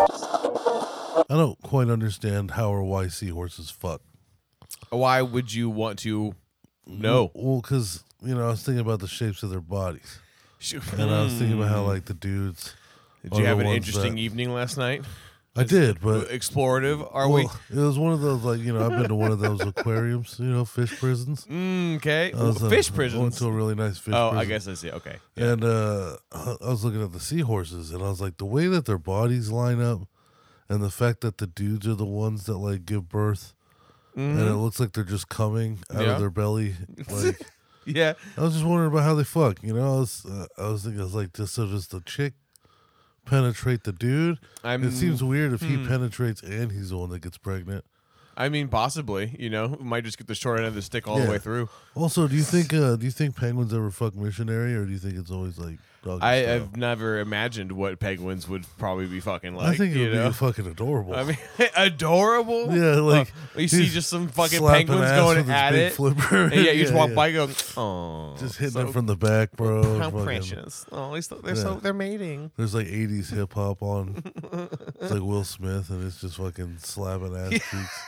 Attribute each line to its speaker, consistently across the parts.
Speaker 1: I don't quite understand how or why seahorses fuck.
Speaker 2: Why would you want to know?
Speaker 1: Well, because you know, I was thinking about the shapes of their bodies, Mm. and I was thinking about how like the dudes.
Speaker 2: Did
Speaker 1: are
Speaker 2: you
Speaker 1: the
Speaker 2: have an
Speaker 1: ones
Speaker 2: interesting
Speaker 1: that-
Speaker 2: evening last night?
Speaker 1: I did, but
Speaker 2: Explorative, are
Speaker 1: well, it was one of those like you know I've been to one of those aquariums, you know, fish prisons.
Speaker 2: we? Mm, Okay.
Speaker 1: I was, uh,
Speaker 2: Fish
Speaker 1: Went
Speaker 2: prisons.
Speaker 1: to a really nice fish.
Speaker 2: Oh,
Speaker 1: prison.
Speaker 2: I guess I see. Okay.
Speaker 1: And uh, I I was looking at the seahorses, and I was like, the way that their bodies line up, and the fact that the dudes are the ones that like give birth, and it looks like they're just coming out
Speaker 2: Mm-hmm. Yeah.
Speaker 1: of their belly. Like,
Speaker 2: Yeah.
Speaker 1: I was just wondering about how they fuck. You know, I was, uh, I was thinking, I was like, does so does the chick penetrate the dude?
Speaker 2: I'm- hmm.
Speaker 1: it seems weird if he penetrates and he's the one that gets pregnant.
Speaker 2: I mean, possibly. You know, we might just get the short end of the stick all the
Speaker 1: Yeah.
Speaker 2: way through.
Speaker 1: Also, do you think uh, do you think penguins ever fuck missionary, or do you think it's always like dog?
Speaker 2: I
Speaker 1: style?
Speaker 2: have never imagined what penguins would probably be fucking like.
Speaker 1: I think it
Speaker 2: you
Speaker 1: would
Speaker 2: know?
Speaker 1: be fucking adorable.
Speaker 2: I mean, adorable.
Speaker 1: Yeah, like
Speaker 2: you see
Speaker 1: he's
Speaker 2: just some fucking
Speaker 1: slapping
Speaker 2: penguins
Speaker 1: ass
Speaker 2: going
Speaker 1: with his
Speaker 2: at
Speaker 1: big
Speaker 2: it.
Speaker 1: Flipper.
Speaker 2: And yeah, you just walk
Speaker 1: yeah.
Speaker 2: by, and go, oh,
Speaker 1: just hitting it from the back, bro.
Speaker 2: How
Speaker 1: Fucking-
Speaker 2: precious! Oh, he's- they're so
Speaker 1: Yeah.
Speaker 2: they're mating.
Speaker 1: There's like '80s hip hop on. it's like Will Smith, and it's just fucking slapping ass cheeks,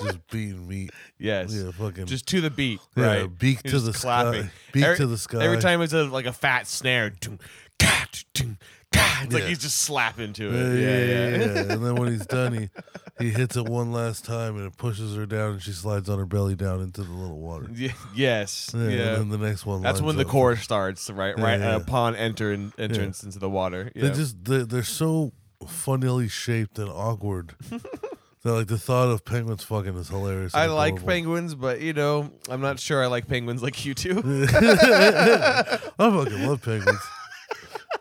Speaker 1: just beating meat.
Speaker 2: Yes,
Speaker 1: Yeah, fucking-
Speaker 2: just to the beat,
Speaker 1: Yeah,
Speaker 2: right?
Speaker 1: beak
Speaker 2: You're
Speaker 1: to
Speaker 2: just
Speaker 1: the sky. Beak to the sky.
Speaker 2: Every time it's a, like a fat snare, doom, ka, doom, ka, it's like
Speaker 1: Yeah.
Speaker 2: he's just slapping to
Speaker 1: Yeah,
Speaker 2: it.
Speaker 1: yeah, yeah, yeah. and then when he's done, he he hits it one last time, and it pushes her down, and she slides on her belly down into the little water.
Speaker 2: Ye- yes, yeah.
Speaker 1: Yeah, And then the next one.
Speaker 2: That's
Speaker 1: lines
Speaker 2: when the
Speaker 1: up.
Speaker 2: chorus starts, right?
Speaker 1: Yeah,
Speaker 2: Right
Speaker 1: yeah.
Speaker 2: upon enter entrance into the water. Yeah.
Speaker 1: They just they're, they're so funnily shaped and awkward that like the thought of penguins fucking is hilarious. and
Speaker 2: I like
Speaker 1: adorable.
Speaker 2: penguins, but you know, I'm not sure I like penguins like you do.
Speaker 1: I fucking love penguins.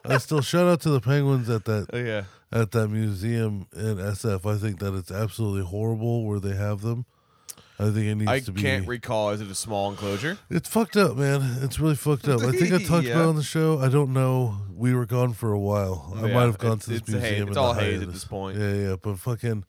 Speaker 1: I still shout out to the penguins at that
Speaker 2: Oh, yeah.
Speaker 1: at that museum in SF. I think that it's absolutely horrible where they have them. I think it needs
Speaker 2: I
Speaker 1: to be.
Speaker 2: can't recall. Is it a small enclosure?
Speaker 1: it's fucked up, man. It's really fucked up. I think I talked
Speaker 2: Yeah.
Speaker 1: about it on the show. I don't know. We were gone for a while. I
Speaker 2: Yeah,
Speaker 1: might have gone
Speaker 2: it's-
Speaker 1: to this
Speaker 2: it's a haze.
Speaker 1: museum. in
Speaker 2: It's
Speaker 1: the
Speaker 2: all haze at
Speaker 1: hiatus.
Speaker 2: this point.
Speaker 1: Yeah, yeah. But fucking,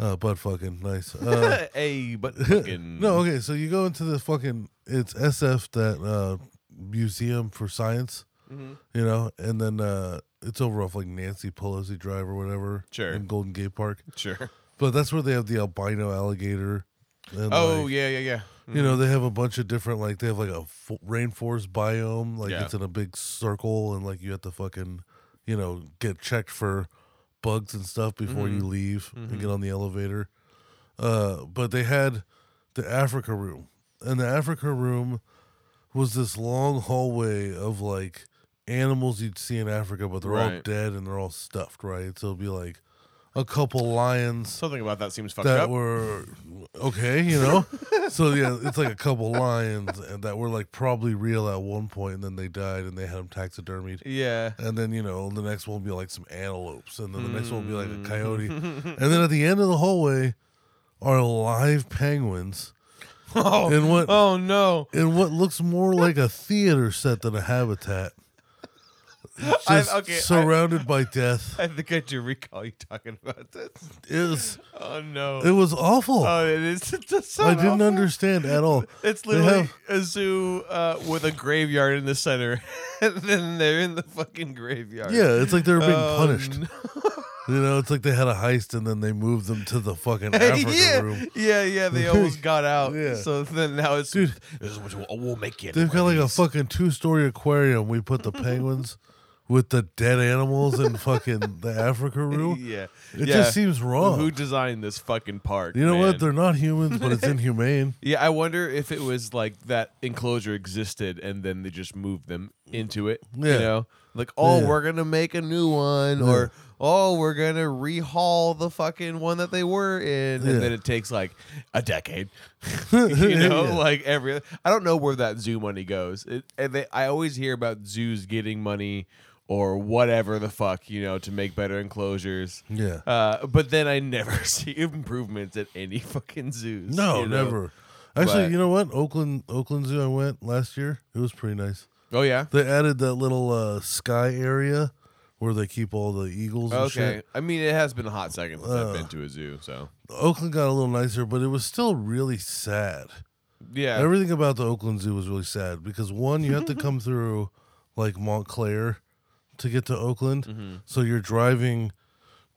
Speaker 1: uh, but fucking nice. Uh,
Speaker 2: hey, but fucking.
Speaker 1: No, okay. So you go into the fucking it's SF that uh, museum for science,
Speaker 2: Mm-hmm.
Speaker 1: you know, and then uh, it's over off like Nancy Pelosi Drive or whatever,
Speaker 2: Sure.
Speaker 1: in Golden Gate Park.
Speaker 2: Sure.
Speaker 1: But that's where they have the albino alligator. And
Speaker 2: Oh,
Speaker 1: like,
Speaker 2: yeah, yeah, yeah.
Speaker 1: you
Speaker 2: Mm-hmm.
Speaker 1: know they have a bunch of different like they have like a fo- rainforest biome, like
Speaker 2: Yeah.
Speaker 1: it's in a big circle, and like you have to fucking, you know, get checked for bugs and stuff before you
Speaker 2: Mm-hmm.
Speaker 1: leave and get on the elevator uh, but they had the Africa room, and the Africa room was this long hallway of like animals you'd see in Africa, but they're all
Speaker 2: Right.
Speaker 1: dead and they're all stuffed, right? So it'll be like a couple lions
Speaker 2: Something about that seems fucked
Speaker 1: that
Speaker 2: up.
Speaker 1: were okay, you know. so yeah, it's like a couple lions and that were like probably real at one point, and then they died, and they had them taxidermied.
Speaker 2: yeah.
Speaker 1: And then you know the next one will be like some antelopes, and then the next one will be like a coyote,
Speaker 2: Mm.
Speaker 1: and then at the end of the hallway are live penguins
Speaker 2: Oh,
Speaker 1: in what
Speaker 2: oh no.
Speaker 1: in what looks more like a theater set than a habitat,
Speaker 2: I,
Speaker 1: just
Speaker 2: okay.
Speaker 1: surrounded by death.
Speaker 2: I, I think I do recall you talking about this.
Speaker 1: It was
Speaker 2: Oh no.
Speaker 1: it was awful.
Speaker 2: oh, it is. It's just so
Speaker 1: I didn't
Speaker 2: awful.
Speaker 1: understand at all.
Speaker 2: It's
Speaker 1: They
Speaker 2: literally
Speaker 1: have-
Speaker 2: a zoo uh, with a graveyard in the center, and then they're in the fucking graveyard.
Speaker 1: yeah, it's like they were being
Speaker 2: Oh,
Speaker 1: punished.
Speaker 2: no.
Speaker 1: You know, it's like they had a heist and then they moved them to the fucking Africa
Speaker 2: yeah,
Speaker 1: room.
Speaker 2: yeah, yeah. They almost got out.
Speaker 1: Yeah.
Speaker 2: So then now it's
Speaker 1: Dude.
Speaker 2: This is what we'll, we'll make it.
Speaker 1: They've got like a fucking two story aquarium. We put the penguins with the dead animals in fucking the Africa room.
Speaker 2: yeah.
Speaker 1: It
Speaker 2: yeah.
Speaker 1: just seems wrong.
Speaker 2: Who designed this fucking park?
Speaker 1: you know
Speaker 2: man?
Speaker 1: what? They're not humans, but it's inhumane.
Speaker 2: yeah, I wonder if it was like that enclosure existed and then they just moved them into it.
Speaker 1: Yeah.
Speaker 2: You know, like oh,
Speaker 1: Yeah.
Speaker 2: we're gonna make a new one, or oh, we're gonna rehaul the fucking one that they were in,
Speaker 1: Yeah.
Speaker 2: and then it takes like a decade. you know,
Speaker 1: Yeah.
Speaker 2: like every I don't know where that zoo money goes. It, and they, I always hear about zoos getting money or whatever the fuck you know to make better enclosures.
Speaker 1: Yeah.
Speaker 2: Uh, but then I never see improvements at any fucking zoos.
Speaker 1: No,
Speaker 2: you know?
Speaker 1: never. Actually,
Speaker 2: But-
Speaker 1: you know what? Oakland Oakland Zoo I went last year. It was pretty nice.
Speaker 2: Oh yeah.
Speaker 1: They added that little uh, sky area where they keep all the eagles and
Speaker 2: Okay.
Speaker 1: shit.
Speaker 2: I mean, it has been a hot second since
Speaker 1: Ugh.
Speaker 2: I've been to a zoo, so
Speaker 1: Oakland got a little nicer, but it was still really sad.
Speaker 2: yeah.
Speaker 1: Everything about the Oakland Zoo was really sad because one, you have to come through like Montclair to get to Oakland.
Speaker 2: Mm-hmm.
Speaker 1: So you're driving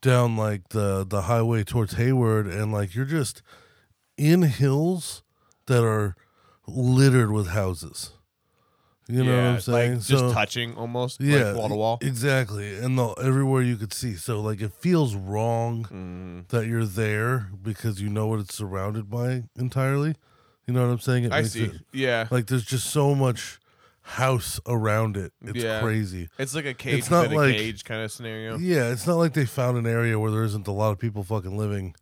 Speaker 1: down like the the highway towards Hayward and like you're just in hills that are littered with houses. You know
Speaker 2: yeah,
Speaker 1: what I'm saying?
Speaker 2: Like,
Speaker 1: So-
Speaker 2: just touching almost,
Speaker 1: yeah, e-,
Speaker 2: like wall to wall.
Speaker 1: Exactly. And the, everywhere you could see. So like it feels wrong
Speaker 2: Mm-hmm.
Speaker 1: that you're there because you know what it's surrounded by entirely. You know what I'm saying? It
Speaker 2: I
Speaker 1: makes
Speaker 2: see.
Speaker 1: it-
Speaker 2: yeah,
Speaker 1: like there's just so much house around it. It's
Speaker 2: Yeah.
Speaker 1: crazy.
Speaker 2: it's like a cage
Speaker 1: it's not
Speaker 2: within
Speaker 1: like-
Speaker 2: a cage kind of scenario.
Speaker 1: Yeah, it's not like they found an area where there isn't a lot of people fucking living.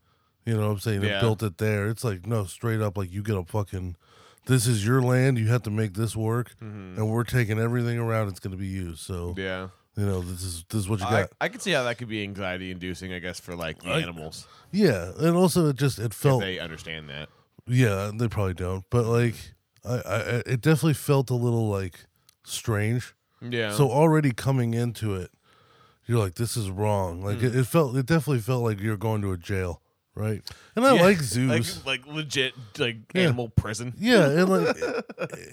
Speaker 1: You know what I'm saying? They
Speaker 2: Yeah.
Speaker 1: built it there. It's like no, straight up like you get a fucking this is your land, you have to make this work and we're taking everything around it's going to be used. So,
Speaker 2: Mm-hmm. Yeah,
Speaker 1: you know, this is this is what you
Speaker 2: I,
Speaker 1: got.
Speaker 2: I could see how that could be anxiety inducing, I guess, for like the animals.
Speaker 1: Yeah, and also it just it felt
Speaker 2: If they understand that.
Speaker 1: yeah they probably don't, but like I, I I- it definitely felt a little like strange.
Speaker 2: Yeah.
Speaker 1: So already coming into it, you're like this is wrong. Like
Speaker 2: Mm.
Speaker 1: it, it felt it definitely felt like you're going to a jail, right? And I
Speaker 2: Yeah,
Speaker 1: like zoos.
Speaker 2: like, like legit, like
Speaker 1: Yeah.
Speaker 2: animal prison.
Speaker 1: yeah, and like,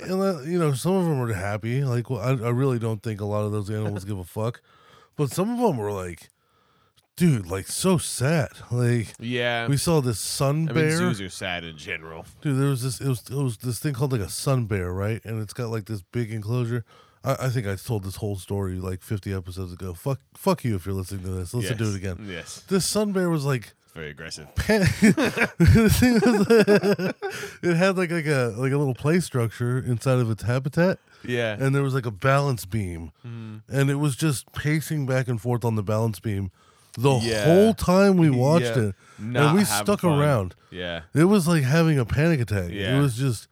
Speaker 1: and uh, you know, some of them are happy. Like, well, I, I really don't think a lot of those animals give a fuck, but some of them were like, dude, like so sad. Like,
Speaker 2: Yeah,
Speaker 1: we saw this sun
Speaker 2: I
Speaker 1: bear.
Speaker 2: mean, zoos are sad in general.
Speaker 1: Dude, there was this it was, it was this thing called like a sun bear, right? And it's got like this big enclosure. I, I think I told this whole story like 50 episodes ago. Fuck, fuck you if you're listening to this. Listen to
Speaker 2: Yes.
Speaker 1: it again.
Speaker 2: Yes,
Speaker 1: This sun bear was like,
Speaker 2: it's very aggressive.
Speaker 1: this thing was- it had like like a like a little play structure inside of its habitat,
Speaker 2: Yeah, Mm-hmm.
Speaker 1: and there was like a balance beam, and it was just pacing back and forth on the balance beam the
Speaker 2: Yeah.
Speaker 1: whole time we watched
Speaker 2: Yeah.
Speaker 1: it,
Speaker 2: Not
Speaker 1: and we
Speaker 2: having
Speaker 1: stuck
Speaker 2: fun.
Speaker 1: around.
Speaker 2: Yeah,
Speaker 1: It was like having a panic attack. It
Speaker 2: Yeah.
Speaker 1: was just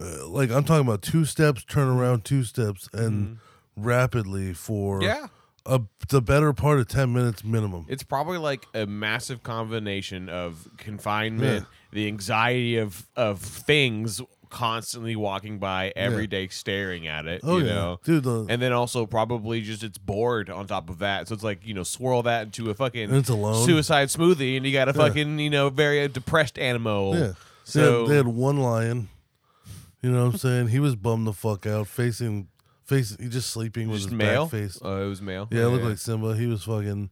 Speaker 1: uh, like I'm talking about two steps, turn around two steps, and rapidly for
Speaker 2: Mm-hmm. Yeah.
Speaker 1: a, the better part of ten minutes minimum.
Speaker 2: It's probably like a massive combination of confinement, the anxiety of of things constantly walking by every day staring at it,
Speaker 1: oh
Speaker 2: you
Speaker 1: yeah,
Speaker 2: know.
Speaker 1: dude. The, and,
Speaker 2: And then also probably just it's bored on top of that. So it's like, you know, swirl that into a fucking
Speaker 1: And it's alone.
Speaker 2: suicide smoothie and you got a fucking, you know, very uh, depressed animal.
Speaker 1: yeah,
Speaker 2: So
Speaker 1: they, had, they had one lion. You know what I'm saying? He was bummed the fuck out, facing, facing, he just sleeping with
Speaker 2: just
Speaker 1: his
Speaker 2: male.
Speaker 1: back faced.
Speaker 2: Oh, it was male.
Speaker 1: Yeah, it looked like Simba. He was fucking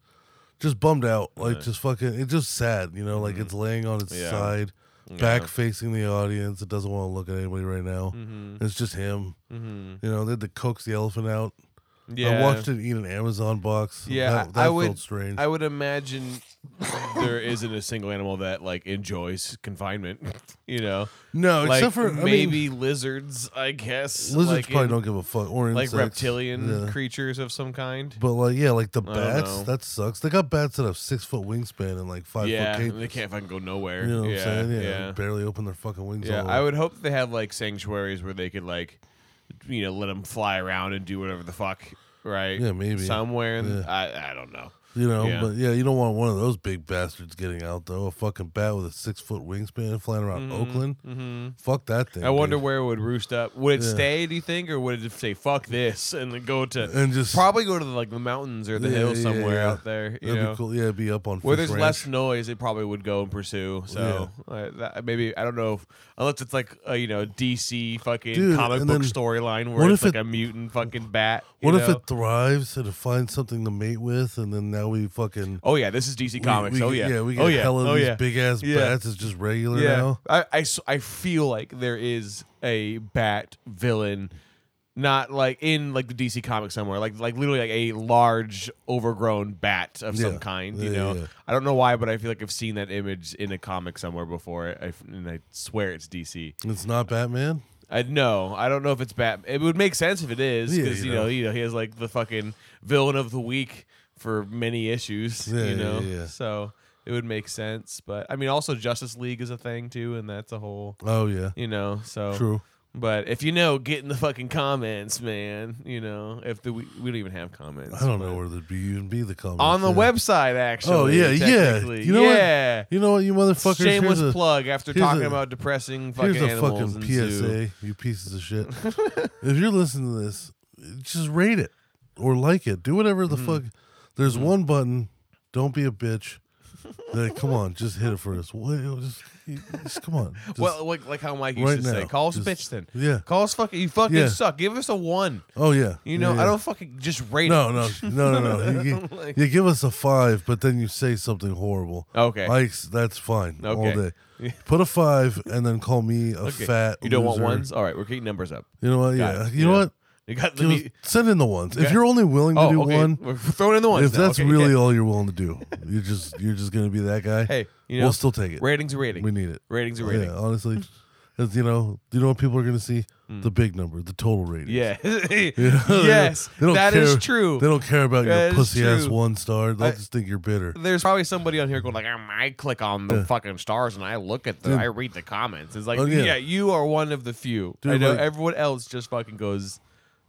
Speaker 1: just bummed out, like just fucking. It's just sad, you know. Like it's laying on its
Speaker 2: Mm-hmm. Yeah.
Speaker 1: side, back facing the audience. It doesn't want to look at anybody right now.
Speaker 2: Mm-hmm.
Speaker 1: It's just him. You know, they had to coax the elephant out.
Speaker 2: yeah.
Speaker 1: I watched it eat an Amazon box.
Speaker 2: Yeah,
Speaker 1: that, that
Speaker 2: I
Speaker 1: felt
Speaker 2: would.
Speaker 1: strange.
Speaker 2: I would imagine there isn't a single animal that like enjoys confignment. You know,
Speaker 1: no,
Speaker 2: like
Speaker 1: Oh, except for I mean,
Speaker 2: maybe lizards. I guess
Speaker 1: lizards
Speaker 2: like
Speaker 1: probably
Speaker 2: in-
Speaker 1: don't give a fuck. Or
Speaker 2: like
Speaker 1: insects.
Speaker 2: reptilian
Speaker 1: Yeah.
Speaker 2: creatures of some kind.
Speaker 1: But like, yeah, like the
Speaker 2: don't
Speaker 1: bats.
Speaker 2: know.
Speaker 1: That sucks. They got bats that have six foot wingspan and like five
Speaker 2: yeah,
Speaker 1: foot cages.
Speaker 2: they can't fucking go nowhere.
Speaker 1: You know what
Speaker 2: yeah,
Speaker 1: I'm saying? Yeah,
Speaker 2: yeah,
Speaker 1: they barely open their fucking wings.
Speaker 2: yeah.
Speaker 1: all
Speaker 2: I
Speaker 1: over.
Speaker 2: would hope they had like sanctuaries where they could like, you know, let them fly around and do whatever the fuck. Right?
Speaker 1: Yeah, maybe.
Speaker 2: somewhere. in-
Speaker 1: Yeah.
Speaker 2: I I don't know.
Speaker 1: You know,
Speaker 2: Yeah.
Speaker 1: but yeah, you don't want one of those big bastards getting out though. A fucking bat with a six foot wingspan flying around Oakland. Mm-hmm. Fuck that thing.
Speaker 2: I wonder
Speaker 1: dude.
Speaker 2: where it would roost up. Would it
Speaker 1: Yeah.
Speaker 2: stay? Do you think, or would it just say "fuck this" and then go to
Speaker 1: And just-
Speaker 2: probably go to like the mountains or the
Speaker 1: Yeah,
Speaker 2: hills
Speaker 1: yeah,
Speaker 2: somewhere
Speaker 1: yeah.
Speaker 2: out there? You
Speaker 1: That'd
Speaker 2: know,
Speaker 1: be cool. Yeah, it'd be up on
Speaker 2: where
Speaker 1: Fish
Speaker 2: there's
Speaker 1: Ranch.
Speaker 2: less noise, it probably would go and pursue. So uh, that, maybe I don't know, if, unless it's like a, you know DC fucking
Speaker 1: Dude,
Speaker 2: comic
Speaker 1: and
Speaker 2: book
Speaker 1: then
Speaker 2: storyline
Speaker 1: what
Speaker 2: where it's
Speaker 1: if
Speaker 2: like
Speaker 1: it-
Speaker 2: a mutant fucking bat. you
Speaker 1: What if
Speaker 2: know?
Speaker 1: it thrives and it finds something to mate with, and then now we fucking
Speaker 2: Oh yeah, this is DC Comics.
Speaker 1: We, we
Speaker 2: oh
Speaker 1: get-
Speaker 2: yeah,
Speaker 1: yeah, we get
Speaker 2: oh yeah,
Speaker 1: hella
Speaker 2: oh
Speaker 1: these
Speaker 2: yeah.
Speaker 1: big ass
Speaker 2: Yeah.
Speaker 1: bats. It's just regular now.
Speaker 2: I, I s- I feel like there is a bat villain, not like in like the DC comic somewhere, like like literally like a large overgrown bat of
Speaker 1: Yeah.
Speaker 2: some kind. You
Speaker 1: Yeah,
Speaker 2: know,
Speaker 1: yeah, yeah.
Speaker 2: I don't know why, but I feel like I've seen that image in a comic somewhere before, I, and I swear it's DC.
Speaker 1: It's not Batman.
Speaker 2: I no, I don't know if it's Bat. It would make sense if it is
Speaker 1: Yeah,
Speaker 2: because
Speaker 1: you
Speaker 2: you know,
Speaker 1: know.
Speaker 2: you know, he has like the fucking villain of the week for many issues.
Speaker 1: Yeah, yeah,
Speaker 2: you know,
Speaker 1: yeah.
Speaker 2: so it would make sense. But I mean, also Justice League is a thing too, and that's a whole
Speaker 1: Oh yeah,
Speaker 2: you know. So
Speaker 1: true.
Speaker 2: But if you know, get in the fucking comments, man. You know, if the we, we don't even have comments
Speaker 1: I don't
Speaker 2: but-
Speaker 1: know where there'd be even be the comments
Speaker 2: on the
Speaker 1: yeah.
Speaker 2: website actually.
Speaker 1: Oh yeah, yeah.
Speaker 2: technically.
Speaker 1: You know
Speaker 2: yeah.
Speaker 1: what? You know what? You motherfuckers.
Speaker 2: Shameless
Speaker 1: here's a,
Speaker 2: plug after
Speaker 1: here's
Speaker 2: talking
Speaker 1: a-
Speaker 2: about depressing fucking
Speaker 1: Here's a
Speaker 2: animals
Speaker 1: fucking
Speaker 2: and zoo.
Speaker 1: PSA. You pieces of shit. if you're listening to this, just rate it or like it. Do whatever
Speaker 2: Hmm.
Speaker 1: the fuck. There's one button. Don't be a bitch. Like, come on, just hit it for us. Wait, just, just come on. Just-
Speaker 2: well, like, like how Mike used
Speaker 1: right
Speaker 2: to say,
Speaker 1: now,
Speaker 2: "Call us
Speaker 1: just-
Speaker 2: a bitch." Then
Speaker 1: yeah.
Speaker 2: call us fucking. You fucking
Speaker 1: Yeah.
Speaker 2: suck. Give us a one.
Speaker 1: oh yeah.
Speaker 2: You know,
Speaker 1: Yeah, yeah.
Speaker 2: I don't fucking just rate.
Speaker 1: No,
Speaker 2: it.
Speaker 1: no, no, no, no. You, gi-
Speaker 2: Like-
Speaker 1: you give us a five, but then you say something horrible.
Speaker 2: Okay.
Speaker 1: Mike's, that's fine all
Speaker 2: Okay.
Speaker 1: day. Put a five and then call me a
Speaker 2: Okay.
Speaker 1: fat.
Speaker 2: You don't want
Speaker 1: loser.
Speaker 2: ones. All right, we're keeping numbers up.
Speaker 1: You know what?
Speaker 2: Got
Speaker 1: Yeah.
Speaker 2: it.
Speaker 1: You know
Speaker 2: Yeah.
Speaker 1: what?
Speaker 2: You got
Speaker 1: Give
Speaker 2: let
Speaker 1: us-
Speaker 2: me.
Speaker 1: send in the ones. If
Speaker 2: Okay.
Speaker 1: you're only willing to
Speaker 2: Oh,
Speaker 1: do
Speaker 2: okay.
Speaker 1: one,
Speaker 2: We're throwing in the ones.
Speaker 1: if
Speaker 2: now.
Speaker 1: that's
Speaker 2: Okay,
Speaker 1: really
Speaker 2: yeah.
Speaker 1: all you're willing to do, you're just you're just gonna be that guy.
Speaker 2: Hey, you know,
Speaker 1: we'll still take it.
Speaker 2: ratings are rating.
Speaker 1: We need it.
Speaker 2: ratings are
Speaker 1: Yeah,
Speaker 2: rating. Hmm.
Speaker 1: honestly, 'Cause, you know, you know what people are gonna see the big number, the total rating.
Speaker 2: Yeah. yes.
Speaker 1: They don't
Speaker 2: that
Speaker 1: care.
Speaker 2: is true.
Speaker 1: They don't care about
Speaker 2: That
Speaker 1: your
Speaker 2: is
Speaker 1: pussy ass
Speaker 2: true.
Speaker 1: one star. They'll
Speaker 2: I-
Speaker 1: just think you're bitter.
Speaker 2: There's probably somebody on here going like, "Um, I click on the fucking stars and I look at the, I read the comments. It's like,
Speaker 1: Oh, yeah.
Speaker 2: yeah. you are one of the few. I
Speaker 1: Dude,
Speaker 2: know
Speaker 1: like-
Speaker 2: everyone else just fucking goes,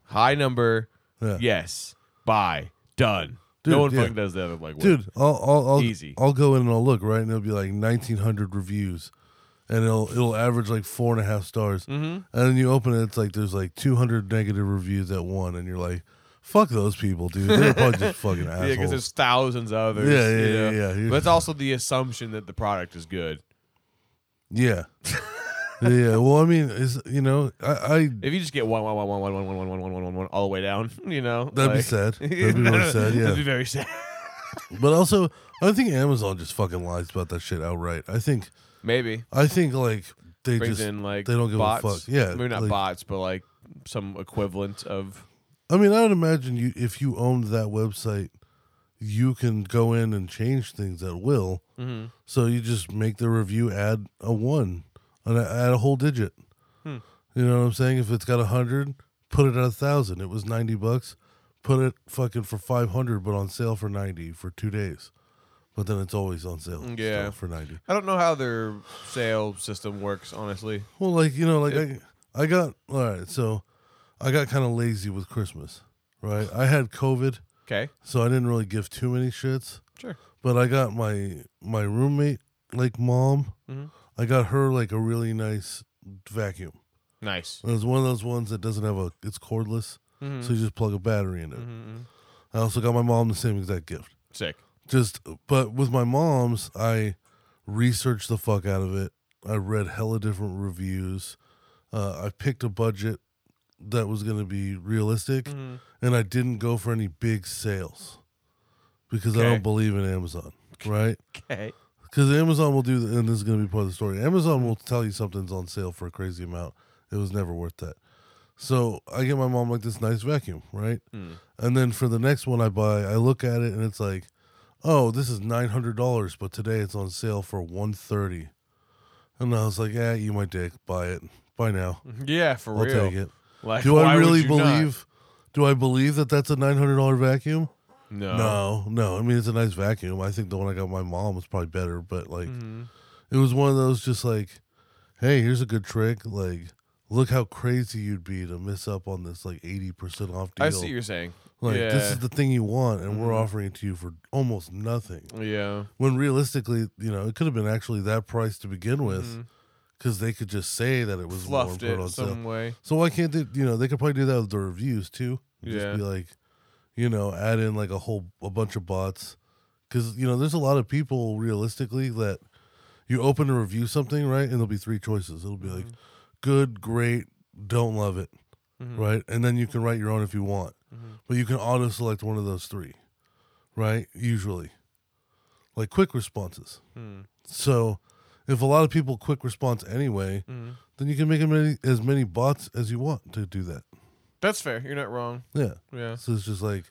Speaker 2: high number,
Speaker 1: Yeah.
Speaker 2: yes, bye, done.
Speaker 1: Dude,
Speaker 2: no one
Speaker 1: yeah.
Speaker 2: fucking does that. I'm like, what?
Speaker 1: Dude, I'll I'll I'll,
Speaker 2: Easy.
Speaker 1: I'll go in and I'll look right, and it'll be like 1,900 reviews, and it'll it'll average like four and a half stars. Mm-hmm. And then you open it, it's like there's like 200 negative reviews at one, and you're like, fuck those people, dude. They're probably just fucking
Speaker 2: yeah, because
Speaker 1: assholes.
Speaker 2: there's thousands of others.
Speaker 1: Yeah, yeah,
Speaker 2: you know?
Speaker 1: yeah, yeah.
Speaker 2: But it's also the assumption that the product is good.
Speaker 1: Yeah, yeah, Well, I mean, is you know, I, I
Speaker 2: If you just get one, one, one, one, one, one, one, one, one, one, one, one, one, all the way down, you know,
Speaker 1: That'd be sad. That'd be really sad, yeah.
Speaker 2: that'd be very sad.
Speaker 1: but also I think Amazon just fucking lies about that shit outright. I think
Speaker 2: Maybe.
Speaker 1: I think like they
Speaker 2: brings
Speaker 1: just
Speaker 2: in like
Speaker 1: they don't give
Speaker 2: bots.
Speaker 1: a fuck. Yeah,
Speaker 2: maybe not
Speaker 1: like,
Speaker 2: bots, but like some equivalent of.
Speaker 1: I mean, I would imagine you if you owned that website, you can go in and change things at will. So you just make the review add a one, and add a whole digit. You know what I'm saying? If it's got a hundred, put it at a thousand. It was ninety bucks. Put it fucking for five hundred, but on sale for ninety for two days. But then it's always on sale. still
Speaker 2: Yeah.
Speaker 1: for ninety.
Speaker 2: I don't know how their sale system works, honestly.
Speaker 1: Well, like you know, like I, I got all right. So I got kind of lazy with Christmas, right? I had COVID.
Speaker 2: Okay,
Speaker 1: so I didn't really give too many shits.
Speaker 2: sure.
Speaker 1: But I got my my roommate, like mom,
Speaker 2: Mhm.
Speaker 1: I got her like a really nice vacuum.
Speaker 2: Nice. Mm-hmm.
Speaker 1: It was one of those ones that doesn't have a it's cordless, so you just plug a battery in it.
Speaker 2: Mhm.
Speaker 1: I also got my mom the same exact gift.
Speaker 2: Sick.
Speaker 1: Just but with my mom's, I researched the fuck out of it. I read hella different reviews. Uh, I picked a budget that was going to be realistic, and I didn't go for any big sales because I
Speaker 2: Okay.
Speaker 1: don't believe in Amazon, right?
Speaker 2: Okay.
Speaker 1: Because Amazon will do, and this is going to be part of the story. Amazon will tell you something's on sale for a crazy amount. It was never worth that. So I get my mom like this nice vacuum, right?
Speaker 2: Hmm.
Speaker 1: And then for the next one I buy, I look at it and it's like, oh, this is nine hundred dollars, but today it's on sale for one thirty. And I was like, yeah, eat my dick, buy it, buy now.
Speaker 2: Yeah, for
Speaker 1: I'll
Speaker 2: real.
Speaker 1: take it.
Speaker 2: Like,
Speaker 1: Do
Speaker 2: why
Speaker 1: I
Speaker 2: would
Speaker 1: really
Speaker 2: you not?
Speaker 1: believe? Do I believe that that's a nine hundred dollar vacuum?
Speaker 2: No.
Speaker 1: No, no. I mean, it's a nice vacuum. I think the one I got my mom was probably better, but like,
Speaker 2: Mm-hmm.
Speaker 1: it was one of those just like, hey, here's a good trick. Like, look how crazy you'd be to miss up on this like eighty percent off deal.
Speaker 2: I see what you're saying.
Speaker 1: like,
Speaker 2: yeah. Mm-hmm.
Speaker 1: this is the thing you want, and we're offering it to you for almost nothing.
Speaker 2: yeah.
Speaker 1: When realistically, you know, it could have been actually that price to begin with, because they could just say that it was more and
Speaker 2: Mm-hmm. Fluffed
Speaker 1: put on
Speaker 2: it
Speaker 1: sale.
Speaker 2: some way.
Speaker 1: So why can't they? You know, they could probably do that with the reviews too.
Speaker 2: Yeah.
Speaker 1: Just be like, you know, add in like a whole a bunch of bots, because you know there's a lot of people realistically that you open to review something right, and there'll be three choices. It'll be like good, great, don't love it, right, and then you can write your own if you want, but you can auto select one of those three, right? Usually, like quick responses. So if a lot of people quick response anyway, then you can make as many, as many bots as you want to do that.
Speaker 2: That's fair. You're not wrong.
Speaker 1: Yeah.
Speaker 2: Yeah.
Speaker 1: So it's just like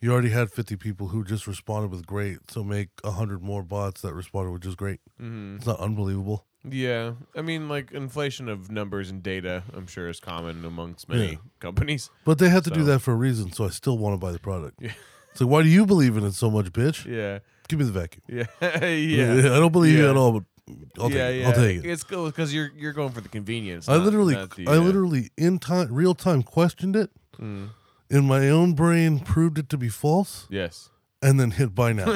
Speaker 1: you already had 50 people who just responded with great, so make 100 more bots that responded with just great. It's not unbelievable.
Speaker 2: Mm-hmm. Yeah, I mean, like inflation of numbers and data, I'm sure is common amongst many
Speaker 1: Yeah.
Speaker 2: companies.
Speaker 1: But they have to do
Speaker 2: So-
Speaker 1: that for a reason, so I still want to buy the product.
Speaker 2: Yeah.
Speaker 1: It's like, why do you believe in it so much, bitch?
Speaker 2: Yeah,
Speaker 1: Give me the vacuum.
Speaker 2: yeah, yeah.
Speaker 1: I don't believe you
Speaker 2: Yeah.
Speaker 1: at all, but I'll
Speaker 2: yeah,
Speaker 1: take it.
Speaker 2: yeah.
Speaker 1: I'll take it.
Speaker 2: It's cool because you're you're going for the convenience.
Speaker 1: I
Speaker 2: not-
Speaker 1: literally,
Speaker 2: not the,
Speaker 1: I
Speaker 2: uh,
Speaker 1: literally, in time, real time, questioned it.
Speaker 2: Mm.
Speaker 1: In my own brain, proved it to be false,
Speaker 2: yes,
Speaker 1: and then hit buy now.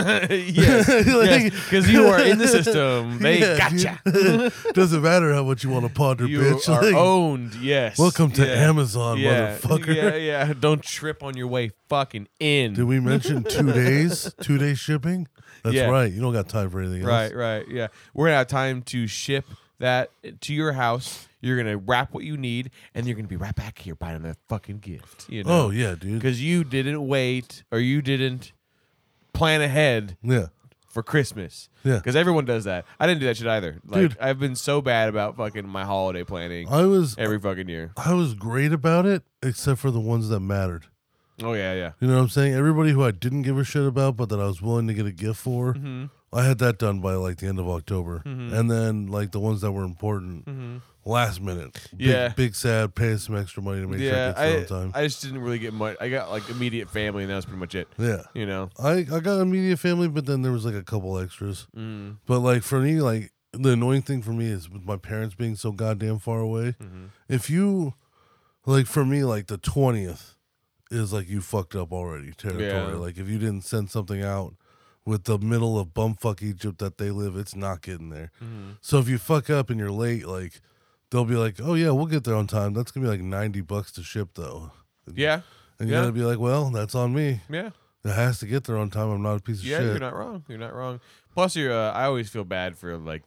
Speaker 2: yes,
Speaker 1: Like-
Speaker 2: because you are in the system. They
Speaker 1: Yeah,
Speaker 2: gotcha.
Speaker 1: dude. Doesn't matter how much you want to ponder,
Speaker 2: You
Speaker 1: bitch.
Speaker 2: are
Speaker 1: Like,
Speaker 2: owned. Yes.
Speaker 1: welcome to
Speaker 2: Yeah.
Speaker 1: Amazon,
Speaker 2: Yeah.
Speaker 1: motherfucker.
Speaker 2: Yeah, yeah. Don't trip on your way fucking in.
Speaker 1: Did we mention two days? Two day shipping? That's
Speaker 2: Yeah.
Speaker 1: right. You don't got time for anything
Speaker 2: Right,
Speaker 1: else.
Speaker 2: right, yeah. We're gonna have time to ship that to your house. You're gonna wrap what you need, and you're gonna be right back here buying another fucking gift. You know?
Speaker 1: Oh yeah, dude.
Speaker 2: because you didn't wait or you didn't plan ahead
Speaker 1: Yeah.
Speaker 2: for Christmas.
Speaker 1: Yeah.
Speaker 2: because everyone does that. I didn't do that shit either. Like
Speaker 1: Dude.
Speaker 2: I've been so bad about fucking my holiday planning
Speaker 1: I was
Speaker 2: every fucking year.
Speaker 1: I was great about it, except for the ones that mattered.
Speaker 2: Oh yeah, yeah.
Speaker 1: You know what I'm saying? Everybody who I didn't give a shit about, but that I was willing to get a gift for,
Speaker 2: Mm-hmm.
Speaker 1: I had that done by like the end of October, and then like the ones that were important, last minute. Big,
Speaker 2: Mm-hmm. Yeah.
Speaker 1: big sad. Pay us some extra money to make
Speaker 2: yeah,
Speaker 1: sure it gets there on time.
Speaker 2: I, I just didn't really get much. I got like immediate family, and that was pretty much it.
Speaker 1: yeah,
Speaker 2: You know,
Speaker 1: I I got immediate family, but then there was like a couple extras.
Speaker 2: Mm.
Speaker 1: But like for me, like the annoying thing for me is with my parents being so goddamn far away.
Speaker 2: Mm-hmm.
Speaker 1: If you like for me, like the twentieth is like you fucked up already territory.
Speaker 2: Yeah.
Speaker 1: Like if you didn't send something out with the middle of bumfuck Egypt that they live, it's not getting there.
Speaker 2: Mm-hmm.
Speaker 1: So if you fuck up and you're late, like they'll be like, Oh yeah, we'll get there on time. That's gonna be like ninety bucks to ship though.
Speaker 2: yeah,
Speaker 1: And you
Speaker 2: yeah.
Speaker 1: gotta be like, Well, that's on me.
Speaker 2: yeah.
Speaker 1: It has to get there on time. I'm not a piece of
Speaker 2: Yeah,
Speaker 1: shit.
Speaker 2: you're not wrong. You're not wrong. Plus, you're. Uh, I always feel bad for like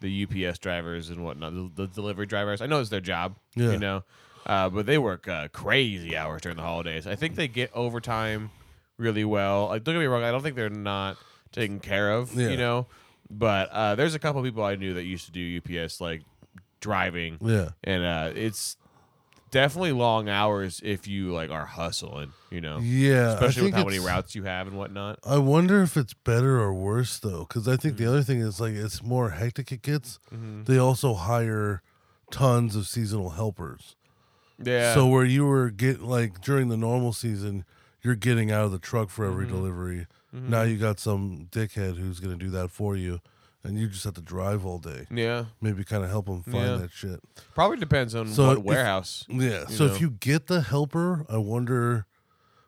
Speaker 2: the UPS drivers and whatnot, the, the delivery drivers. I know it's their job.
Speaker 1: Yeah.
Speaker 2: You know, uh, but they work uh, crazy hours during the holidays. I think they get overtime really well. Like, don't get me wrong. I don't think they're not taken care of.
Speaker 1: Yeah.
Speaker 2: You know, but uh, there's a couple people I knew that used to do UPS like driving.
Speaker 1: Yeah.
Speaker 2: And uh, it's definitely long hours if you like are hustling. You know.
Speaker 1: Yeah. I
Speaker 2: Especially with
Speaker 1: think
Speaker 2: how many
Speaker 1: it's-
Speaker 2: routes you have and whatnot.
Speaker 1: I wonder if it's better or worse though, because I think
Speaker 2: Mm.
Speaker 1: the other thing is like it's more hectic it gets.
Speaker 2: Mm-hmm.
Speaker 1: They also hire tons of seasonal helpers.
Speaker 2: Yeah.
Speaker 1: So where you were get like during the normal season, you're getting out of the truck for
Speaker 2: Mm-hmm.
Speaker 1: every delivery. Now you got some dickhead who's gonna do that for you, and you just have to drive all day.
Speaker 2: Yeah,
Speaker 1: Maybe kind of help them find
Speaker 2: Yeah.
Speaker 1: that shit.
Speaker 2: probably depends on
Speaker 1: So
Speaker 2: what
Speaker 1: if-
Speaker 2: warehouse.
Speaker 1: Yeah.
Speaker 2: you
Speaker 1: so
Speaker 2: know.
Speaker 1: if you get the helper, I wonder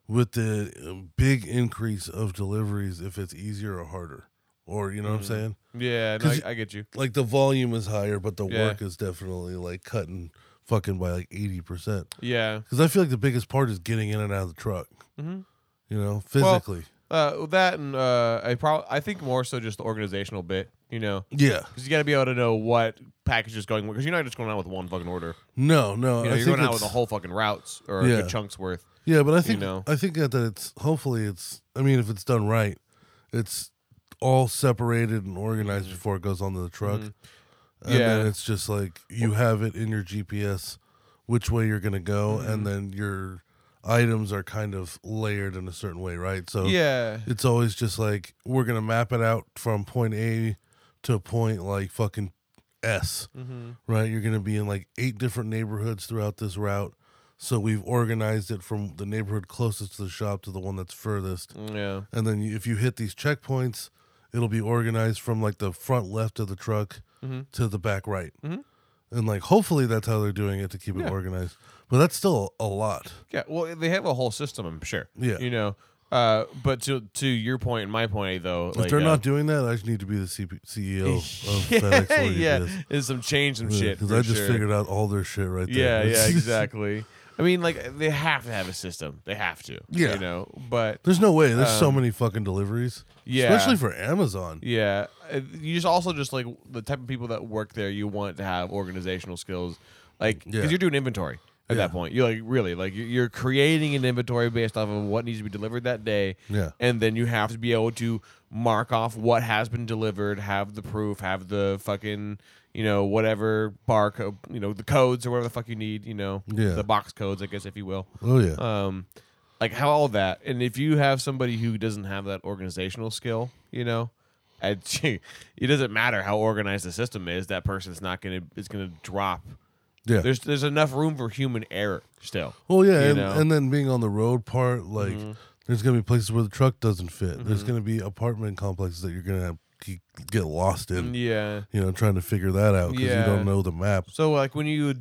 Speaker 1: with the uh, big increase of deliveries if it's easier or harder. Or you know
Speaker 2: Mm-hmm.
Speaker 1: what I'm saying?
Speaker 2: Yeah, no,
Speaker 1: 'Cause
Speaker 2: I, I get you.
Speaker 1: Like the volume is higher, but the
Speaker 2: Yeah.
Speaker 1: work is definitely like cutting fucking by like 80%.
Speaker 2: Yeah,
Speaker 1: Cuz I feel like the biggest part is getting in and out of the truck.
Speaker 2: Mhm.
Speaker 1: You know, physically.
Speaker 2: uh, that and uh, I probably I think more so just the organizational bit. You know,
Speaker 1: yeah.
Speaker 2: because you got to be able to know what package is going because you're not just going out with one fucking order.
Speaker 1: No, no.
Speaker 2: You know,
Speaker 1: Uh, I
Speaker 2: you're
Speaker 1: think
Speaker 2: going out with a
Speaker 1: it's-
Speaker 2: whole fucking routes or a
Speaker 1: Yeah.
Speaker 2: good chunks worth.
Speaker 1: Yeah, but I think
Speaker 2: know?
Speaker 1: I think that, that it's hopefully it's I mean if it's done right, it's all separated and organized before it goes onto the truck. And then
Speaker 2: Mm. Mm-hmm. Yeah.
Speaker 1: it's just like you have it in your GPS which way you're gonna go
Speaker 2: Mm-hmm.
Speaker 1: and then your items are kind of layered in a certain way, right? So
Speaker 2: Yeah,
Speaker 1: it's always just like we're gonna map it out from point A to point like fucking S,
Speaker 2: Mm-hmm.
Speaker 1: right? You're gonna be in like eight different neighborhoods throughout this route, so we've organized it from the neighborhood closest to the shop to the one that's furthest,
Speaker 2: yeah,
Speaker 1: and then you- if you hit these checkpoints, it'll be organized from like the front left of the truck
Speaker 2: Mm-hmm.
Speaker 1: to the back right, and like hopefully that's how they're doing it to keep it
Speaker 2: Yeah.
Speaker 1: organized. But that's still a lot.
Speaker 2: yeah. Well, they have a whole system, I'm sure.
Speaker 1: Yeah.
Speaker 2: you know. Uh, but to to your point and my point though,
Speaker 1: If they're
Speaker 2: uh,
Speaker 1: not doing that, I just need to be the CP- CEO E of FedEx
Speaker 2: yeah,
Speaker 1: or
Speaker 2: yeah,
Speaker 1: UPS.
Speaker 2: is some change some shit
Speaker 1: Because
Speaker 2: for
Speaker 1: I just
Speaker 2: sure.
Speaker 1: figured out all their shit right
Speaker 2: Yeah,
Speaker 1: there.
Speaker 2: yeah, exactly. I mean, like they have to have a system. They have to.
Speaker 1: Yeah.
Speaker 2: You know, but
Speaker 1: There's no way. There's so many fucking deliveries.
Speaker 2: Um, yeah.
Speaker 1: Especially for Amazon.
Speaker 2: yeah, uh, you just also just like the type of people that work there. You want to have organizational skills, like because
Speaker 1: Yeah.
Speaker 2: you're doing inventory at
Speaker 1: Yeah.
Speaker 2: that point. You're like really like you- you're creating an inventory based off of what needs to be delivered that day.
Speaker 1: Yeah.
Speaker 2: and then you have to be able to mark off what has been delivered, have the proof, have the fucking you know whatever barcode, you know the codes or whatever the fuck you need. You know,
Speaker 1: Yeah.
Speaker 2: the box codes, I guess, if you will.
Speaker 1: Oh, yeah.
Speaker 2: um, like how all that. And if you have somebody who doesn't have that organizational skill, you know, And it doesn't matter how organized the system is. That person's not gonna. It's gonna drop.
Speaker 1: Yeah.
Speaker 2: There's there's enough room for human error still.
Speaker 1: Well, yeah,
Speaker 2: you
Speaker 1: and,
Speaker 2: know? Mm-hmm.
Speaker 1: and then being on the road part, like there's gonna be places where the truck doesn't fit. There's gonna be apartment complexes that you're gonna have, keep, get lost in.
Speaker 2: Mm, Yeah.
Speaker 1: You know, trying to figure that out because you
Speaker 2: Yeah.
Speaker 1: don't know the map.
Speaker 2: So like when you,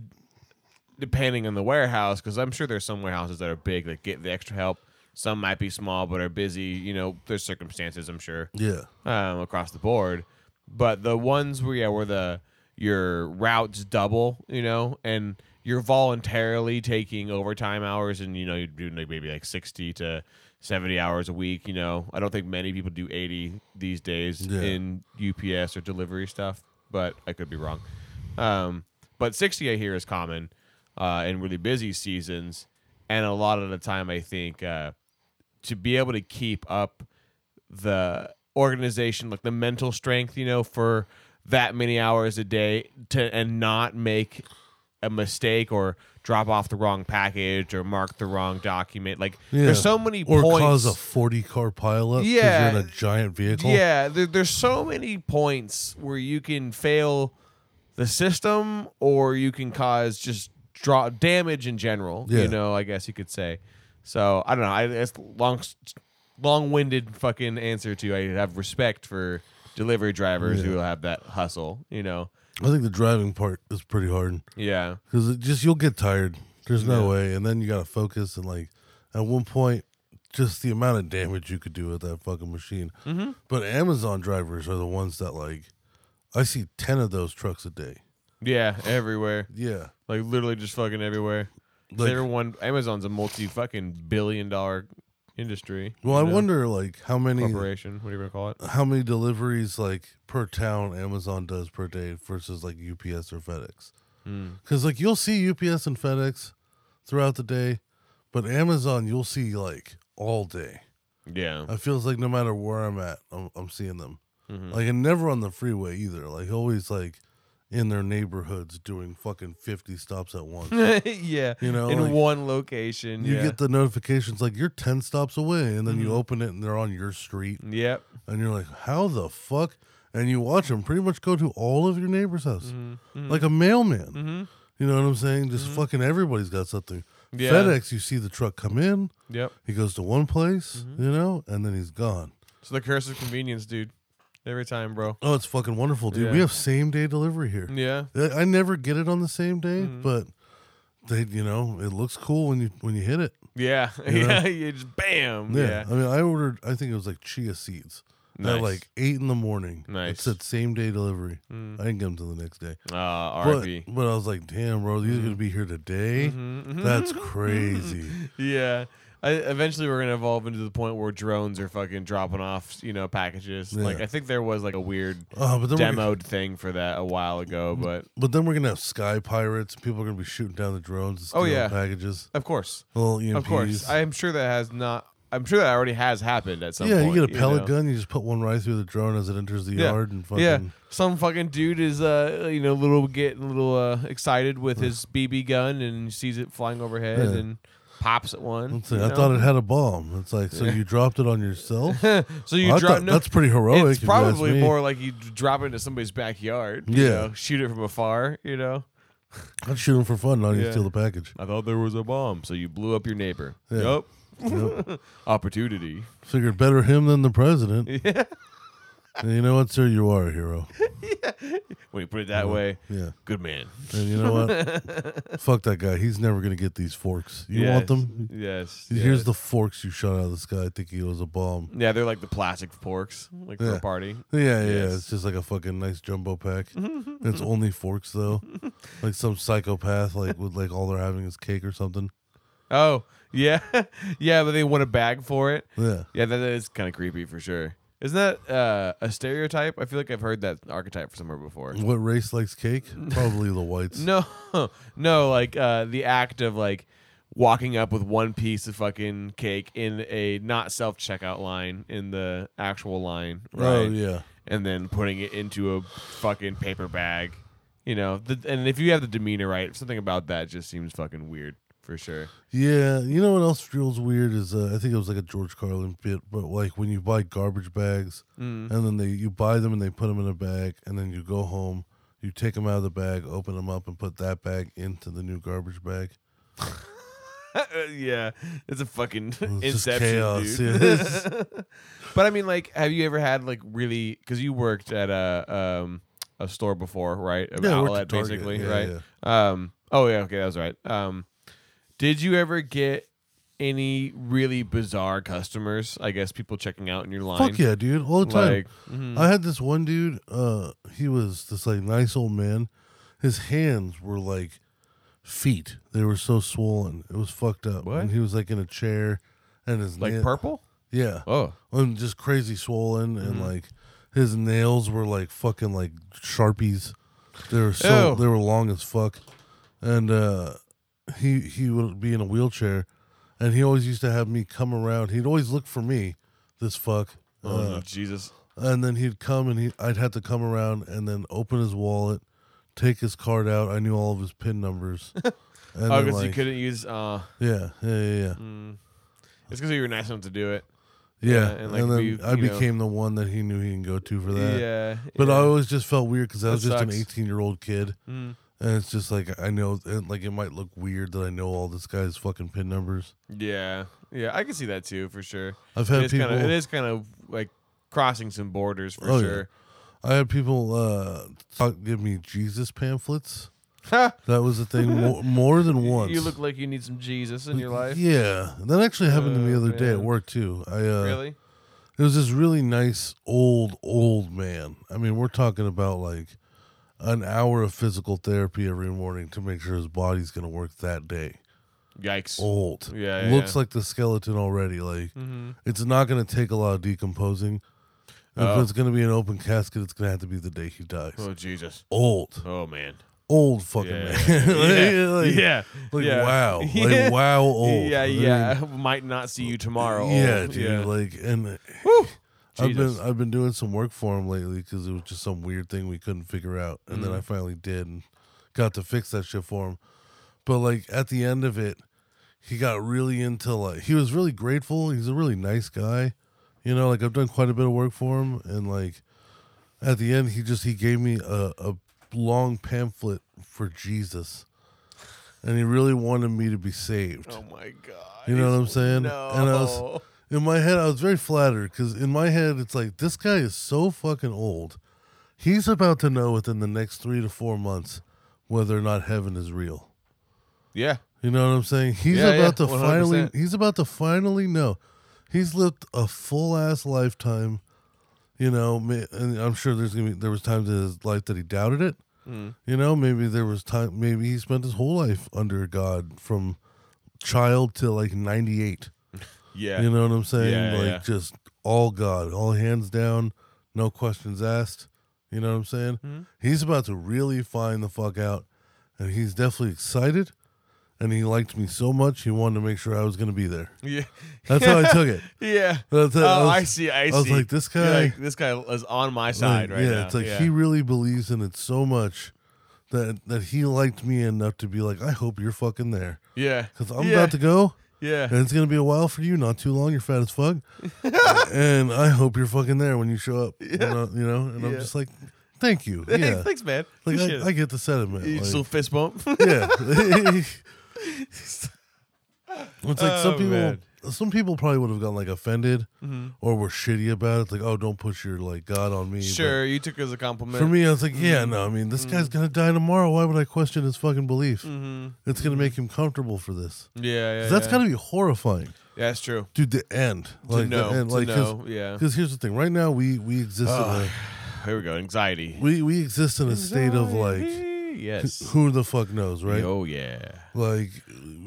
Speaker 2: depending on the warehouse, because I'm sure there's some warehouses that are big that get the extra help. Some might be small but are busy. You know, there's circumstances. I'm sure.
Speaker 1: Yeah,
Speaker 2: um, across the board. But the ones where yeah, where the your routes double, you know, and you're voluntarily taking overtime hours, and you know you're doing like maybe like sixty to seventy hours a week. You know, I don't think many people do eighty these days
Speaker 1: Yeah.
Speaker 2: in UPS or delivery stuff, but I could be wrong. Um, but sixty I hear is common uh, in really busy seasons, and a lot of the time I think. Uh, to be able to keep up the organization, like the mental strength, you know, for that many hours a day to and not make a mistake or drop off the wrong package or mark the wrong document. Like
Speaker 1: yeah.
Speaker 2: there's so many
Speaker 1: or
Speaker 2: points.
Speaker 1: cause a forty car pileup. 'cause
Speaker 2: Yeah.
Speaker 1: you're in a giant vehicle.
Speaker 2: yeah, there, there's so many points where you can fail the system or you can cause just draw damage in general.
Speaker 1: Yeah.
Speaker 2: You know, I guess you could say. So I don't know. I it's long, long-winded fucking answer to. I have respect for delivery drivers who have that hustle. You know.
Speaker 1: I think the driving part is pretty hard
Speaker 2: Yeah.
Speaker 1: because it just you'll get tired. There's no
Speaker 2: Yeah.
Speaker 1: way, and then you gotta focus and like at one point, just the amount of damage you could do with that fucking machine. Mm-hmm. But Amazon drivers are the ones that like, I see ten of those trucks a day.
Speaker 2: Yeah. Everywhere.
Speaker 1: Yeah,
Speaker 2: Like literally just fucking everywhere. 'Cause
Speaker 1: Like-
Speaker 2: everyone, Amazon's a multi fucking billion dollar industry.
Speaker 1: Well,
Speaker 2: you
Speaker 1: I
Speaker 2: know,
Speaker 1: wonder uh, like how many
Speaker 2: corporation, whatever you call it.
Speaker 1: how many deliveries like per town Amazon does per day versus like UPS or FedEx. Because like you'll see UPS and FedEx throughout the day, but Amazon you'll see like all day.
Speaker 2: Yeah.
Speaker 1: It feels like no matter where I'm at, I'm, I'm seeing them.
Speaker 2: Mm-hmm.
Speaker 1: Like and never on the freeway either. Like always like in their neighborhoods doing fucking fifty stops at once.
Speaker 2: yeah.
Speaker 1: You know,
Speaker 2: in
Speaker 1: like,
Speaker 2: one location.
Speaker 1: You
Speaker 2: yeah. Mm-hmm.
Speaker 1: get the notifications like you're ten stops away, and then you open it and they're on your street.
Speaker 2: Yep.
Speaker 1: and you're like, how the fuck? And you watch them pretty much go to all of your neighbor's house,
Speaker 2: Mm-hmm.
Speaker 1: like a mailman. You know what I'm saying? Just fucking everybody's got something.
Speaker 2: Yeah.
Speaker 1: FedEx, you see the truck come in,
Speaker 2: Yep.
Speaker 1: he goes to one place,
Speaker 2: Mm-hmm.
Speaker 1: you know, and then he's gone.
Speaker 2: It's the curse of convenience, dude. Every time, bro.
Speaker 1: Oh, it's fucking wonderful, dude. We
Speaker 2: Yeah.
Speaker 1: have same day delivery here.
Speaker 2: Yeah.
Speaker 1: I- I never get it on the same day,
Speaker 2: Mm-hmm.
Speaker 1: but they, you know, it looks cool when you when you hit it.
Speaker 2: Yeah.
Speaker 1: know?
Speaker 2: Yeah. You just bam.
Speaker 1: Yeah.
Speaker 2: Yeah.
Speaker 1: I mean, I ordered, I think it was like chia seeds at
Speaker 2: Nice.
Speaker 1: like eight in the morning. It
Speaker 2: Nice. Mm.
Speaker 1: said same day delivery. I didn't get them till the next day.
Speaker 2: Uh,
Speaker 1: But,
Speaker 2: RIP.
Speaker 1: but I was like, damn, bro, these are
Speaker 2: Mm-hmm.
Speaker 1: gonna be here today. That's crazy.
Speaker 2: Yeah. I, eventually, we're gonna evolve into the point where drones are fucking dropping off, you know, packages. Like
Speaker 1: Yeah.
Speaker 2: I think there was like a weird
Speaker 1: Uh, but then we're gonna- Mm.
Speaker 2: demoed thing for that a while ago, but
Speaker 1: But then we're gonna have sky pirates. People are gonna be shooting down the drones. And
Speaker 2: Oh,
Speaker 1: stealing
Speaker 2: yeah.
Speaker 1: packages. E
Speaker 2: of course,
Speaker 1: Little EMPs.
Speaker 2: of course, I am sure that has not. I'm sure that already has happened at some.
Speaker 1: yeah,
Speaker 2: point,
Speaker 1: you get a pellet
Speaker 2: know?
Speaker 1: gun. You just put one right through the drone as it enters the yard and fucking.
Speaker 2: yeah. Some fucking dude is uh you know little getting a little uh, excited with his BB gun and sees it flying overhead
Speaker 1: Yeah.
Speaker 2: and pops at one.
Speaker 1: Let's see,
Speaker 2: you
Speaker 1: I
Speaker 2: know?
Speaker 1: thought it had a bomb. It's like, so you dropped it on yourself?
Speaker 2: so you
Speaker 1: I
Speaker 2: drop
Speaker 1: thought-
Speaker 2: no,
Speaker 1: that's pretty heroic.
Speaker 2: It's
Speaker 1: if you ask
Speaker 2: probably
Speaker 1: me.
Speaker 2: more like you d- drop it into somebody's backyard. you
Speaker 1: Yeah.
Speaker 2: know, shoot it from afar. You know.
Speaker 1: I'd shoot them for fun. Not even
Speaker 2: Yeah.
Speaker 1: steal the package.
Speaker 2: I thought there was a bomb, so you blew up your neighbor.
Speaker 1: Yeah.
Speaker 2: Yup. Opportunity.
Speaker 1: Figured better him than the president. Yeah. And you know what, sir? You are a hero.
Speaker 2: When you put it that way,
Speaker 1: Yeah.
Speaker 2: good man.
Speaker 1: And you know what? Fuck that guy. He's never gonna get these forks. You want
Speaker 2: Yes.
Speaker 1: them?
Speaker 2: Yes.
Speaker 1: Here's
Speaker 2: yes.
Speaker 1: the forks you shot out of the sky thinking it was a bomb.
Speaker 2: Yeah, they're like the plastic forks, like for
Speaker 1: Yeah.
Speaker 2: a party.
Speaker 1: Yeah, yeah,
Speaker 2: Yes.
Speaker 1: it's just like a fucking nice jumbo pack. it's only forks though. Like some psychopath, like with like all they're having is cake or something.
Speaker 2: Oh, yeah. yeah, but they want a bag for it.
Speaker 1: Yeah,
Speaker 2: Yeah, that that is kind of creepy for sure. Isn't that uh, a stereotype? I feel like I've heard that archetype somewhere before.
Speaker 1: what race likes cake? Probably the whites.
Speaker 2: No, no, like uh, the act of like walking up with one piece of fucking cake in a not self checkout line in the actual line, right?
Speaker 1: Oh yeah,
Speaker 2: And then putting it into a fucking paper bag, you know. The, and if you have the demeanor right, something about that just seems fucking weird for sure.
Speaker 1: Yeah, you know what else feels weird is uh, I think it was like a George Carlin bit, but like when you buy garbage bags
Speaker 2: Mm.
Speaker 1: and then they you buy them and they put them in a bag and then you go home, you take them out of the bag, open them up, and put that bag into the new garbage bag.
Speaker 2: Uh, yeah, it's a fucking
Speaker 1: It's just
Speaker 2: inception,
Speaker 1: chaos,
Speaker 2: dude.
Speaker 1: yeah.
Speaker 2: but I mean, like, have you ever had like really? Because you worked at a um a store before, right? An
Speaker 1: Yeah, I worked
Speaker 2: outlet,
Speaker 1: at Target,
Speaker 2: basically,
Speaker 1: yeah,
Speaker 2: right? Um. Oh yeah. Okay, that was right. Um. Did you ever get any really bizarre customers? I guess people checking out in your line.
Speaker 1: Fuck yeah, dude, all the time. Mm-hmm.
Speaker 2: Like, mhm.
Speaker 1: I had this one dude. Uh, he was this like nice old man. His hands were like feet. They were so swollen. It was fucked up.
Speaker 2: What?
Speaker 1: And he was like in a chair, and his
Speaker 2: like
Speaker 1: na-
Speaker 2: purple.
Speaker 1: Yeah,
Speaker 2: Oh. Hmm.
Speaker 1: and just crazy swollen, and like his nails were like fucking like sharpies. They were so
Speaker 2: Ew.
Speaker 1: they were long as fuck, and uh, he he would be in a wheelchair, and he always used to have me come around. He'd always look for me. This fuck.
Speaker 2: Oh,
Speaker 1: Uh,
Speaker 2: no, Jesus.
Speaker 1: and then he'd come and he I'd have to come around and then open his wallet, take his card out. I knew all of his pin numbers. And
Speaker 2: Oh,
Speaker 1: then,
Speaker 2: because you Mm,
Speaker 1: like-
Speaker 2: couldn't use. Uh, hmm.
Speaker 1: Yeah, yeah, yeah, yeah.
Speaker 2: it's because you were nice enough to do it.
Speaker 1: yeah.
Speaker 2: and,
Speaker 1: And,
Speaker 2: like,
Speaker 1: then
Speaker 2: we-
Speaker 1: I
Speaker 2: you know-
Speaker 1: became the one that he knew he can go to for that.
Speaker 2: yeah.
Speaker 1: But
Speaker 2: yeah.
Speaker 1: I always just felt weird because I was
Speaker 2: That
Speaker 1: just an
Speaker 2: sucks.
Speaker 1: 18 year old kid,
Speaker 2: Mm.
Speaker 1: and it's just like I know, and like it might look weird that I know all this guy's fucking pin numbers.
Speaker 2: Yeah, yeah, I can see that too for sure.
Speaker 1: I've had
Speaker 2: it's
Speaker 1: people.
Speaker 2: Kinda, it is kind of like crossing some borders for
Speaker 1: Oh, yeah.
Speaker 2: sure.
Speaker 1: I had people uh talk, give me Jesus pamphlets.
Speaker 2: Ha!
Speaker 1: That was the thing more, more than once.
Speaker 2: You look like you need some Jesus in your life.
Speaker 1: Yeah, that actually happened to me the
Speaker 2: Oh,
Speaker 1: other day at
Speaker 2: man.
Speaker 1: work too. I uh,
Speaker 2: Really?
Speaker 1: it was this really nice old old man. I mean, we're talking about like an hour of physical therapy every morning to make sure his body's gonna work that day.
Speaker 2: Yikes!
Speaker 1: Old,
Speaker 2: Yeah, Mm-hmm. yeah,
Speaker 1: looks
Speaker 2: yeah.
Speaker 1: like the skeleton already. Like it's not gonna take a lot of decomposing. If it's gonna be an open casket, it's gonna have to be the day he dies.
Speaker 2: Oh Jesus!
Speaker 1: Old,
Speaker 2: Oh man!
Speaker 1: old fucking man.
Speaker 2: Yeah, yeah,
Speaker 1: Like- like-
Speaker 2: yeah.
Speaker 1: Like
Speaker 2: yeah.
Speaker 1: wow,
Speaker 2: Yeah.
Speaker 1: like wow, old.
Speaker 2: Yeah,
Speaker 1: I mean,
Speaker 2: yeah. Might not see you tomorrow.
Speaker 1: yeah,
Speaker 2: old.
Speaker 1: dude. Like, and
Speaker 2: Woo!
Speaker 1: I've
Speaker 2: Jesus.
Speaker 1: been I've been doing some work for him lately because it was just some weird thing we couldn't figure out, and then I
Speaker 2: Mm-hmm.
Speaker 1: finally did and got to fix that shit for him. But like at the end of it, he got really into like he was really grateful. He's a really nice guy, you know. Like I've done quite a bit of work for him, and like at the end, he just he gave me a, a long pamphlet for Jesus, and he really wanted me to be saved.
Speaker 2: oh my God!
Speaker 1: You know what I'm saying?
Speaker 2: No.
Speaker 1: And I was in my head, I was very flattered because in my head, it's like this guy is so fucking old. He's about to know within the next three to four months whether or not heaven is real.
Speaker 2: yeah.
Speaker 1: You know what I'm saying? He's
Speaker 2: Yeah, yeah,
Speaker 1: about to finally.
Speaker 2: 100%.
Speaker 1: He's about to finally know. He's lived a full ass lifetime. You know, ma- and I'm sure there's gonna be there was times in his life that he doubted it.
Speaker 2: Mm.
Speaker 1: You know, maybe there was time. Maybe he spent his whole life under God from child to like 98.
Speaker 2: Yeah.
Speaker 1: You know what I'm saying?
Speaker 2: Yeah,
Speaker 1: like
Speaker 2: yeah.
Speaker 1: just all God, all hands down, no questions asked. You know what I'm saying?
Speaker 2: Mm-hmm.
Speaker 1: He's about to really find the fuck out, and he's definitely excited. And he liked me so much, he wanted to make sure I was going to be there.
Speaker 2: Yeah.
Speaker 1: That's how I took it.
Speaker 2: Yeah.
Speaker 1: That's it.
Speaker 2: Oh,
Speaker 1: I was-
Speaker 2: I see. I see.
Speaker 1: I was like, this
Speaker 2: You're
Speaker 1: guy-
Speaker 2: like, this guy is on my side
Speaker 1: Like,
Speaker 2: right
Speaker 1: yeah,
Speaker 2: now.
Speaker 1: it's like
Speaker 2: yeah.
Speaker 1: he really believes in it so much that that he liked me enough to be like, I hope you're fucking there
Speaker 2: Yeah.
Speaker 1: because I'm
Speaker 2: yeah.
Speaker 1: about to go.
Speaker 2: Yeah.
Speaker 1: And it's gonna be a while for you, not too long. You're fat as fuck, and I hope you're fucking there when you show up. You know, you know? and I'm
Speaker 2: Yeah.
Speaker 1: just like, thank you. Yeah,
Speaker 2: Thanks, man.
Speaker 1: like
Speaker 2: Appreciate
Speaker 1: I, I get the sentiment.
Speaker 2: it. You
Speaker 1: Like,
Speaker 2: just little fist bump.
Speaker 1: yeah, it's like some
Speaker 2: Oh,
Speaker 1: people.
Speaker 2: man. Mm-hmm.
Speaker 1: Some people probably would have gotten like offended or were shitty about it. It's like, oh, don't push your like God on me. But
Speaker 2: sure, Mm-hmm. you took it as a compliment.
Speaker 1: For me, I was like, yeah, no. I mean, this guy's gonna die tomorrow. Why would I question his fucking belief? It's gonna make him comfortable for this.
Speaker 2: yeah, yeah,
Speaker 1: 'Cause That's
Speaker 2: Mm-hmm. yeah.
Speaker 1: gotta be horrifying
Speaker 2: Yeah, that's true.
Speaker 1: dude the end like
Speaker 2: know,
Speaker 1: the end
Speaker 2: to
Speaker 1: like
Speaker 2: know, yeah.
Speaker 1: because here's the thing right now we we exist in a
Speaker 2: Here we go. Anxiety.
Speaker 1: we we exist in a state of like
Speaker 2: Anxiety. yes.
Speaker 1: who the fuck knows right
Speaker 2: Oh yeah.
Speaker 1: like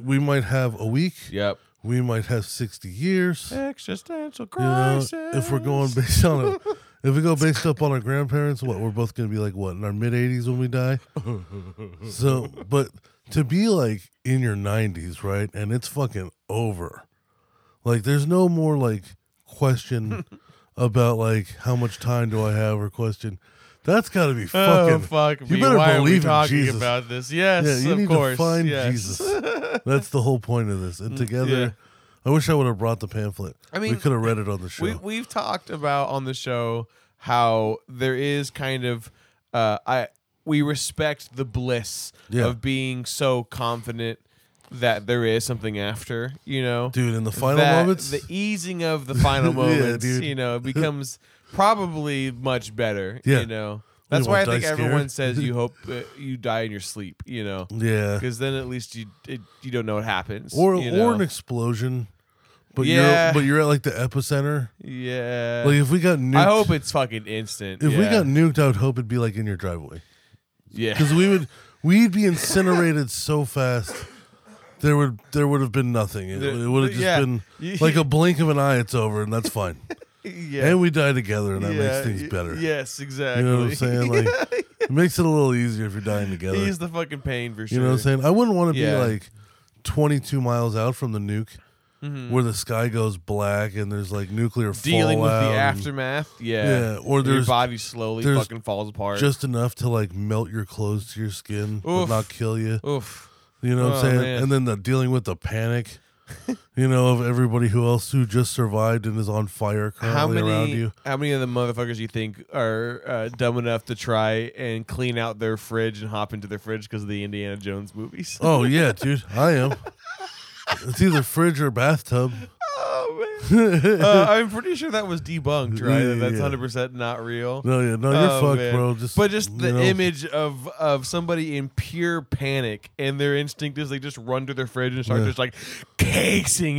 Speaker 1: we might have a week
Speaker 2: Yep.
Speaker 1: we might have 60 years
Speaker 2: Existential
Speaker 1: you know
Speaker 2: crisis.
Speaker 1: if we're going based on a, if we go based up on our grandparents what we're both gonna be like what in our mid 80s when we die so but to be like in your 90s right and it's fucking over like there's no more like question about like how much time do i have or question That's got to be
Speaker 2: Oh
Speaker 1: fucking.
Speaker 2: fuck!
Speaker 1: you
Speaker 2: me.
Speaker 1: better
Speaker 2: Why are we
Speaker 1: believe in
Speaker 2: talking
Speaker 1: Jesus.
Speaker 2: about this? Yes,
Speaker 1: yeah, you
Speaker 2: of
Speaker 1: need
Speaker 2: course.
Speaker 1: to find
Speaker 2: yes. Mm,
Speaker 1: Jesus. That's the whole point of this. And together,
Speaker 2: yeah.
Speaker 1: I wish I would have brought the pamphlet.
Speaker 2: I mean,
Speaker 1: we could have read it on the show.
Speaker 2: We we've talked about on the show how there is kind of uh, I we respect the bliss
Speaker 1: Yeah.
Speaker 2: of being so confident that there is something after, you know.
Speaker 1: Dude, in the final
Speaker 2: that
Speaker 1: moments,
Speaker 2: the easing of the final
Speaker 1: Yeah,
Speaker 2: moments,
Speaker 1: dude.
Speaker 2: you know, becomes probably much better,
Speaker 1: Yeah.
Speaker 2: you know. That's
Speaker 1: don't
Speaker 2: why I
Speaker 1: die
Speaker 2: think everyone
Speaker 1: scared.
Speaker 2: says you hope uh, you die in your sleep, you know.
Speaker 1: yeah,
Speaker 2: Because then at least you it, you don't know what happens.
Speaker 1: or
Speaker 2: you
Speaker 1: or
Speaker 2: know?
Speaker 1: an explosion. But
Speaker 2: Yeah.
Speaker 1: you're but you're at like the epicenter.
Speaker 2: yeah.
Speaker 1: Like if we got nuked,
Speaker 2: I hope it's fucking instant.
Speaker 1: if we
Speaker 2: yeah.
Speaker 1: got nuked, I would hope it'd be like in your driveway
Speaker 2: yeah,
Speaker 1: because we would we'd be incinerated so fast. There would there would have been nothing. It,
Speaker 2: There-
Speaker 1: would have just
Speaker 2: yeah.
Speaker 1: been like a blink of an eye. It's over, and that's fine.
Speaker 2: yeah,
Speaker 1: And we die together, and that
Speaker 2: yeah,
Speaker 1: makes things
Speaker 2: y-
Speaker 1: better.
Speaker 2: Yes, exactly.
Speaker 1: You know what I'm saying? Like it makes it a little easier if you're dying together.
Speaker 2: he's the fucking pain for sure.
Speaker 1: You know what I'm saying? I wouldn't want to
Speaker 2: Yeah.
Speaker 1: be like 22 miles out from the nuke, where the sky goes black and there's like nuclear
Speaker 2: Mm-hmm. Dealing with
Speaker 1: fallout
Speaker 2: the
Speaker 1: and
Speaker 2: aftermath, yeah,
Speaker 1: Yeah, or
Speaker 2: And your
Speaker 1: there's-
Speaker 2: body slowly
Speaker 1: there's
Speaker 2: fucking falls apart.
Speaker 1: Just enough to like melt your clothes to your skin, but
Speaker 2: Oof.
Speaker 1: not kill you.
Speaker 2: oof.
Speaker 1: You know what
Speaker 2: Oh,
Speaker 1: I'm saying?
Speaker 2: man.
Speaker 1: And then the dealing with the panic, you know, of everybody who else who just survived and is on fire currently
Speaker 2: How many?
Speaker 1: around you.
Speaker 2: How many of the motherfuckers you think are uh, dumb enough to try and clean out their fridge and hop into their fridge because of the Indiana Jones movies?
Speaker 1: Oh yeah, dude, I am. It's either fridge or bathtub.
Speaker 2: Oh, man. Uh, I'm pretty sure that was debunked, right? That that's
Speaker 1: Yeah.
Speaker 2: 100 percent not real.
Speaker 1: No, yeah, no, you're
Speaker 2: Oh,
Speaker 1: fucked,
Speaker 2: man.
Speaker 1: bro. Just
Speaker 2: but just the
Speaker 1: you know,
Speaker 2: image of of somebody in pure panic, and their instinct is they just run to their fridge and start
Speaker 1: Yeah.
Speaker 2: just like casing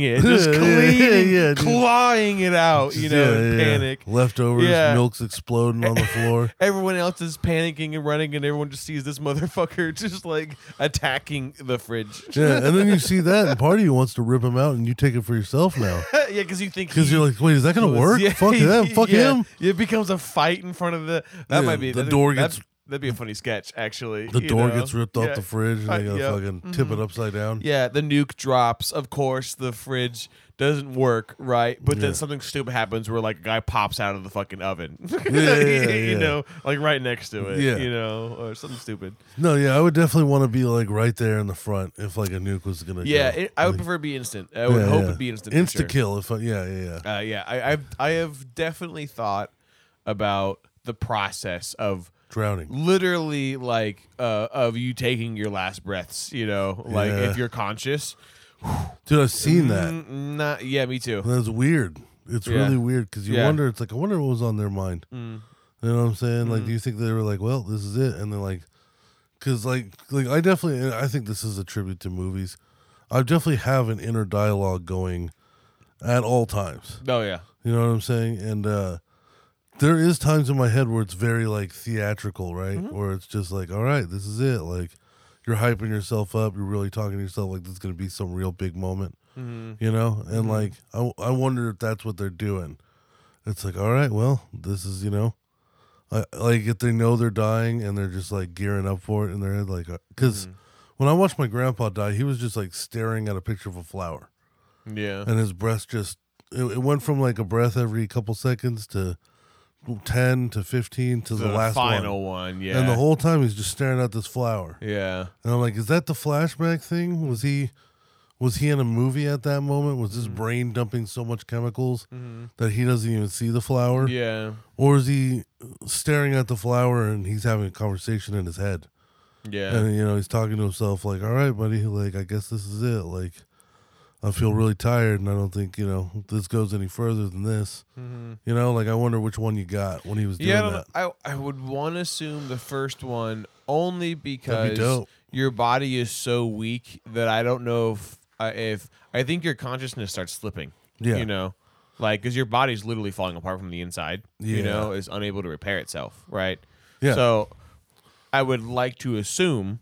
Speaker 2: it, just
Speaker 1: Yeah, yeah,
Speaker 2: cleaning,
Speaker 1: yeah, dude.
Speaker 2: clawing it out,
Speaker 1: just-
Speaker 2: you know,
Speaker 1: yeah,
Speaker 2: in
Speaker 1: yeah.
Speaker 2: panic.
Speaker 1: leftovers,
Speaker 2: Yeah.
Speaker 1: milks exploding on the floor.
Speaker 2: Everyone else is panicking and running, and everyone just sees this motherfucker just like attacking the fridge.
Speaker 1: Yeah, and then you see that, and part of you wants to rip him out, and you take it for yourself now
Speaker 2: yeah, because you think
Speaker 1: because
Speaker 2: he-
Speaker 1: you're like, wait, is that gonna
Speaker 2: was-
Speaker 1: work?
Speaker 2: yeah,
Speaker 1: fuck them, fuck
Speaker 2: yeah.
Speaker 1: him.
Speaker 2: It becomes a fight in front of the.
Speaker 1: Yeah,
Speaker 2: That might be
Speaker 1: the
Speaker 2: that'd-
Speaker 1: door
Speaker 2: that'd-
Speaker 1: gets-
Speaker 2: That'd be a funny sketch, actually.
Speaker 1: The
Speaker 2: you
Speaker 1: door
Speaker 2: know?
Speaker 1: gets ripped off
Speaker 2: Yeah.
Speaker 1: the fridge, and
Speaker 2: Uh,
Speaker 1: they gotta
Speaker 2: yeah.
Speaker 1: fucking tip it upside down.
Speaker 2: Yeah, the nuke drops. Of course, the fridge doesn't work, right? But then
Speaker 1: Yeah.
Speaker 2: something stupid happens where like a guy pops out of the fucking oven.
Speaker 1: yeah,
Speaker 2: you
Speaker 1: yeah.
Speaker 2: know, like right next to it.
Speaker 1: Yeah.
Speaker 2: You know, or something stupid.
Speaker 1: No, yeah, I would definitely want to be like right there in the front if like a nuke was gonna.
Speaker 2: Yeah,
Speaker 1: go.
Speaker 2: it, I would
Speaker 1: Like,
Speaker 2: prefer it be instant. I would
Speaker 1: yeah,
Speaker 2: hope
Speaker 1: yeah.
Speaker 2: it'd be instant. for
Speaker 1: Insta
Speaker 2: sure.
Speaker 1: kill. If I, yeah, yeah, yeah.
Speaker 2: Uh, yeah, I, I've I have definitely thought about the process of Mm.
Speaker 1: Drowning.
Speaker 2: literally like uh, of you taking your last breaths. You know, like
Speaker 1: Yeah.
Speaker 2: if you're conscious.
Speaker 1: Dude, I've seen that.
Speaker 2: Mm, Not yeah, me too.
Speaker 1: That's weird. It's
Speaker 2: Yeah.
Speaker 1: really weird because you
Speaker 2: Yeah. Mm.
Speaker 1: wonder. It's like I wonder what was on their mind. You know what I'm saying? Like, do you think they were like, "Well, this is it," and they're like, "Cause like, like I definitely, and I think this is a tribute to movies. I definitely have an inner dialogue going at all times.
Speaker 2: Oh yeah.
Speaker 1: You know what I'm saying? And uh there is times in my head where it's very like theatrical, right? Where it's just like, all right, this is it. Like you're hyping yourself up. You're really talking to yourself like this is gonna be some real big moment. You know? And like I I wonder if that's what they're doing. It's like, all right, well, this is you know. I, like if they know they're dying and they're just like gearing up for it in their head, like because when I watched my grandpa die, he was just like staring at a picture of a flower
Speaker 2: Yeah.
Speaker 1: and his breath just it, it went from like a breath every couple seconds to 10 to 15 to the, last
Speaker 2: final
Speaker 1: one.
Speaker 2: one. yeah.
Speaker 1: and the whole time he's just staring at this flower
Speaker 2: yeah.
Speaker 1: and i'm like is that the flashback thing was he was he in a movie at that moment was
Speaker 2: Mm-hmm.
Speaker 1: his brain dumping so much chemicals that he doesn't even see the flower
Speaker 2: Yeah.
Speaker 1: or is he staring at the flower and he's having a conversation in his head
Speaker 2: Yeah.
Speaker 1: and you know he's talking to himself like all right buddy like i guess this is it like i feel really tired and i don't think you know this goes any further than this you know like i wonder which one you got when he was doing
Speaker 2: Mm-hmm. Yeah. I,
Speaker 1: that
Speaker 2: don't, I I would want to assume the first one only because
Speaker 1: dope.
Speaker 2: your body is so weak that I don't know if uh, if I think your consciousness starts slipping.
Speaker 1: Yeah.
Speaker 2: You know. Like, because your body's literally falling apart from the inside, you
Speaker 1: Yeah.
Speaker 2: know, is unable to repair itself, right?
Speaker 1: Yeah.
Speaker 2: So, I would like to assume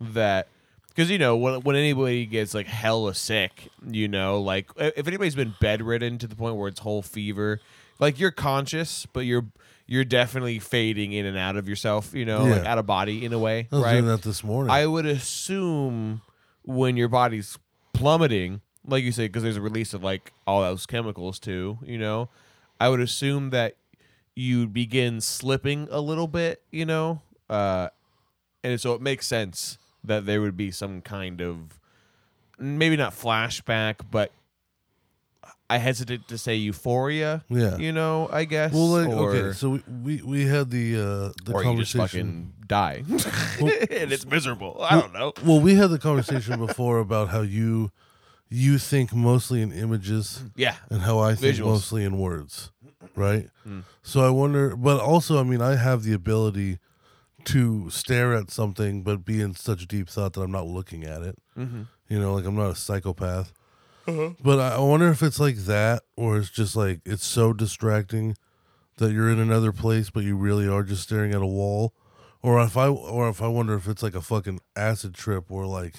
Speaker 2: that because you know when, when anybody gets like hella sick you know like i- if anybody's been bedridden to the point where it's whole fever like you're conscious but you're you're definitely fading in and out of yourself you know like
Speaker 1: Yeah.
Speaker 2: out of body in a way
Speaker 1: i was
Speaker 2: right
Speaker 1: doing that this morning
Speaker 2: i would assume when your body's plummeting like you say because there's a release of like all those chemicals too you know i would assume that you begin slipping a little bit, you know, uh, and so it makes sense that there would be some kind of maybe not flashback, but I hesitate to say euphoria.
Speaker 1: Yeah.
Speaker 2: you know, I guess.
Speaker 1: Well, like,
Speaker 2: or,
Speaker 1: okay, so we, we we had the uh the
Speaker 2: or you just
Speaker 1: conversation.
Speaker 2: fucking die, and it's miserable. I don't know.
Speaker 1: Well, we had the conversation before about how you you think mostly in images
Speaker 2: Yeah,
Speaker 1: and how I think
Speaker 2: Visuals.
Speaker 1: mostly in words, right? So I wonder, but also, I mean, I have the ability to stare at something but be in such deep thought that I'm not looking at it. Mm-hmm. You know, like I'm not a psychopath. But I I wonder if it's like that, or it's just like it's so distracting that you're in another place, but you really are just staring at a wall. Or if I, or if I wonder if it's like a fucking acid trip, where like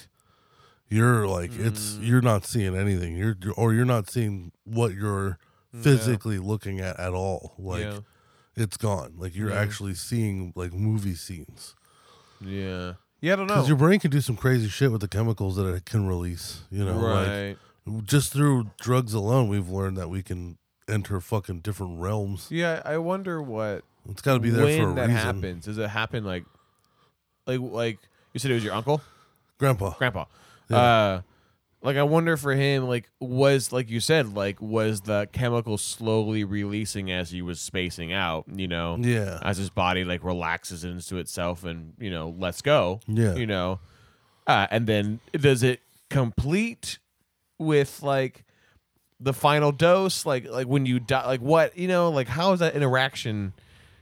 Speaker 1: you're like it's you're not seeing anything, you're or you're not seeing what you're physically looking at at all. Like
Speaker 2: Yeah.
Speaker 1: it's gone. Like you're actually seeing like movie scenes
Speaker 2: yeah, yeah. I don't know.
Speaker 1: because your brain can do some crazy shit with the chemicals that it can release. You know, like,
Speaker 2: right.
Speaker 1: just through drugs alone, we've learned that we can enter fucking different realms.
Speaker 2: yeah, I wonder what
Speaker 1: It's got to be there
Speaker 2: when
Speaker 1: for a
Speaker 2: that
Speaker 1: reason.
Speaker 2: happens. Does it happen like, like, like you said it was your uncle,
Speaker 1: Grandpa,
Speaker 2: grandpa?
Speaker 1: Yeah.
Speaker 2: Uh, like I wonder for him, like was like you said, like was the chemical slowly releasing as he was spacing out? You know,
Speaker 1: Yeah.
Speaker 2: as his body like relaxes into itself and you know lets go.
Speaker 1: Yeah.
Speaker 2: you know, uh, and then does it complete with like the final dose like like when you die like what you know like how is that interaction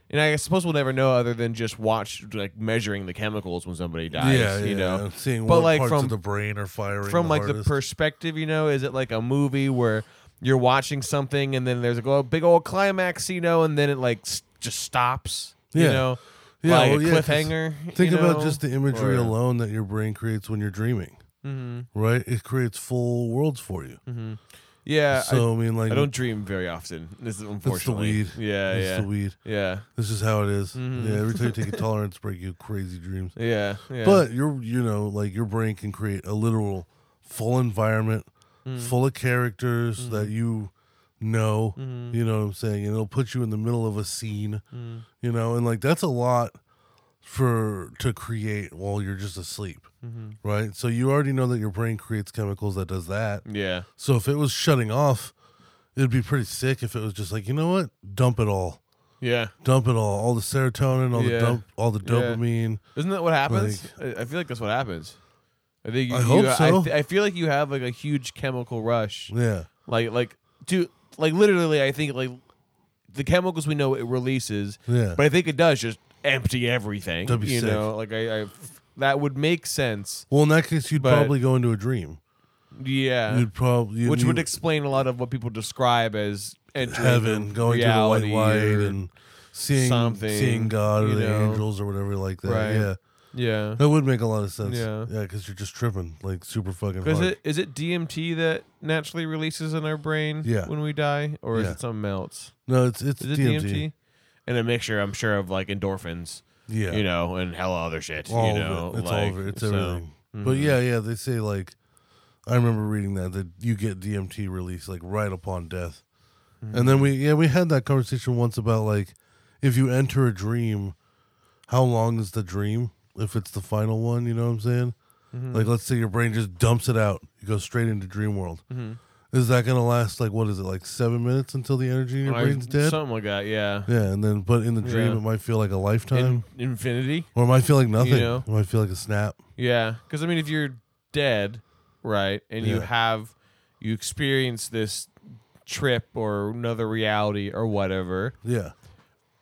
Speaker 2: and i suppose we'll never know other than just watch like measuring the chemicals when somebody dies
Speaker 1: yeah, yeah,
Speaker 2: you know
Speaker 1: yeah. seeing
Speaker 2: But,
Speaker 1: what
Speaker 2: like,
Speaker 1: parts
Speaker 2: from-
Speaker 1: of the brain are firing
Speaker 2: from
Speaker 1: the
Speaker 2: like the
Speaker 1: hardest.
Speaker 2: perspective you know is it like a movie where you're watching something and then there's a go- big old climax you know and then it like s- just stops you
Speaker 1: Yeah.
Speaker 2: know
Speaker 1: Yeah,
Speaker 2: like
Speaker 1: well,
Speaker 2: a
Speaker 1: yeah, 'cause
Speaker 2: cliffhanger you
Speaker 1: Think about
Speaker 2: know?
Speaker 1: just the imagery
Speaker 2: Or-
Speaker 1: alone that your brain creates when you're dreaming.
Speaker 2: Mhm.
Speaker 1: Right, it creates full worlds for you.
Speaker 2: yeah Mm-hmm. I-
Speaker 1: So I, mean, like
Speaker 2: I, don't dream very often this is
Speaker 1: It's the
Speaker 2: unfortunately
Speaker 1: weed.
Speaker 2: yeah
Speaker 1: it's
Speaker 2: yeah Mm-hmm.
Speaker 1: the weed.
Speaker 2: yeah
Speaker 1: This is how it is. Yeah, every time you take a tolerance break, you have crazy dreams.
Speaker 2: yeah yeah
Speaker 1: But your you know, like your brain can create a literal full environment
Speaker 2: Mm.
Speaker 1: full of characters
Speaker 2: Mm-hmm.
Speaker 1: that you know, you know what I'm saying? And it'll put you in the middle of a scene.
Speaker 2: Mm.
Speaker 1: You know, and like that's a lot for to create while you're just asleep.
Speaker 2: Mm-hmm.
Speaker 1: Right? So you already know that your brain creates chemicals that does that.
Speaker 2: yeah
Speaker 1: So if it was shutting off, it'd be pretty sick if it was just like, you know what? Dump it all.
Speaker 2: yeah
Speaker 1: Dump it all. All the serotonin, all
Speaker 2: Yeah.
Speaker 1: the dump all the
Speaker 2: Yeah.
Speaker 1: dopamine.
Speaker 2: Isn't that what happens? I I feel like that's what happens. I think you,
Speaker 1: I hope
Speaker 2: you-
Speaker 1: so.
Speaker 2: I, th- I feel like you have like a huge chemical rush.
Speaker 1: Yeah.
Speaker 2: Like like to like literally, I think like the chemicals we know it releases.
Speaker 1: Yeah.
Speaker 2: But I think it does just empty everything.
Speaker 1: That'd be
Speaker 2: you
Speaker 1: sick.
Speaker 2: know, like I, I that would make sense.
Speaker 1: Well, in that case, you'd
Speaker 2: But-
Speaker 1: probably go into a dream.
Speaker 2: Yeah,
Speaker 1: You'd probably
Speaker 2: which would
Speaker 1: you-
Speaker 2: explain a lot of what people describe as entering
Speaker 1: heaven, going to
Speaker 2: reality
Speaker 1: the white light,
Speaker 2: or-
Speaker 1: and seeing
Speaker 2: something,
Speaker 1: seeing God or
Speaker 2: you
Speaker 1: the
Speaker 2: know.
Speaker 1: angels or whatever like that.
Speaker 2: Right.
Speaker 1: Yeah,
Speaker 2: yeah.
Speaker 1: that would make a lot of sense.
Speaker 2: Yeah.
Speaker 1: because you're just tripping like super fucking
Speaker 2: Is
Speaker 1: hard.
Speaker 2: it is it DMT that naturally releases in our brain
Speaker 1: Yeah.
Speaker 2: when we die, or
Speaker 1: Yeah.
Speaker 2: is it something else?
Speaker 1: no, it's it's
Speaker 2: Is it
Speaker 1: DMT.
Speaker 2: DMT? And a mixture, I'm sure, of like endorphins,
Speaker 1: Yeah,
Speaker 2: you know, and hella other shit.
Speaker 1: all
Speaker 2: you know,
Speaker 1: of it. It's
Speaker 2: like,
Speaker 1: all of it. It's
Speaker 2: so- mm-hmm.
Speaker 1: everything. But yeah, yeah, they say like I remember reading that that you get DMT release like right upon death,
Speaker 2: Mm-hmm.
Speaker 1: and then we yeah we had that conversation once about like if you enter a dream, how long is the dream if it's the final one? You know what I'm saying?
Speaker 2: Mm-hmm.
Speaker 1: Like let's say your brain just dumps it out, you go straight into dream world.
Speaker 2: Mm-hmm.
Speaker 1: Is that gonna last like what is it like seven minutes until the energy in your
Speaker 2: I-
Speaker 1: brain's dead?
Speaker 2: Something like that, yeah.
Speaker 1: yeah, and then but in the dream
Speaker 2: Yeah.
Speaker 1: it might feel like a lifetime,
Speaker 2: In, infinity,
Speaker 1: or it might feel like nothing.
Speaker 2: know?
Speaker 1: It might feel like a snap.
Speaker 2: yeah. Because I mean, if you're dead, right, and you
Speaker 1: Yeah.
Speaker 2: have you experience this trip or another reality or whatever,
Speaker 1: Yeah.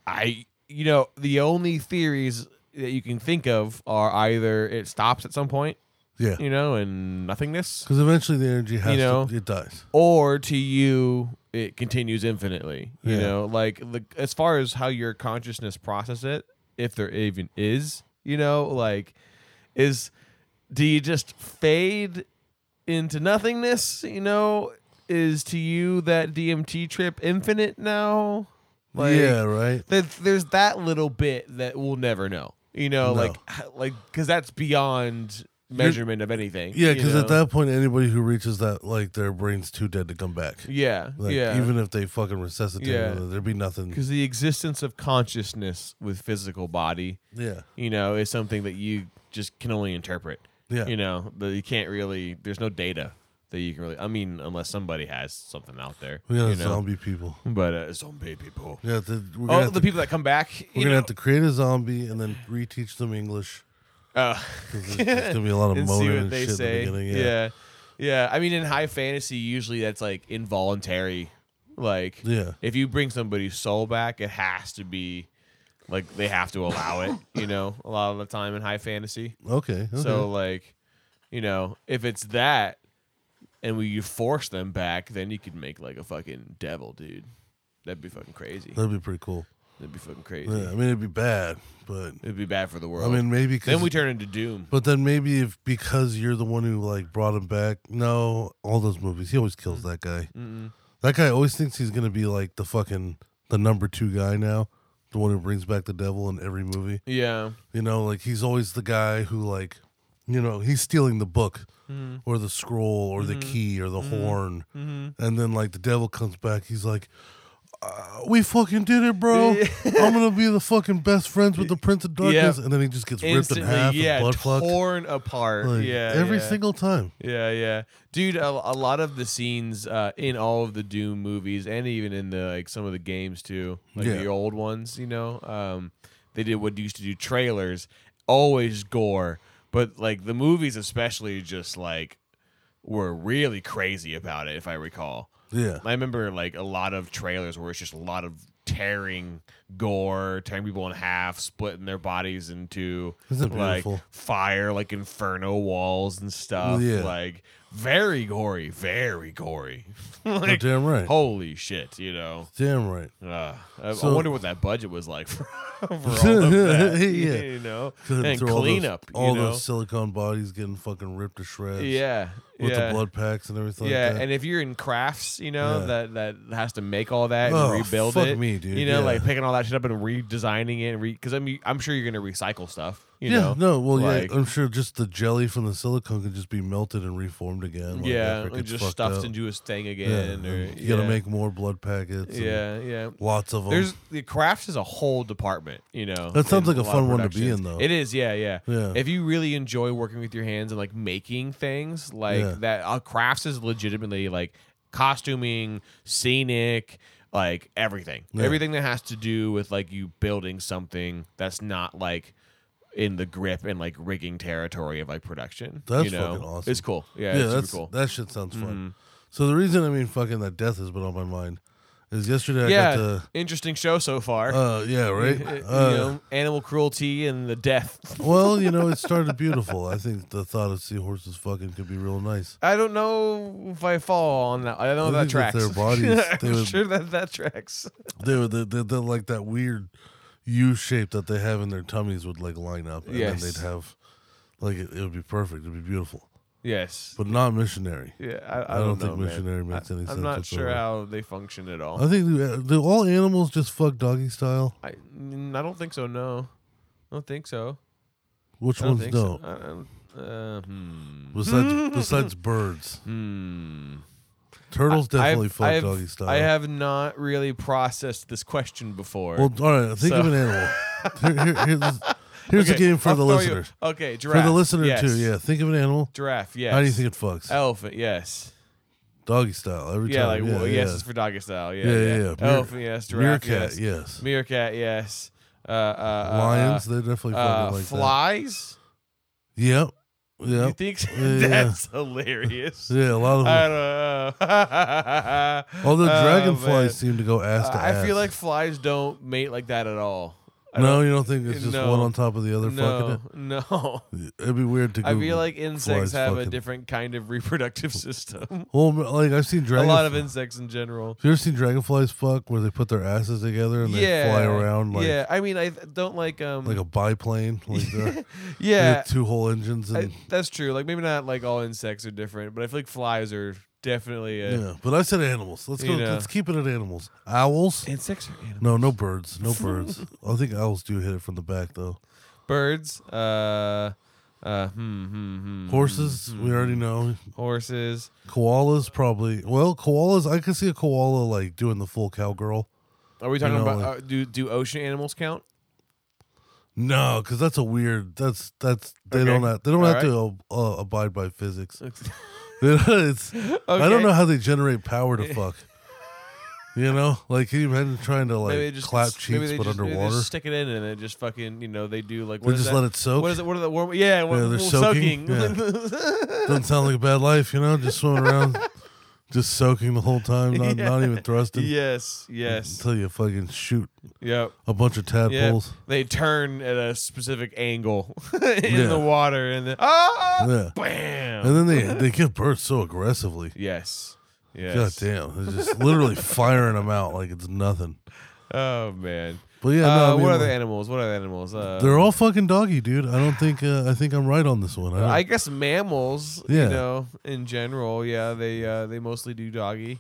Speaker 2: I you know the only theories that you can think of are either it stops at some point,
Speaker 1: Yeah.
Speaker 2: you know, and nothingness,
Speaker 1: Because eventually the energy has
Speaker 2: You know?
Speaker 1: to, it dies.
Speaker 2: or to you it continues infinitely. You
Speaker 1: Yeah.
Speaker 2: know, like the, as far as how your consciousness process it, if there even is, you know, like is do you just fade into nothingness? You know, is to you that DMT trip infinite now? Like,
Speaker 1: yeah, right.
Speaker 2: there, there's that little bit that we'll never know. You know,
Speaker 1: No.
Speaker 2: like h- like because that's beyond measurement of anything.
Speaker 1: Yeah,
Speaker 2: you
Speaker 1: because at
Speaker 2: know?
Speaker 1: that point, anybody who reaches that, like, their brain's too dead to come back.
Speaker 2: yeah,
Speaker 1: Like,
Speaker 2: yeah,
Speaker 1: even if they fucking resuscitate,
Speaker 2: Yeah.
Speaker 1: it, there'd be nothing.
Speaker 2: because the existence of consciousness with physical body,
Speaker 1: Yeah,
Speaker 2: you know, is something that you just can only interpret.
Speaker 1: Yeah.
Speaker 2: you know, that you can't really. There's no data that you can really. I mean, unless somebody has something out there,
Speaker 1: we got
Speaker 2: you know.
Speaker 1: zombie people.
Speaker 2: But uh, zombie people.
Speaker 1: Yeah, the, we're gonna
Speaker 2: Oh,
Speaker 1: have
Speaker 2: the
Speaker 1: to,
Speaker 2: people that come back.
Speaker 1: we're
Speaker 2: you
Speaker 1: gonna
Speaker 2: know,
Speaker 1: have to create a zombie and then reteach them English.
Speaker 2: uh,
Speaker 1: 'cause There's there's gonna be a lot of
Speaker 2: and see
Speaker 1: moaning
Speaker 2: what
Speaker 1: and
Speaker 2: they
Speaker 1: shit
Speaker 2: say.
Speaker 1: in the beginning.
Speaker 2: yeah. yeah, I mean, in high fantasy, usually that's like involuntary. Like,
Speaker 1: Yeah.
Speaker 2: if you bring somebody's soul back, it has to be like they have to allow it. You know, a lot of the time in high fantasy.
Speaker 1: Okay. okay.
Speaker 2: So like, you know, if it's that, and we you force them back, then you could make like a fucking devil, dude. That'd be fucking crazy.
Speaker 1: that'd be pretty cool.
Speaker 2: That'd be fucking crazy.
Speaker 1: Yeah, I mean, it'd be bad, but
Speaker 2: It'd be bad for the
Speaker 1: I
Speaker 2: world.
Speaker 1: mean, maybe. 'cause-
Speaker 2: then we turn into Doom.
Speaker 1: But then maybe if because you're the one who like brought him back. No, all those movies, he always kills that guy. That guy always thinks he's gonna be like the fucking the number two guy now, the one who brings back the devil in every movie.
Speaker 2: Yeah.
Speaker 1: You know, like he's always the guy who like, you know, he's stealing the book
Speaker 2: Mm-hmm.
Speaker 1: or the scroll or the key or the horn,
Speaker 2: Mm-hmm.
Speaker 1: and then like the devil comes back. He's like. Uh, we fucking did it, bro. I'm gonna be the fucking best friends with the Prince of
Speaker 2: Yeah.
Speaker 1: Darkness, and then he just gets ripped in
Speaker 2: Instantly,
Speaker 1: half
Speaker 2: yeah,
Speaker 1: and blood fucked.
Speaker 2: torn apart.
Speaker 1: Like,
Speaker 2: yeah,
Speaker 1: every
Speaker 2: yeah.
Speaker 1: single time.
Speaker 2: Yeah, yeah, dude. A, a lot of the scenes uh, in all of the Doom movies, and even in the like some of the games too, like
Speaker 1: Yeah.
Speaker 2: the old ones, you know, um, they did what used to do trailers, always gore, but like the movies, especially, just like were really crazy about it, if I recall.
Speaker 1: Yeah.
Speaker 2: I remember like a lot of trailers where it's just a lot of tearing gore, tearing people in half, splitting their bodies into
Speaker 1: Isn't it
Speaker 2: like
Speaker 1: beautiful?
Speaker 2: fire, like inferno walls and stuff.
Speaker 1: Yeah.
Speaker 2: Like very gory, very gory.
Speaker 1: You're
Speaker 2: like oh,
Speaker 1: damn right.
Speaker 2: holy shit, you know.
Speaker 1: damn right.
Speaker 2: Uh, I, I
Speaker 1: So-
Speaker 2: wonder what that budget was like for, for all of that.
Speaker 1: Yeah.
Speaker 2: You know,
Speaker 1: Couldn't
Speaker 2: and
Speaker 1: throw all those-
Speaker 2: cleanup.
Speaker 1: All,
Speaker 2: you know?
Speaker 1: those silicone bodies getting fucking ripped to shreds.
Speaker 2: yeah,
Speaker 1: With
Speaker 2: yeah.
Speaker 1: the blood packs and everything.
Speaker 2: yeah,
Speaker 1: Like that.
Speaker 2: and if you're in crafts, you know
Speaker 1: Yeah.
Speaker 2: that that has to make all that and
Speaker 1: Oh,
Speaker 2: rebuild
Speaker 1: fuck
Speaker 2: it.
Speaker 1: me, dude,
Speaker 2: You know,
Speaker 1: yeah.
Speaker 2: like picking all that shit up and redesigning it. Because I mean, I'm sure you're gonna recycle stuff. You
Speaker 1: yeah,
Speaker 2: know?
Speaker 1: no, well,
Speaker 2: like-
Speaker 1: yeah, I'm sure just the jelly from the silicone could just be melted and reformed again. Like
Speaker 2: yeah,
Speaker 1: after it
Speaker 2: like
Speaker 1: gets
Speaker 2: just
Speaker 1: fucked
Speaker 2: stuffed
Speaker 1: up.
Speaker 2: into a thing
Speaker 1: yeah.
Speaker 2: again. Or
Speaker 1: and You gotta
Speaker 2: yeah.
Speaker 1: make more blood packets. and
Speaker 2: Yeah, yeah.
Speaker 1: Lots of them.
Speaker 2: There's the crafts is a whole department, you know.
Speaker 1: That sounds
Speaker 2: in
Speaker 1: like a
Speaker 2: lot
Speaker 1: fun
Speaker 2: of
Speaker 1: one to be in,
Speaker 2: productions.
Speaker 1: though.
Speaker 2: It is, yeah, yeah,
Speaker 1: Yeah.
Speaker 2: If you really enjoy working with your hands and like making things, like
Speaker 1: Yeah.
Speaker 2: that, uh, crafts is legitimately like costuming, scenic, like everything,
Speaker 1: Yeah.
Speaker 2: everything that has to do with like you building something that's not like in the grip and like rigging territory of like production.
Speaker 1: That's
Speaker 2: you know?
Speaker 1: fucking awesome.
Speaker 2: It's cool. Yeah,
Speaker 1: yeah,
Speaker 2: it's
Speaker 1: that's
Speaker 2: super cool. Mm-hmm.
Speaker 1: that shit sounds fun. So the reason I mean fucking that death has been on my mind is yesterday I got
Speaker 2: yeah,
Speaker 1: to
Speaker 2: interesting show so far.
Speaker 1: uh yeah right
Speaker 2: you
Speaker 1: Uh,
Speaker 2: know, animal cruelty and the death.
Speaker 1: Well, you know, it started beautiful. I think the thought of seahorses fucking could be real nice.
Speaker 2: I don't know if I fall on that. I don't know if
Speaker 1: I
Speaker 2: that
Speaker 1: think with
Speaker 2: tracks.
Speaker 1: their bodies, they
Speaker 2: I'm
Speaker 1: would-
Speaker 2: sure that that tracks.
Speaker 1: They were the, the, the like that weird U shape that they have in their tummies would like line up, and
Speaker 2: Yes.
Speaker 1: then they'd have like it, it would be perfect. It'd be beautiful,
Speaker 2: Yes.
Speaker 1: but not missionary.
Speaker 2: yeah, I, I,
Speaker 1: I don't
Speaker 2: don't,
Speaker 1: think
Speaker 2: know, man.
Speaker 1: missionary makes
Speaker 2: I,
Speaker 1: any
Speaker 2: I'm
Speaker 1: sense
Speaker 2: not sure
Speaker 1: whatsoever.
Speaker 2: how they function at all.
Speaker 1: I think do, uh, do all animals just fuck doggy style?
Speaker 2: I, mm, I don't think so. No, I don't think so.
Speaker 1: Which
Speaker 2: I don't
Speaker 1: ones
Speaker 2: think
Speaker 1: don't?
Speaker 2: so. I- I don't- uh, hmm.
Speaker 1: Besides besides birds,
Speaker 2: Hmm.
Speaker 1: turtles
Speaker 2: I- I've-
Speaker 1: definitely fuck
Speaker 2: I've-
Speaker 1: doggy style.
Speaker 2: I have not really processed this question before.
Speaker 1: Well, all right, think of
Speaker 2: So-
Speaker 1: an animal. Here- here- here's here's a
Speaker 2: Okay,
Speaker 1: game for
Speaker 2: I'll
Speaker 1: the
Speaker 2: throw you-
Speaker 1: listeners.
Speaker 2: okay,
Speaker 1: For
Speaker 2: giraffe.
Speaker 1: the listener
Speaker 2: yes.
Speaker 1: too, yeah. Think of an animal.
Speaker 2: Giraffe. Yes.
Speaker 1: How do you think it fucks?
Speaker 2: Elephant. Yes.
Speaker 1: Doggy style every
Speaker 2: Yeah, like
Speaker 1: time.
Speaker 2: well, yes, it's for doggy style. Yeah,
Speaker 1: Yeah,
Speaker 2: yeah,
Speaker 1: yeah,
Speaker 2: yeah.
Speaker 1: yeah. Mere-
Speaker 2: Elephant, yes. Giraffe,
Speaker 1: meerkat.
Speaker 2: yes.
Speaker 1: Yes.
Speaker 2: Meerkat, yes. Uh, uh, uh,
Speaker 1: Lions,
Speaker 2: uh,
Speaker 1: they definitely
Speaker 2: uh,
Speaker 1: fucking like
Speaker 2: flies.
Speaker 1: that. Yep.
Speaker 2: You
Speaker 1: Yep.
Speaker 2: think so?
Speaker 1: Yeah.
Speaker 2: that's hilarious?
Speaker 1: Yeah, a lot of
Speaker 2: I
Speaker 1: them.
Speaker 2: don't know.
Speaker 1: Although
Speaker 2: Oh, man.
Speaker 1: dragonflies seem to go ass to ass.
Speaker 2: I feel like flies don't mate like that at all. I
Speaker 1: no,
Speaker 2: don't-
Speaker 1: you don't think it's just
Speaker 2: no.
Speaker 1: one on top of the other
Speaker 2: no,
Speaker 1: fucking
Speaker 2: no.
Speaker 1: it? It'd be weird to
Speaker 2: I
Speaker 1: Google.
Speaker 2: feel like
Speaker 1: flies
Speaker 2: insects have a
Speaker 1: fucking-
Speaker 2: different kind of reproductive system.
Speaker 1: Well, like I've seen
Speaker 2: a
Speaker 1: dragon.
Speaker 2: lot of insects in general.
Speaker 1: Have you ever seen dragonflies fuck where they put their asses together and they fly around like
Speaker 2: yeah, I mean, I th- don't like um.
Speaker 1: like a biplane, like the
Speaker 2: yeah,
Speaker 1: two whole engines and
Speaker 2: I, that's true. Like maybe not like all insects are different, but I feel like flies are definitely a,
Speaker 1: yeah. But I said animals. Let's go.
Speaker 2: You know.
Speaker 1: Let's keep it at animals. Owls.
Speaker 2: insects are animals.
Speaker 1: No, no birds. No birds. I think owls do hit it from the back though.
Speaker 2: Birds, uh, Uh, hmm, hmm, hmm.
Speaker 1: Horses, Mm-hmm. we already
Speaker 2: mm-hmm.
Speaker 1: know.
Speaker 2: Horses.
Speaker 1: Koalas, probably. Well, koalas, I could see a koala like doing the full cowgirl.
Speaker 2: Are we talking
Speaker 1: know,
Speaker 2: about
Speaker 1: like-
Speaker 2: uh, do do ocean animals count?
Speaker 1: No, because that's a weird. That's that's they
Speaker 2: Okay.
Speaker 1: don't have, they don't
Speaker 2: All
Speaker 1: have to uh, abide by physics. It's- I
Speaker 2: Okay.
Speaker 1: don't know how they generate power to fuck. you know, like can you imagine trying to like clap cheeks
Speaker 2: they
Speaker 1: but
Speaker 2: just, maybe they
Speaker 1: underwater?
Speaker 2: just stick it in and it just fucking you know they do like
Speaker 1: They
Speaker 2: what is
Speaker 1: just
Speaker 2: that?
Speaker 1: let it soak?
Speaker 2: What is it? What are the warm? Yeah, what,
Speaker 1: they're
Speaker 2: well,
Speaker 1: soaking,
Speaker 2: soaking.
Speaker 1: Doesn't sound like a bad life, you know, just swimming around, just soaking the whole time, not not even thrusting
Speaker 2: yes, yes,
Speaker 1: until you fucking shoot
Speaker 2: yep.
Speaker 1: a bunch of
Speaker 2: Yeah,
Speaker 1: tadpoles.
Speaker 2: they turn at a specific angle in
Speaker 1: Yeah.
Speaker 2: the water, and then ah,
Speaker 1: Yeah.
Speaker 2: bam.
Speaker 1: And then they they give birth so aggressively.
Speaker 2: yes,
Speaker 1: God
Speaker 2: yes.
Speaker 1: damn, they're just literally firing them out like it's nothing.
Speaker 2: Oh man.
Speaker 1: But yeah, no,
Speaker 2: uh,
Speaker 1: I mean,
Speaker 2: what are
Speaker 1: like,
Speaker 2: the animals? What are the animals? Uh,
Speaker 1: They're all fucking doggy, dude. I don't think uh, I think I'm right on this one. I don't-
Speaker 2: I guess mammals,
Speaker 1: Yeah.
Speaker 2: you know, in general, yeah, they uh, they mostly do doggy.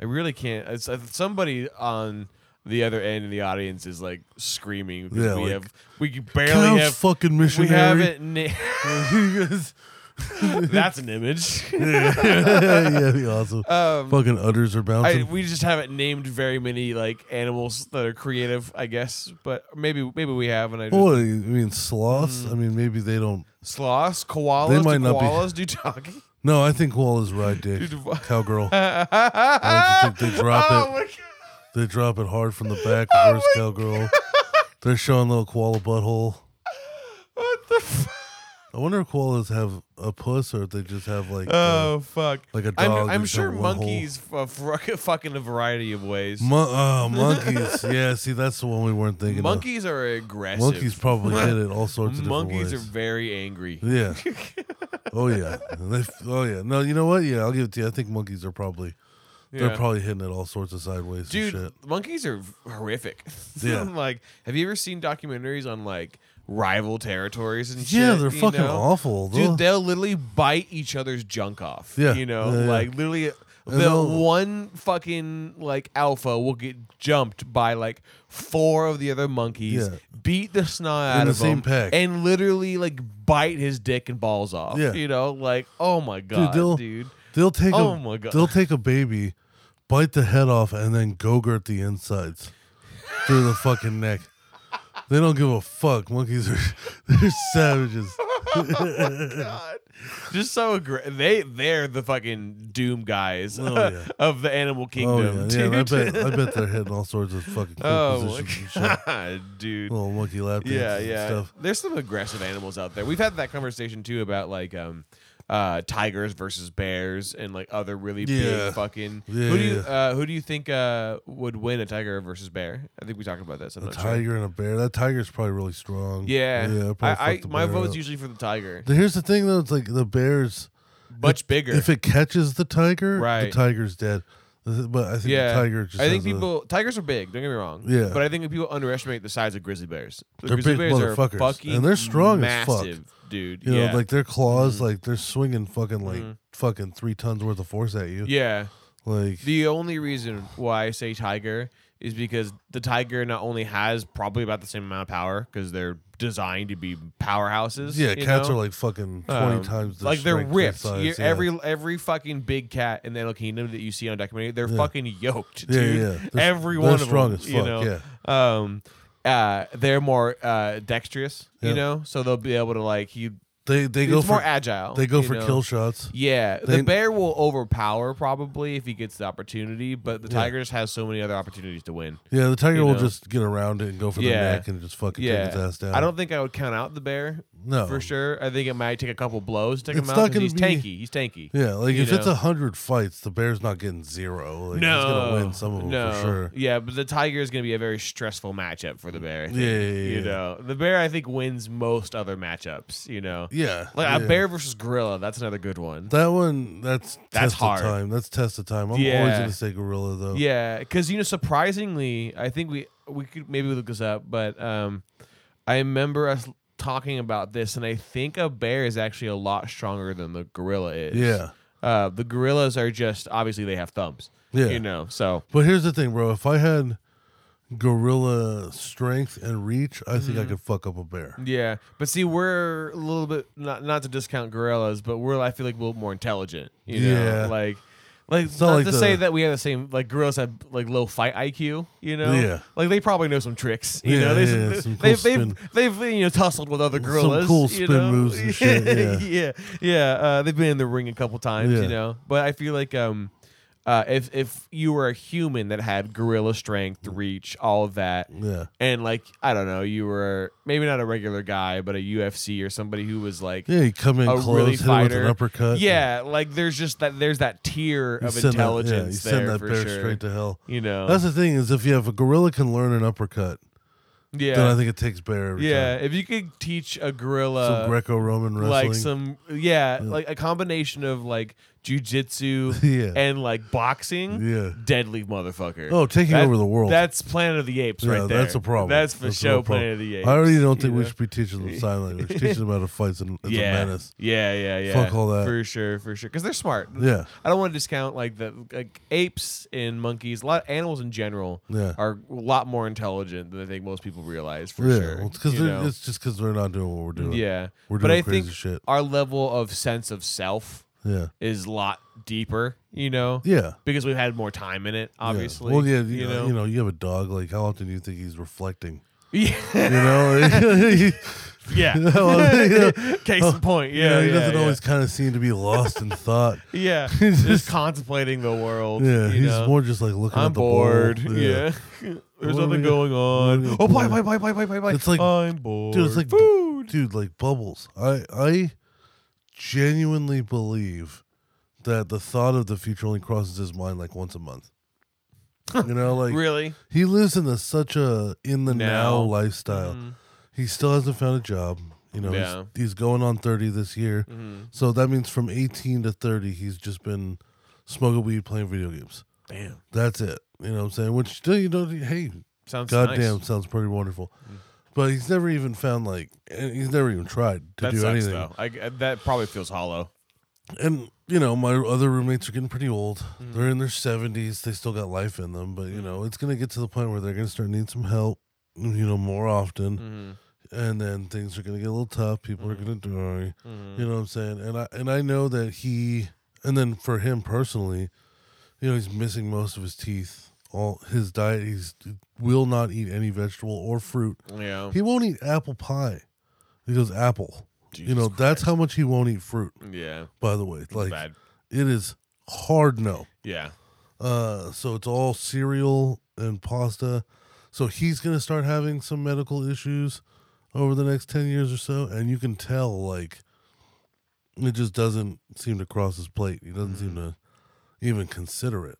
Speaker 2: I really can't. It's, uh, somebody on the other end of the audience is like screaming because
Speaker 1: Yeah,
Speaker 2: we
Speaker 1: like,
Speaker 2: have we barely
Speaker 1: Couch
Speaker 2: have
Speaker 1: fucking
Speaker 2: we
Speaker 1: missionary.
Speaker 2: haven't. Na- that's an image.
Speaker 1: yeah, that'd be awesome.
Speaker 2: Um,
Speaker 1: fucking udders are
Speaker 2: I,
Speaker 1: bouncing.
Speaker 2: we just haven't named very many like animals that are creative, I guess. But maybe maybe we have, and I just
Speaker 1: Well, I mean sloths.
Speaker 2: Mm.
Speaker 1: I mean, maybe they don't.
Speaker 2: sloths, koalas,
Speaker 1: They
Speaker 2: do
Speaker 1: might not be-
Speaker 2: koalas do doggy.
Speaker 1: No, I think koalas ride dick.
Speaker 2: Dude, wha-
Speaker 1: Cowgirl. I don't think they drop
Speaker 2: oh
Speaker 1: it.
Speaker 2: my god.
Speaker 1: They drop it hard from the back.
Speaker 2: Oh
Speaker 1: Reverse cowgirl. They're showing little koala butthole.
Speaker 2: What the fuck?
Speaker 1: I wonder if koalas have a puss or if they just have like. uh,
Speaker 2: Oh fuck!
Speaker 1: like a
Speaker 2: I'm-
Speaker 1: dog,
Speaker 2: I'm,
Speaker 1: they just
Speaker 2: sure
Speaker 1: have one hole.
Speaker 2: monkeys f- fuck- fuck in a variety of ways.
Speaker 1: mon- oh, monkeys. yeah, see, that's the one we weren't thinking of.
Speaker 2: monkeys are aggressive.
Speaker 1: Monkeys probably did it all sorts of different
Speaker 2: Monkeys are
Speaker 1: ways.
Speaker 2: very angry.
Speaker 1: Yeah. oh yeah. They- oh yeah. No, you know what? Yeah, I'll give it to you. I think monkeys are probably
Speaker 2: Yeah.
Speaker 1: they're probably hitting it all sorts of sideways
Speaker 2: Dude,
Speaker 1: and shit.
Speaker 2: monkeys are horrific.
Speaker 1: Yeah.
Speaker 2: like, have you ever seen documentaries on like rival territories and shit?
Speaker 1: Yeah, they're
Speaker 2: you
Speaker 1: fucking
Speaker 2: know?
Speaker 1: awful.
Speaker 2: Dude,
Speaker 1: though.
Speaker 2: they'll literally bite each other's junk off.
Speaker 1: Yeah,
Speaker 2: You know,
Speaker 1: yeah, yeah.
Speaker 2: like literally the
Speaker 1: they'll-
Speaker 2: one fucking like alpha will get jumped by like four of the other monkeys,
Speaker 1: Yeah.
Speaker 2: beat the snot
Speaker 1: In
Speaker 2: out
Speaker 1: the
Speaker 2: of
Speaker 1: same
Speaker 2: him,
Speaker 1: pack.
Speaker 2: and literally like bite his dick and balls off.
Speaker 1: Yeah.
Speaker 2: You know, like oh my god,
Speaker 1: they'll-
Speaker 2: dude.
Speaker 1: they'll take
Speaker 2: Oh
Speaker 1: a
Speaker 2: my God.
Speaker 1: they'll take a baby, bite the head off, and then go-gurt the insides through the fucking neck. They don't give a fuck. Monkeys are they're savages.
Speaker 2: God. Just so aggra- they they're the fucking doom guys
Speaker 1: Oh, yeah.
Speaker 2: of the animal
Speaker 1: Oh
Speaker 2: kingdom.
Speaker 1: yeah,
Speaker 2: dude.
Speaker 1: yeah. I bet I bet they're hitting all sorts of fucking cool
Speaker 2: oh
Speaker 1: positions and
Speaker 2: my
Speaker 1: shit.
Speaker 2: god, dude.
Speaker 1: Little monkey lap dances
Speaker 2: yeah,
Speaker 1: and
Speaker 2: yeah.
Speaker 1: stuff.
Speaker 2: There's some aggressive animals out there. We've had that conversation too about like um uh tigers versus bears and like other really
Speaker 1: Yeah.
Speaker 2: big fucking
Speaker 1: Yeah,
Speaker 2: who do you
Speaker 1: yeah.
Speaker 2: uh who do you think uh would win a tiger versus bear? I think we talked about this. I'm
Speaker 1: A
Speaker 2: not sure.
Speaker 1: tiger and a bear. That tiger's probably really strong.
Speaker 2: Yeah.
Speaker 1: yeah.
Speaker 2: I,
Speaker 1: probably
Speaker 2: I
Speaker 1: fucked the
Speaker 2: my
Speaker 1: bear
Speaker 2: vote's
Speaker 1: up.
Speaker 2: usually for the tiger.
Speaker 1: Here's the thing though. It's like the bears.
Speaker 2: Much bigger.
Speaker 1: If it catches the tiger, the
Speaker 2: Right.
Speaker 1: tiger's dead. But I think
Speaker 2: yeah,
Speaker 1: the tiger just.
Speaker 2: I think
Speaker 1: has a-
Speaker 2: people tigers are big. Don't get me wrong.
Speaker 1: Yeah.
Speaker 2: but I think people underestimate the size of grizzly bears. The
Speaker 1: They're
Speaker 2: grizzly
Speaker 1: big
Speaker 2: bears are
Speaker 1: motherfuckers,
Speaker 2: fucking
Speaker 1: and they're strong as fuck.
Speaker 2: massive, dude.
Speaker 1: you know,
Speaker 2: yeah, Mm-hmm.
Speaker 1: like their claws, like they're swinging fucking like fucking three tons worth of force at you.
Speaker 2: yeah.
Speaker 1: Like
Speaker 2: The only reason why I say tiger is because the tiger not only has probably about the same amount of power because they're designed to be powerhouses.
Speaker 1: yeah,
Speaker 2: you
Speaker 1: cats
Speaker 2: know?
Speaker 1: are like fucking twenty
Speaker 2: Um,
Speaker 1: times. The
Speaker 2: like they're
Speaker 1: strength of
Speaker 2: ripped.
Speaker 1: size,
Speaker 2: You're-
Speaker 1: yeah.
Speaker 2: Every every fucking big cat in the Animal Kingdom that you see on documentary, they're fucking yoked,
Speaker 1: Yeah,
Speaker 2: dude.
Speaker 1: yeah, yeah. They're-
Speaker 2: every
Speaker 1: they're
Speaker 2: one of
Speaker 1: strong
Speaker 2: them.
Speaker 1: as
Speaker 2: You
Speaker 1: fuck,
Speaker 2: know? Um, uh, they're more uh, dexterous,
Speaker 1: Yeah.
Speaker 2: you know, so they'll be able to like you.
Speaker 1: they they
Speaker 2: It's
Speaker 1: go
Speaker 2: more
Speaker 1: for
Speaker 2: agile.
Speaker 1: they go
Speaker 2: you
Speaker 1: for
Speaker 2: know?
Speaker 1: kill shots.
Speaker 2: Yeah,
Speaker 1: They-
Speaker 2: the bear will overpower probably if he gets the opportunity, but the tiger just has so many other opportunities to win.
Speaker 1: Yeah, the tiger will
Speaker 2: know.
Speaker 1: just get around it and go for
Speaker 2: Yeah.
Speaker 1: the neck and just fucking
Speaker 2: Yeah,
Speaker 1: take its ass down.
Speaker 2: I don't think I would count out the bear
Speaker 1: No.
Speaker 2: for sure. I think it might take a couple blows to take
Speaker 1: It's
Speaker 2: him
Speaker 1: not
Speaker 2: out because
Speaker 1: gonna
Speaker 2: he's
Speaker 1: be-
Speaker 2: tanky. He's tanky.
Speaker 1: Yeah, like
Speaker 2: you
Speaker 1: if it's
Speaker 2: know?
Speaker 1: a hundred fights, the bear's not getting zero. Like,
Speaker 2: no,
Speaker 1: he's gonna win some of them
Speaker 2: no.
Speaker 1: for sure.
Speaker 2: Yeah, but the tiger is going to be a very stressful matchup for the bear. I think.
Speaker 1: Yeah, yeah, yeah,
Speaker 2: you
Speaker 1: yeah.
Speaker 2: know, the bear I think wins most other matchups. You know,
Speaker 1: Yeah,
Speaker 2: like
Speaker 1: yeah.
Speaker 2: a bear versus gorilla. That's another good one.
Speaker 1: That one, that's
Speaker 2: That's
Speaker 1: test of
Speaker 2: hard.
Speaker 1: time. That's test of time. I'm always
Speaker 2: Yeah.
Speaker 1: gonna say gorilla though.
Speaker 2: Yeah, because you know, surprisingly, I think we we could maybe look this up, but um, I remember us talking about this, and I think a bear is actually a lot stronger than the gorilla is.
Speaker 1: Yeah.
Speaker 2: uh, the gorillas are just obviously they have thumbs.
Speaker 1: Yeah.
Speaker 2: you know, so
Speaker 1: But here's the thing, bro. If I had gorilla strength and reach, I think I
Speaker 2: Mm-hmm.
Speaker 1: could fuck up a bear.
Speaker 2: Yeah, but see, we're a little bit not not to discount gorillas, but we're I feel like a little more intelligent. You know,
Speaker 1: Yeah.
Speaker 2: like like
Speaker 1: not
Speaker 2: not
Speaker 1: like
Speaker 2: to
Speaker 1: the-
Speaker 2: say that we have the same like gorillas have like low fight IQ. You know,
Speaker 1: Yeah.
Speaker 2: like they probably know some tricks. You
Speaker 1: Yeah,
Speaker 2: know, they,
Speaker 1: yeah,
Speaker 2: they,
Speaker 1: some cool
Speaker 2: they've,
Speaker 1: spin.
Speaker 2: they've they've you know tussled with other gorillas.
Speaker 1: cool
Speaker 2: you
Speaker 1: spin
Speaker 2: know?
Speaker 1: moves and shit, yeah.
Speaker 2: yeah, yeah. Uh, they've been in the ring a couple times. You
Speaker 1: Yeah.
Speaker 2: know, but I feel like um. Uh, if if you were a human that had gorilla strength, reach, all of that,
Speaker 1: Yeah.
Speaker 2: and like I don't know, you were maybe not a regular guy, but a UFC or somebody who was like
Speaker 1: Yeah, you come in
Speaker 2: a
Speaker 1: close,
Speaker 2: really
Speaker 1: hit
Speaker 2: fighter.
Speaker 1: it with an uppercut.
Speaker 2: Yeah, like there's just that there's that tier
Speaker 1: You
Speaker 2: of
Speaker 1: send that- yeah,
Speaker 2: intelligence
Speaker 1: you
Speaker 2: there
Speaker 1: send that
Speaker 2: for
Speaker 1: bear
Speaker 2: sure.
Speaker 1: straight to hell.
Speaker 2: you know,
Speaker 1: That's the thing is if you have a gorilla can learn an uppercut, then
Speaker 2: yeah,
Speaker 1: I think it takes bear. Every
Speaker 2: yeah.
Speaker 1: time.
Speaker 2: If you could teach a
Speaker 1: some
Speaker 2: gorilla
Speaker 1: Greco-Roman wrestling.
Speaker 2: like some yeah, like a combination of like jujitsu
Speaker 1: Yeah.
Speaker 2: and like boxing,
Speaker 1: Yeah.
Speaker 2: deadly motherfucker.
Speaker 1: Oh, taking
Speaker 2: That-
Speaker 1: over the world.
Speaker 2: That's Planet of the Apes
Speaker 1: yeah,
Speaker 2: right there.
Speaker 1: that's a problem.
Speaker 2: That's for
Speaker 1: a
Speaker 2: show
Speaker 1: real problem.
Speaker 2: Planet of the Apes.
Speaker 1: I already don't think
Speaker 2: you
Speaker 1: we
Speaker 2: know?
Speaker 1: should be teaching them sign language. Teaching them how to fight is a, it's
Speaker 2: yeah.
Speaker 1: a menace.
Speaker 2: Yeah, yeah, yeah.
Speaker 1: Fuck all that.
Speaker 2: For sure, for sure. Because they're smart.
Speaker 1: Yeah.
Speaker 2: I don't want to discount like the like apes and monkeys. A lot of animals in general
Speaker 1: Yeah.
Speaker 2: are a lot more intelligent than I think most people realize for
Speaker 1: yeah,
Speaker 2: sure.
Speaker 1: well, it's because
Speaker 2: you know?
Speaker 1: it's just because they're not doing what we're doing.
Speaker 2: yeah.
Speaker 1: we're
Speaker 2: but
Speaker 1: doing
Speaker 2: I think
Speaker 1: crazy shit.
Speaker 2: our level of sense of self
Speaker 1: yeah,
Speaker 2: is a lot deeper, you know?
Speaker 1: yeah.
Speaker 2: Because we've had more time in it,
Speaker 1: Yeah.
Speaker 2: obviously.
Speaker 1: Well, yeah, you,
Speaker 2: you
Speaker 1: know,
Speaker 2: know.
Speaker 1: you know, you have a dog. Like, how often do you think he's reflecting?
Speaker 2: Yeah.
Speaker 1: You know,
Speaker 2: yeah.
Speaker 1: Well, you know,
Speaker 2: Case in point.
Speaker 1: you
Speaker 2: Yeah.
Speaker 1: know, he
Speaker 2: yeah,
Speaker 1: doesn't
Speaker 2: yeah.
Speaker 1: always kind of seem to be lost in thought.
Speaker 2: Yeah.
Speaker 1: He's
Speaker 2: just, contemplating the world.
Speaker 1: Yeah,
Speaker 2: you
Speaker 1: he's
Speaker 2: know?
Speaker 1: more just like looking
Speaker 2: I'm
Speaker 1: at the bowl.
Speaker 2: bored. Yeah. There's
Speaker 1: What are
Speaker 2: nothing
Speaker 1: we-
Speaker 2: going on.
Speaker 1: we
Speaker 2: Oh, play,
Speaker 1: gonna
Speaker 2: play, play, play, play, play, play.
Speaker 1: It's like-
Speaker 2: I'm bored.
Speaker 1: dude, it's like
Speaker 2: food.
Speaker 1: dude, like bubbles. I I genuinely believe that the thought of the future only crosses his mind like once a month. You know, like
Speaker 2: Really?
Speaker 1: he lives in a such a in the now,
Speaker 2: Now.
Speaker 1: lifestyle. He still hasn't found a job. You know,
Speaker 2: Yeah.
Speaker 1: he's, he's going on thirty this year, so that means from eighteen to thirty, he's just been smoking weed, playing video games.
Speaker 2: Damn.
Speaker 1: That's it. You know what I'm saying? Which still, you know, hey,
Speaker 2: Sounds
Speaker 1: goddamn,
Speaker 2: nice. Mm.
Speaker 1: sounds pretty wonderful. But he's never even found like, and he's never even tried to
Speaker 2: That
Speaker 1: do
Speaker 2: sucks,
Speaker 1: anything.
Speaker 2: though. I, I- that probably feels hollow.
Speaker 1: And you know, my other roommates are getting pretty old.
Speaker 2: Mm.
Speaker 1: They're in their seventies. They still got life in them, but you know, it's gonna get to the point where they're gonna start needing some help. You know, more often,
Speaker 2: Mm-hmm.
Speaker 1: and then things are gonna get a little tough. People are gonna die.
Speaker 2: Mm-hmm.
Speaker 1: You know what I'm saying? And I and I know that he, and then for him personally, you know, he's missing most of his teeth. All his diet, he's will not eat any vegetable or fruit.
Speaker 2: Yeah.
Speaker 1: He won't eat apple pie. He goes apple. you know, that's how much he won't eat fruit.
Speaker 2: Yeah.
Speaker 1: By the way, like
Speaker 2: bad.
Speaker 1: it is hard no.
Speaker 2: Yeah.
Speaker 1: Uh, so it's all cereal and pasta. So he's gonna start having some medical issues over the next ten years or so, and you can tell like it just doesn't seem to cross his plate. He doesn't
Speaker 2: Hmm.
Speaker 1: seem to even consider it,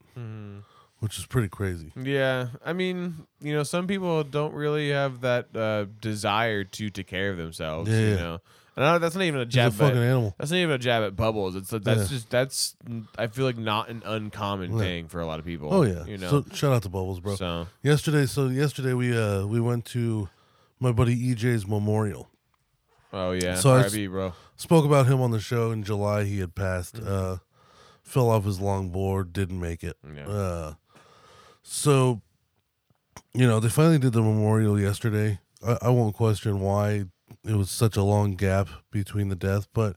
Speaker 1: which is pretty crazy.
Speaker 2: Yeah. I mean, you know, some people don't really have that uh, desire to take care of themselves,
Speaker 1: Yeah,
Speaker 2: you
Speaker 1: yeah.
Speaker 2: know? And I, that's not even a
Speaker 1: He's a
Speaker 2: jab. at-
Speaker 1: fucking animal.
Speaker 2: That's not even a jab at bubbles. It's that's
Speaker 1: Yeah.
Speaker 2: just that's I feel like not an uncommon
Speaker 1: Yeah.
Speaker 2: thing for a lot of people.
Speaker 1: Oh yeah.
Speaker 2: you know.
Speaker 1: So shout out to Bubbles, bro.
Speaker 2: So,
Speaker 1: Yesterday, so yesterday we uh we went to my buddy EJ's memorial.
Speaker 2: oh yeah,
Speaker 1: So I
Speaker 2: RIP, bro.
Speaker 1: Spoke about him on the show in July. He had passed. Uh, fell off his longboard. Didn't make it.
Speaker 2: Yeah.
Speaker 1: Uh, so, you know, they finally did the memorial yesterday. I, I won't question why it was such a long gap between the death, but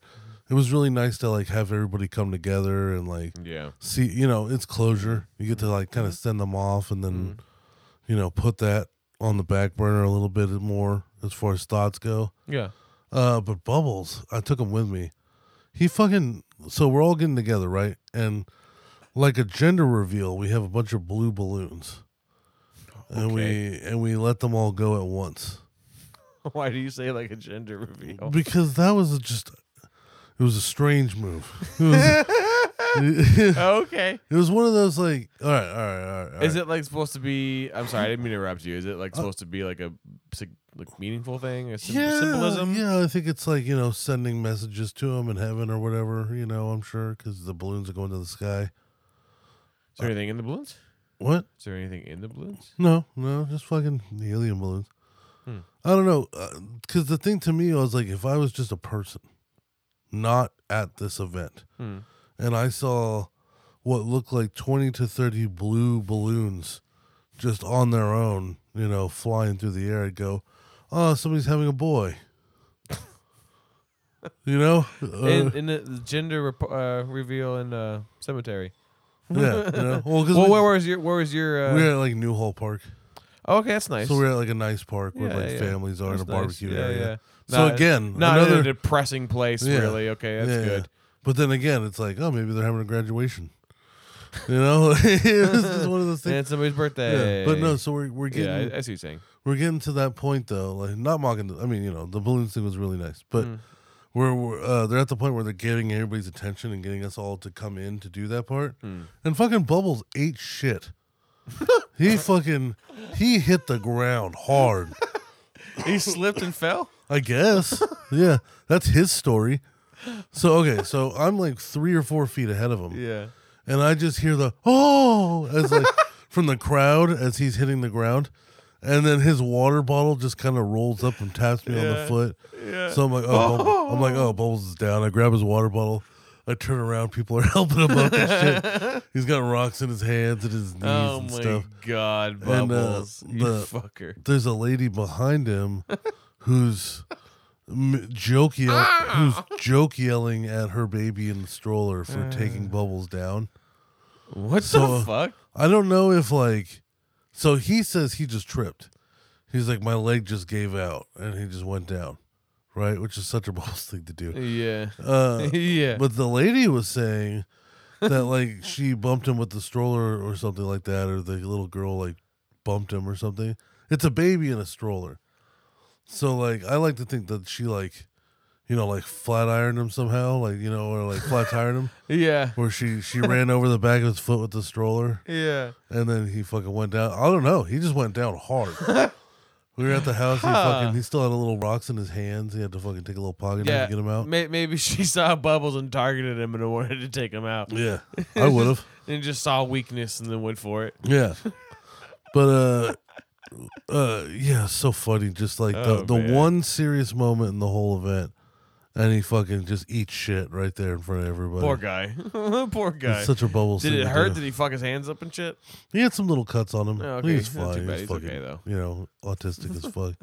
Speaker 1: it was really nice to like have everybody come together and like
Speaker 2: Yeah,
Speaker 1: see you know it's closure you get to like kind of send them off and then you know put that on the back burner a little bit more as far as thoughts go
Speaker 2: yeah,
Speaker 1: uh but bubbles i took him with me he fucking so we're all getting together right and like a gender reveal we have a bunch of blue balloons and we and we let them all go at once
Speaker 2: Why do you say like a gender reveal?
Speaker 1: because that was just it was a strange move it was,
Speaker 2: Oh, okay.
Speaker 1: it was one of those like all right all right all right, all right. Uh,
Speaker 2: Is it like supposed to be? I'm sorry, I didn't mean to interrupt you. Is it like supposed to be like a sig- like meaningful thing? A sym- symbolism?
Speaker 1: Yeah, I think it's like you know sending messages to him in heaven or whatever. You know, I'm sure because the balloons are going to the sky.
Speaker 2: Is there anything in the balloons?
Speaker 1: What?
Speaker 2: Is there anything in the balloons?
Speaker 1: No, no, just fucking the alien balloons.
Speaker 2: Hmm.
Speaker 1: I don't know, because the thing to me I was like, if I was just a person, not at this event,
Speaker 2: Hmm.
Speaker 1: and I saw what looked like twenty to thirty blue balloons just on their own, you know, flying through the air, I'd go, oh, somebody's having a boy. you know? Uh,
Speaker 2: in, in the, the gender rep- uh, reveal in uh, cemetery.
Speaker 1: yeah. You know? Well, 'cause
Speaker 2: Well,
Speaker 1: we,
Speaker 2: where was your where was your? Uh,
Speaker 1: we were at like Newhall Park.
Speaker 2: oh, okay, that's nice.
Speaker 1: So we're at like a nice park where
Speaker 2: Yeah,
Speaker 1: like
Speaker 2: yeah.
Speaker 1: families are in a
Speaker 2: That's nice.
Speaker 1: barbecue
Speaker 2: Yeah,
Speaker 1: area.
Speaker 2: yeah.
Speaker 1: So
Speaker 2: Not-
Speaker 1: again,
Speaker 2: not in a
Speaker 1: another
Speaker 2: depressing place,
Speaker 1: Yeah.
Speaker 2: really. Okay, that's
Speaker 1: Yeah.
Speaker 2: good.
Speaker 1: But then again, it's like, oh, maybe they're having a graduation. You know, it's just one of those
Speaker 2: And
Speaker 1: things.
Speaker 2: it's somebody's birthday.
Speaker 1: Yeah. But no, so we're we're
Speaker 2: yeah,
Speaker 1: getting
Speaker 2: I, I see what you're saying.
Speaker 1: we're getting to that point though. Like not mocking. The, I mean, you know, the balloons thing was really nice, but
Speaker 2: Mm.
Speaker 1: we're, we're uh, they're at the point where they're getting everybody's attention and getting us all to come in to do that part.
Speaker 2: Mm.
Speaker 1: And fucking Bubbles ate shit. he fucking he hit the ground hard.
Speaker 2: He slipped and fell.
Speaker 1: I guess. yeah, that's his story. So okay, so I'm like three or four feet ahead of him,
Speaker 2: Yeah.
Speaker 1: and I just hear the oh as like from the crowd as he's hitting the ground, and then his water bottle just kind of rolls up and taps me on the
Speaker 2: Yeah,
Speaker 1: foot.
Speaker 2: yeah.
Speaker 1: So I'm like, oh, Bubble- I'm like, oh, Bubbles is down. I grab his water bottle. I turn around, people are helping him up and shit. He's got rocks in his hands and his knees
Speaker 2: Oh
Speaker 1: and
Speaker 2: my
Speaker 1: stuff.
Speaker 2: god,
Speaker 1: uh,
Speaker 2: bubbles! you
Speaker 1: the-
Speaker 2: fucker.
Speaker 1: there's a lady behind him who's m- joke yell- who's joke yelling at her baby in the stroller for taking bubbles down.
Speaker 2: What
Speaker 1: so-
Speaker 2: the fuck?
Speaker 1: I don't know if like so he says he just tripped. He's like my leg just gave out and he just went down. Right? Which is such a balls thing to do.
Speaker 2: Yeah.
Speaker 1: Uh,
Speaker 2: yeah.
Speaker 1: but the lady was saying that like she bumped him with the stroller or something like that, or the little girl like bumped him or something. It's a baby in a stroller, so like I like to think that she like, you know, like flat ironed him somehow, like you know, or like flat tired him,
Speaker 2: yeah.
Speaker 1: where she she ran over the back of his foot with the stroller,
Speaker 2: Yeah.
Speaker 1: and then he fucking went down. I don't know. He just went down hard. We were at the house. He fucking. He still had a little rocks in his hands. He had to fucking take a little pocket knife
Speaker 2: Yeah.
Speaker 1: to get him out.
Speaker 2: May- maybe she saw bubbles and targeted him and wanted to take him out.
Speaker 1: Yeah, I would have.
Speaker 2: And just saw weakness and then went for it.
Speaker 1: Yeah. But uh uh yeah, so funny. Just like the,
Speaker 2: Oh,
Speaker 1: the
Speaker 2: man.
Speaker 1: one serious moment in the whole event and he fucking just eats shit right there in front of everybody.
Speaker 2: Poor guy. Poor guy.
Speaker 1: It's such a bubble
Speaker 2: Did
Speaker 1: thing
Speaker 2: it
Speaker 1: to
Speaker 2: hurt?
Speaker 1: do.
Speaker 2: Did he fuck his hands up and shit?
Speaker 1: He had some little cuts on him.
Speaker 2: Oh,
Speaker 1: But
Speaker 2: okay.
Speaker 1: He's
Speaker 2: Not too
Speaker 1: fine.
Speaker 2: bad.
Speaker 1: He's,
Speaker 2: He's
Speaker 1: fucking,
Speaker 2: okay, though.
Speaker 1: You know, autistic as fuck.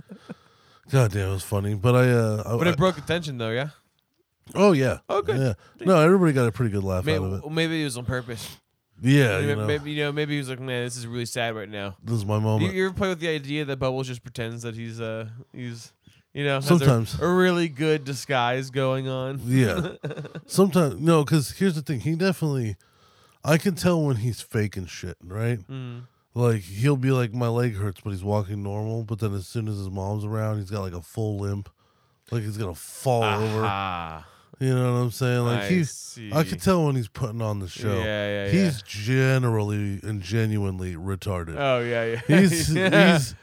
Speaker 1: God damn, it was funny. But I uh I-
Speaker 2: But
Speaker 1: I-
Speaker 2: it broke attention though, yeah.
Speaker 1: Oh yeah.
Speaker 2: Oh, good.
Speaker 1: Yeah. No, everybody got a pretty good laugh out
Speaker 2: Maybe,
Speaker 1: of it.
Speaker 2: maybe it was on purpose.
Speaker 1: Yeah,
Speaker 2: Maybe
Speaker 1: you
Speaker 2: you,
Speaker 1: know,
Speaker 2: maybe, you know, maybe he was like, man, this is really sad right now.
Speaker 1: this is Oh my
Speaker 2: You,
Speaker 1: moment.
Speaker 2: you ever play with the idea that Bubbles just pretends that he's uh he's you know has a-
Speaker 1: Sometimes.
Speaker 2: a, really good disguise going on.
Speaker 1: Yeah. Sometimes no, because here's the thing. He definitely, I can tell when he's faking shit, right?
Speaker 2: Mm.
Speaker 1: Like he'll be like, my leg hurts, but he's walking normal. But then as soon as his mom's around, he's got like a full limp, like he's gonna fall over.
Speaker 2: Ah,
Speaker 1: You know what I'm saying? Like
Speaker 2: I
Speaker 1: he's, I
Speaker 2: see.
Speaker 1: can tell when he's putting on the show.
Speaker 2: Yeah, yeah,
Speaker 1: He's generally and genuinely retarded.
Speaker 2: oh yeah, yeah.
Speaker 1: He's,
Speaker 2: Yeah.
Speaker 1: he's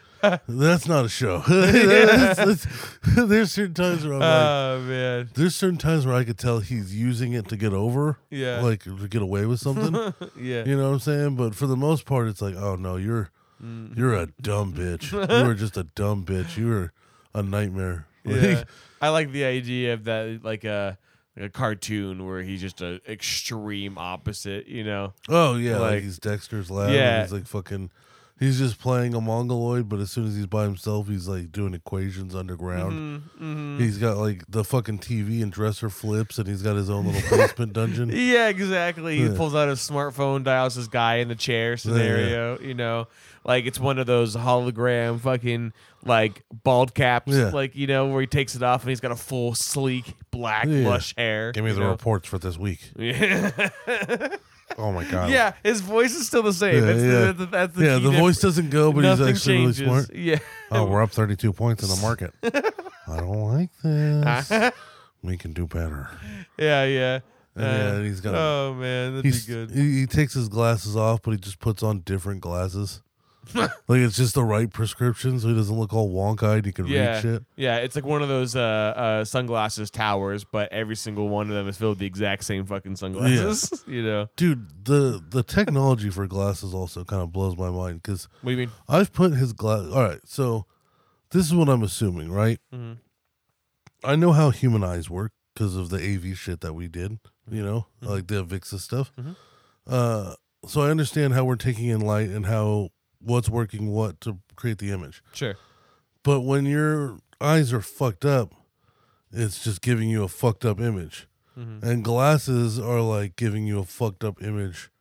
Speaker 1: that's not a show. That's- that's- there's certain times where I'm like,
Speaker 2: oh man,
Speaker 1: there's certain times where I could tell he's using it to get over,
Speaker 2: Yeah.
Speaker 1: like to get away with something.
Speaker 2: yeah.
Speaker 1: you know what I'm saying? But for the most part, it's like, oh no, you're
Speaker 2: Mm.
Speaker 1: you're a dumb bitch. you were just a dumb bitch. You were a nightmare. Like,
Speaker 2: yeah. I like the idea of that, like a like a cartoon where he's just a extreme opposite. You know,
Speaker 1: oh yeah, like,
Speaker 2: Like-
Speaker 1: he's Dexter's lab.
Speaker 2: Yeah.
Speaker 1: and he's like fucking. He's just playing a mongoloid, but as soon as he's by himself, he's like doing equations underground.
Speaker 2: Mm-hmm.
Speaker 1: He's got like the fucking TV and dresser flips, and he's got his own little basement dungeon.
Speaker 2: Yeah, exactly. He
Speaker 1: Yeah.
Speaker 2: pulls out his smartphone, dials his guy in the chair scenario. You know, like it's one of those hologram fucking like bald caps,
Speaker 1: Yeah.
Speaker 2: like you know, where he takes it off and he's got a full sleek black
Speaker 1: Yeah.
Speaker 2: lush hair.
Speaker 1: Give me
Speaker 2: you
Speaker 1: the
Speaker 2: know?
Speaker 1: reports for this week.
Speaker 2: Yeah.
Speaker 1: Oh my god.
Speaker 2: yeah, his voice is still the same.
Speaker 1: Yeah,
Speaker 2: that's,
Speaker 1: yeah.
Speaker 2: The, that's the that's the
Speaker 1: yeah,
Speaker 2: key
Speaker 1: the voice
Speaker 2: difference.
Speaker 1: doesn't go, but
Speaker 2: Nothing
Speaker 1: he's actually
Speaker 2: changes.
Speaker 1: really smart.
Speaker 2: Yeah.
Speaker 1: Oh, we're up 32 points in the market. I don't like this. we can do better.
Speaker 2: yeah, yeah.
Speaker 1: Yeah,
Speaker 2: Uh,
Speaker 1: he's got-
Speaker 2: Oh man, that'd
Speaker 1: He's
Speaker 2: be good.
Speaker 1: He, he takes his glasses off, but he just puts on different glasses. like it's just the right prescription, so he doesn't look all wonk-eyed. He can
Speaker 2: yeah,
Speaker 1: read shit.
Speaker 2: yeah. It's like one of those uh, uh, sunglasses towers, but every single one of them is filled with the exact same fucking sunglasses. you know
Speaker 1: Dude, the the technology for glasses also kind of blows my mind because
Speaker 2: what do you mean?
Speaker 1: I've put his glass. All right, so this is what I'm assuming, right? I know how human eyes work because of the AV shit that we did, you know, like the Avixa stuff. Uh, so I understand how we're taking in light and how what's working what to create the image.
Speaker 2: Sure.
Speaker 1: But when your eyes are fucked up, it's just giving you a fucked up image. And glasses are like giving you a fucked up image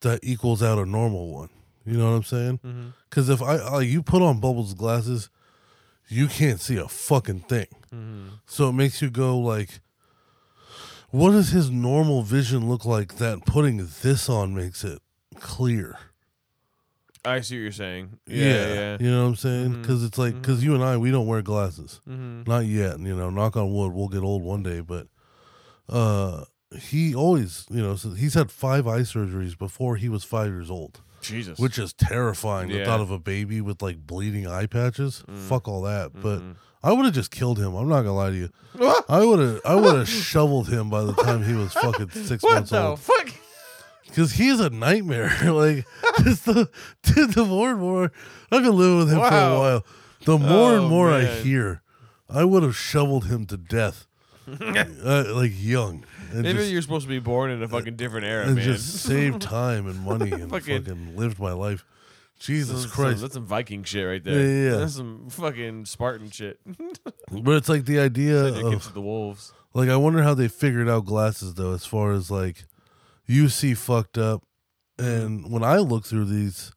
Speaker 1: that equals out a normal one. You know what I'm saying? Because if I like you put on Bubbles glasses, you can't see a fucking thing. So it makes you go like, what does his normal vision look like? That putting this on makes it clear.
Speaker 2: I see what you're saying. Yeah. Yeah. Mm-hmm.
Speaker 1: You know what I'm saying? Because it's like, because you and I, we don't wear glasses. Not yet. You know, knock on wood, we'll get old one day. But uh he always, you know, so he's had five eye surgeries before he was five years old,
Speaker 2: Jesus.
Speaker 1: which is terrifying. The
Speaker 2: Yeah. Mm.
Speaker 1: thought of a baby with like bleeding eye patches. Fuck all that. But
Speaker 2: Mm-hmm.
Speaker 1: I would have just killed him. I'm not going to lie to you. I would have, I would have shoveled him by the time he was fucking six
Speaker 2: what
Speaker 1: months
Speaker 2: the
Speaker 1: old
Speaker 2: fuck?
Speaker 1: because he's a nightmare. like, just the, dude, the more and more, I've been living with him for
Speaker 2: Wow.
Speaker 1: a while. The more
Speaker 2: Oh,
Speaker 1: and more I
Speaker 2: man.
Speaker 1: hear, I would have shoveled him to death, uh, like young, and
Speaker 2: Maybe
Speaker 1: just,
Speaker 2: you're supposed to be born in a fucking different era,
Speaker 1: and
Speaker 2: man.
Speaker 1: just saved time and money and
Speaker 2: Fucking-
Speaker 1: fucking, lived my life. Jesus
Speaker 2: That's some-
Speaker 1: Christ!
Speaker 2: that's some Viking shit right there.
Speaker 1: Yeah, yeah, yeah.
Speaker 2: That's some fucking Spartan shit.
Speaker 1: But it's like the idea
Speaker 2: Send your kids to
Speaker 1: of
Speaker 2: the wolves.
Speaker 1: like I wonder how they figured out glasses though, as far as like you see fucked up, and when I look through these,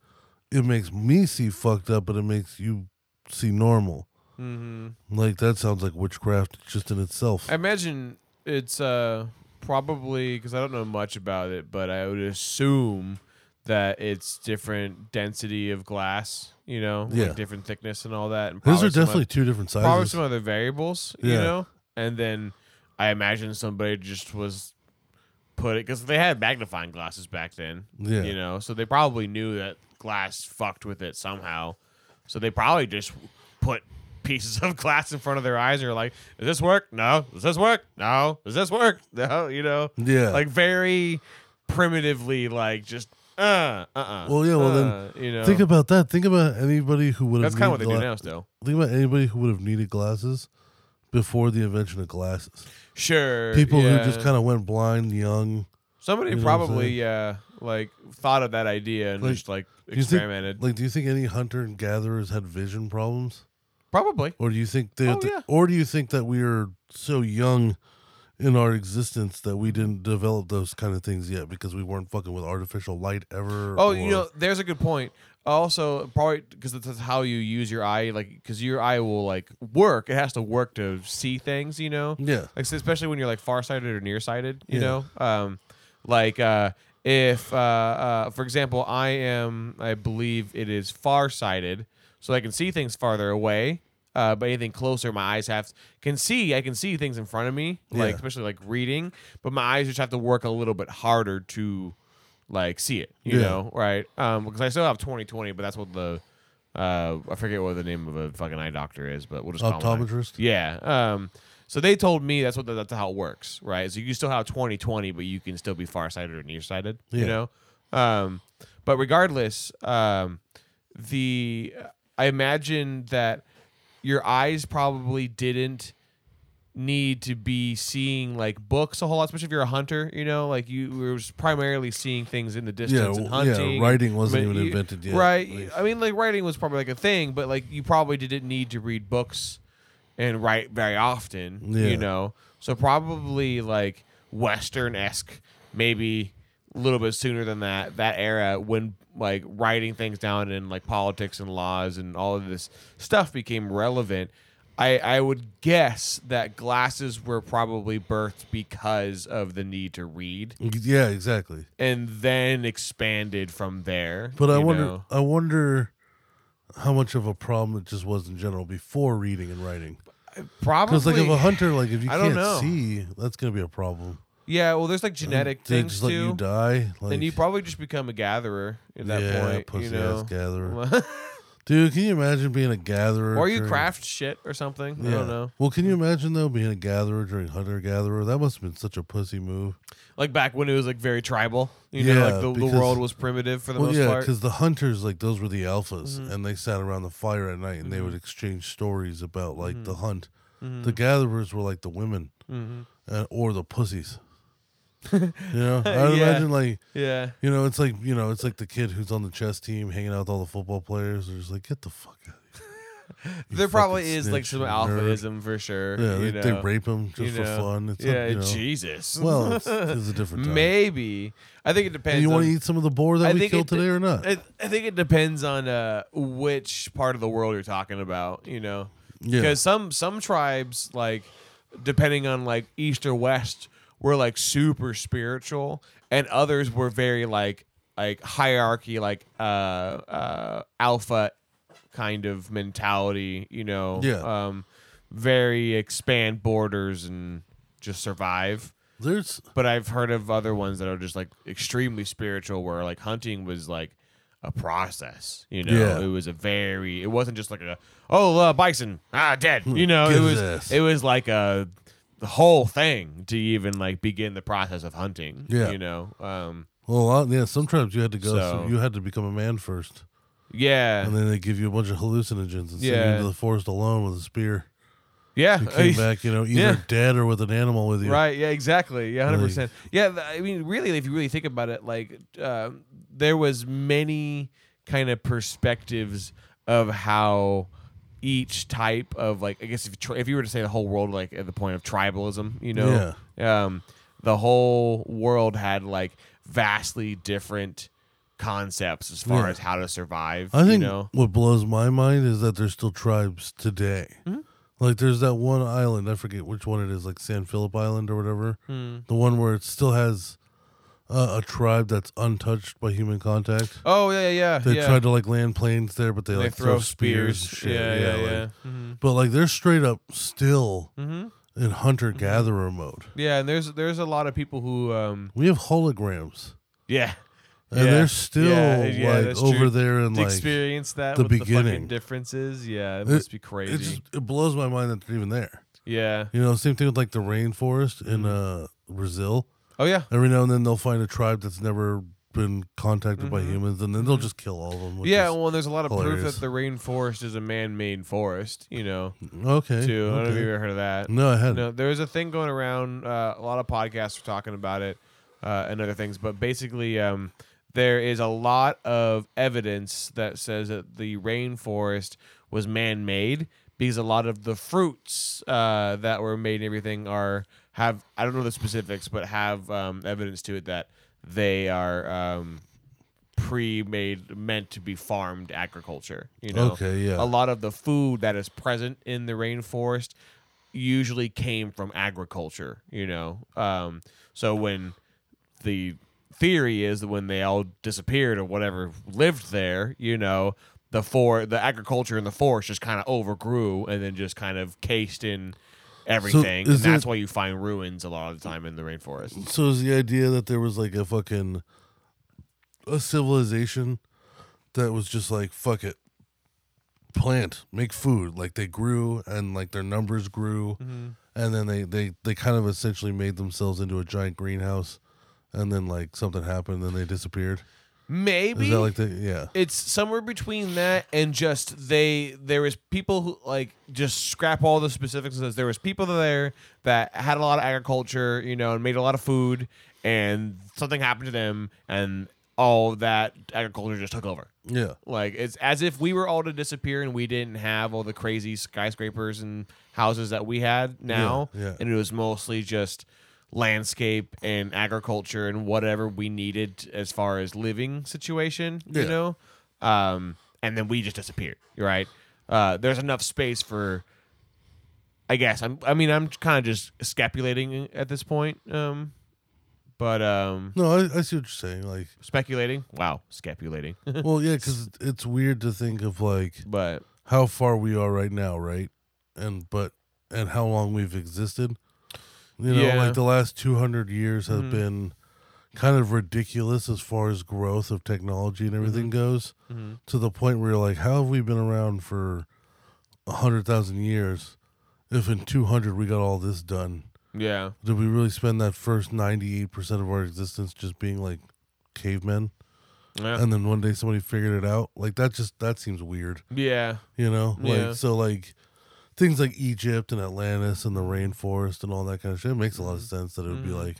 Speaker 1: it makes me see fucked up, but it makes you see normal.
Speaker 2: Mm-hmm.
Speaker 1: Like that sounds like witchcraft just in itself.
Speaker 2: I imagine it's uh, probably because I don't know much about it, but I would assume that it's different density of glass. You know, like
Speaker 1: Yeah.
Speaker 2: different thickness and all that.
Speaker 1: Those
Speaker 2: And probably
Speaker 1: are
Speaker 2: some oth-
Speaker 1: definitely two different
Speaker 2: probably
Speaker 1: sizes.
Speaker 2: some other variables. You
Speaker 1: Yeah.
Speaker 2: know, and then I imagine somebody just was put it because they had magnifying glasses back then.
Speaker 1: Yeah.
Speaker 2: you know, so they probably knew that glass fucked with it somehow. So they probably just put pieces of glass in front of their eyes and are like, does this work? No. Does this work? No. Does this work? No. You know?
Speaker 1: Yeah.
Speaker 2: Like very primitively, like just, uh, uh, uh.
Speaker 1: Well, yeah, well, then
Speaker 2: then, you know,
Speaker 1: Think about that. Think about anybody who would have.
Speaker 2: that's kind of what they do now still.
Speaker 1: Think about anybody who would have needed glasses before the invention of glasses.
Speaker 2: Sure.
Speaker 1: People
Speaker 2: yeah.
Speaker 1: who just kind of went blind young.
Speaker 2: somebody
Speaker 1: you know what I'm
Speaker 2: probably, yeah, like thought of that idea and
Speaker 1: Like,
Speaker 2: just like
Speaker 1: Do you
Speaker 2: experimented.
Speaker 1: Think, like, do you think any hunter and gatherers had vision problems,
Speaker 2: probably.
Speaker 1: or do you think they?
Speaker 2: Oh,
Speaker 1: have to-
Speaker 2: yeah.
Speaker 1: Or do you think that we are so young in our existence that we didn't develop those kind of things yet because we weren't fucking with artificial light ever?
Speaker 2: Oh, you
Speaker 1: or-
Speaker 2: know, there's a good point. Also, probably because that's how you use your eye, like because your eye will like work. It has to work to see things, you know.
Speaker 1: Yeah.
Speaker 2: Like so- especially when you're like farsighted or nearsighted, you
Speaker 1: Yeah.
Speaker 2: know. Um, like uh, if uh, uh, for example, I am, I believe it is farsighted, so I can see things farther away. Uh, but anything closer, my eyes have can see. I can see things in front of me, like
Speaker 1: Yeah.
Speaker 2: especially like reading. But my eyes just have to work a little bit harder to like see it, you
Speaker 1: Yeah.
Speaker 2: know, right? Um, because I still have 2020, but that's what the uh, I forget what the name of a fucking eye doctor is, but we'll just call him an eye-
Speaker 1: Optometrist?
Speaker 2: Yeah. Um, so they told me that's what that's how it works, right? So you still have 2020, but you can still be farsighted or nearsighted, you
Speaker 1: Yeah.
Speaker 2: know. Um, but regardless, um, the I imagine that your eyes probably didn't need to be seeing like books a whole lot, especially if you're a hunter. You know, like you were just primarily seeing things in the distance and
Speaker 1: w- yeah,
Speaker 2: hunting.
Speaker 1: writing wasn't even
Speaker 2: you-
Speaker 1: invented yet,
Speaker 2: Right.
Speaker 1: like-
Speaker 2: I mean, like writing was probably like a thing, but like you probably didn't need to read books and write very often.
Speaker 1: Yeah.
Speaker 2: You know, so probably like Western esque, maybe a little bit sooner than that. That era when like writing things down and like politics and laws and all of this stuff became relevant. I, I would guess that glasses were probably birthed because of the need to read
Speaker 1: Yeah, exactly.
Speaker 2: and then expanded from there.
Speaker 1: But I
Speaker 2: you
Speaker 1: wonder,
Speaker 2: know?
Speaker 1: I wonder how much of a problem it just was in general before reading and writing.
Speaker 2: probably
Speaker 1: Because like if a hunter, like if you
Speaker 2: I don't
Speaker 1: can't
Speaker 2: know.
Speaker 1: see, that's gonna be a problem.
Speaker 2: Yeah, well, there's like genetic
Speaker 1: They
Speaker 2: things
Speaker 1: just
Speaker 2: too.
Speaker 1: let you die. Like,
Speaker 2: then you probably just become a gatherer at that
Speaker 1: yeah,
Speaker 2: point.
Speaker 1: pussy
Speaker 2: you know,
Speaker 1: ass gatherer. Dude, can you imagine being a gatherer?
Speaker 2: or you
Speaker 1: during-
Speaker 2: craft shit or something. I
Speaker 1: Yeah.
Speaker 2: don't know.
Speaker 1: Well, can you imagine though being a gatherer during hunter gatherer? That must have been such a pussy move.
Speaker 2: Like back when it was like very tribal. You
Speaker 1: Yeah,
Speaker 2: know, like the, the
Speaker 1: because-
Speaker 2: world was primitive for the
Speaker 1: well,
Speaker 2: most
Speaker 1: yeah,
Speaker 2: part. Mm-hmm.
Speaker 1: because the hunters, like those were the alphas, and they sat around the fire at night and they would exchange stories about like
Speaker 2: Mm-hmm.
Speaker 1: the hunt. The gatherers were like the women, and, or the uh, pussies. You know, I would
Speaker 2: Yeah.
Speaker 1: imagine like
Speaker 2: Yeah.
Speaker 1: you know, it's like you know, it's like the kid who's on the chess team hanging out with all the football players. They're just like, get the fuck out. of here. You
Speaker 2: There probably
Speaker 1: fucking
Speaker 2: is like some
Speaker 1: snitch, nerd."
Speaker 2: alphaism for sure.
Speaker 1: Yeah,
Speaker 2: you
Speaker 1: they, they
Speaker 2: know,
Speaker 1: rape him
Speaker 2: you
Speaker 1: just for
Speaker 2: know.
Speaker 1: fun. It's
Speaker 2: yeah,
Speaker 1: not, you know.
Speaker 2: Jesus.
Speaker 1: Well, it's, it's a different time.
Speaker 2: maybe. I think it depends.
Speaker 1: And you want
Speaker 2: on-
Speaker 1: to eat some of the boar that
Speaker 2: um, I
Speaker 1: we
Speaker 2: think
Speaker 1: killed
Speaker 2: it de-
Speaker 1: today or not?
Speaker 2: I, I think it depends on uh, which part of the world you're talking about, you know,
Speaker 1: Yeah.
Speaker 2: because some some tribes like depending on like east or west were like super spiritual, and others were very like like hierarchy, like uh, uh, alpha kind of mentality, you know,
Speaker 1: Yeah.
Speaker 2: um, very expand borders and just survive
Speaker 1: There's
Speaker 2: but I've heard of other ones that are just like extremely spiritual, where like hunting was like a process. You know,
Speaker 1: Yeah.
Speaker 2: it was a very. It wasn't just like a oh uh, bison ah dead.
Speaker 1: Hmm.
Speaker 2: You know, it
Speaker 1: Gives
Speaker 2: was
Speaker 1: ass.
Speaker 2: it was like a the whole thing to even like begin the process of hunting.
Speaker 1: Yeah.
Speaker 2: you know, um,
Speaker 1: well, a lot- yeah. Sometimes you had to go.
Speaker 2: So-
Speaker 1: So you had to become a man first,
Speaker 2: yeah,
Speaker 1: and then they give you a bunch of hallucinogens and send
Speaker 2: Yeah.
Speaker 1: you into the forest alone with a spear.
Speaker 2: yeah.
Speaker 1: You came back, you know, either
Speaker 2: Yeah.
Speaker 1: dead or with an animal with you.
Speaker 2: Right. Yeah. Exactly. Yeah. Hundred
Speaker 1: Like-
Speaker 2: percent. Yeah. th- I mean, really, if you really think about it, like um there was many kind of perspectives of how each type of like I guess if you tr if you were to say the whole world like at the point of tribalism, you know, um, the whole world had like vastly different concepts as far
Speaker 1: Yeah.
Speaker 2: as how to survive.
Speaker 1: I think
Speaker 2: you know.
Speaker 1: what blows my mind is that there's still tribes today.
Speaker 2: Mm-hmm.
Speaker 1: Like there's that one island, I forget which one it is, like San Philip Island or whatever.
Speaker 2: Hmm.
Speaker 1: The one where it still has uh, a tribe that's untouched by human contact.
Speaker 2: Oh yeah, yeah,
Speaker 1: They
Speaker 2: yeah.
Speaker 1: tried to like land planes there, but they,
Speaker 2: they
Speaker 1: like throw, spears. and shit.
Speaker 2: Yeah, yeah, yeah.
Speaker 1: like-
Speaker 2: Mhm.
Speaker 1: But like they're straight up still
Speaker 2: Mm-hmm.
Speaker 1: in hunter gatherer mode.
Speaker 2: Yeah, and there's there's a lot of people who um
Speaker 1: We have holograms,
Speaker 2: yeah.
Speaker 1: and
Speaker 2: yeah.
Speaker 1: they're still
Speaker 2: Yeah, yeah,
Speaker 1: like
Speaker 2: that's
Speaker 1: over
Speaker 2: true.
Speaker 1: there and
Speaker 2: to
Speaker 1: like
Speaker 2: experience that
Speaker 1: the
Speaker 2: with the fucking
Speaker 1: beginning.
Speaker 2: differences. Yeah, it must be crazy.
Speaker 1: It just it blows my mind that they're even there.
Speaker 2: yeah.
Speaker 1: You know, same thing with like the rainforest in
Speaker 2: Mm-hmm.
Speaker 1: uh, Brazil.
Speaker 2: Oh yeah.
Speaker 1: Every now and then they'll find a tribe that's never been contacted by humans, and then they'll just kill all of them. which
Speaker 2: Mm-hmm. Yeah,
Speaker 1: is-
Speaker 2: well, and there's a lot of proof
Speaker 1: hilarious.
Speaker 2: that the rainforest is a man-made forest. You know,
Speaker 1: okay.
Speaker 2: too. I don't know if
Speaker 1: okay.
Speaker 2: you ever heard of that.
Speaker 1: No, I hadn't.
Speaker 2: No, there's a thing going around. Uh, a lot of podcasts are talking about it uh, and other things, but basically, um, there is a lot of evidence that says that the rainforest was man-made because a lot of the fruits uh, that were made and everything are have I don't know the specifics, but have um, evidence to it that they are. Um, pre-made meant to be farmed agriculture you know
Speaker 1: Okay, yeah.
Speaker 2: a lot of the food that is present in the rainforest usually came from agriculture you know um, so when the theory is that when they all disappeared or whatever lived there you know the for the agriculture in the forest just kind of overgrew and then just kind of cased in everything and
Speaker 1: is
Speaker 2: that's
Speaker 1: it-
Speaker 2: why you find ruins a lot of the time in the rainforest
Speaker 1: So is the idea that there was like a fucking a civilization that was just like fuck it, plant, make food. Like they grew and like their numbers grew, and then they they they kind of essentially made themselves into a giant greenhouse, and then like something happened, and they disappeared.
Speaker 2: maybe
Speaker 1: Is that like the yeah?
Speaker 2: it's somewhere between that and just they there was people who like just scrap all the specifics and says there was people there that had a lot of agriculture you know and made a lot of food and something happened to them and all that agriculture just took over
Speaker 1: Yeah.
Speaker 2: like it's as if we were all to disappear and we didn't have all the crazy skyscrapers and houses that we had now.
Speaker 1: Yeah, yeah.
Speaker 2: And it was mostly just landscape and agriculture and whatever we needed as far as living situation, you
Speaker 1: Yeah.
Speaker 2: know? Um, and then we just disappeared, right? Uh, there's enough space for I guess I'm I mean I'm kind of just scapulating at this point. Um but um
Speaker 1: No, I, I see what you're saying. Like,
Speaker 2: speculating. Wow, scapulating.
Speaker 1: well, yeah, because it's weird to think of like
Speaker 2: but
Speaker 1: how far we are right now, right? And but and how long we've existed. You know,
Speaker 2: Yeah. Mm-hmm.
Speaker 1: like the last 200 years have been kind of ridiculous as far as growth of technology
Speaker 2: Mm-hmm.
Speaker 1: and everything goes to the point where you're like, how have we been around for 100,000 years if in 200 we got all this done?
Speaker 2: yeah.
Speaker 1: Did we really spend that first 98% of our existence just being like cavemen?
Speaker 2: Yeah.
Speaker 1: and then one day somebody figured it out. Like that just that seems weird,
Speaker 2: yeah.
Speaker 1: you know?
Speaker 2: Yeah.
Speaker 1: Like so like things like
Speaker 2: Mm-hmm.
Speaker 1: Egypt and Atlantis and the rainforest and all that kind of shit it makes a lot of sense that it would be like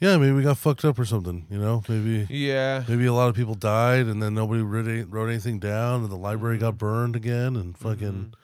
Speaker 1: yeah, maybe we got fucked up or something. You know, maybe
Speaker 2: Yeah.
Speaker 1: maybe a lot of people died and then nobody wrote, any, wrote anything down and the library got
Speaker 2: Mm-hmm.
Speaker 1: burned again and fucking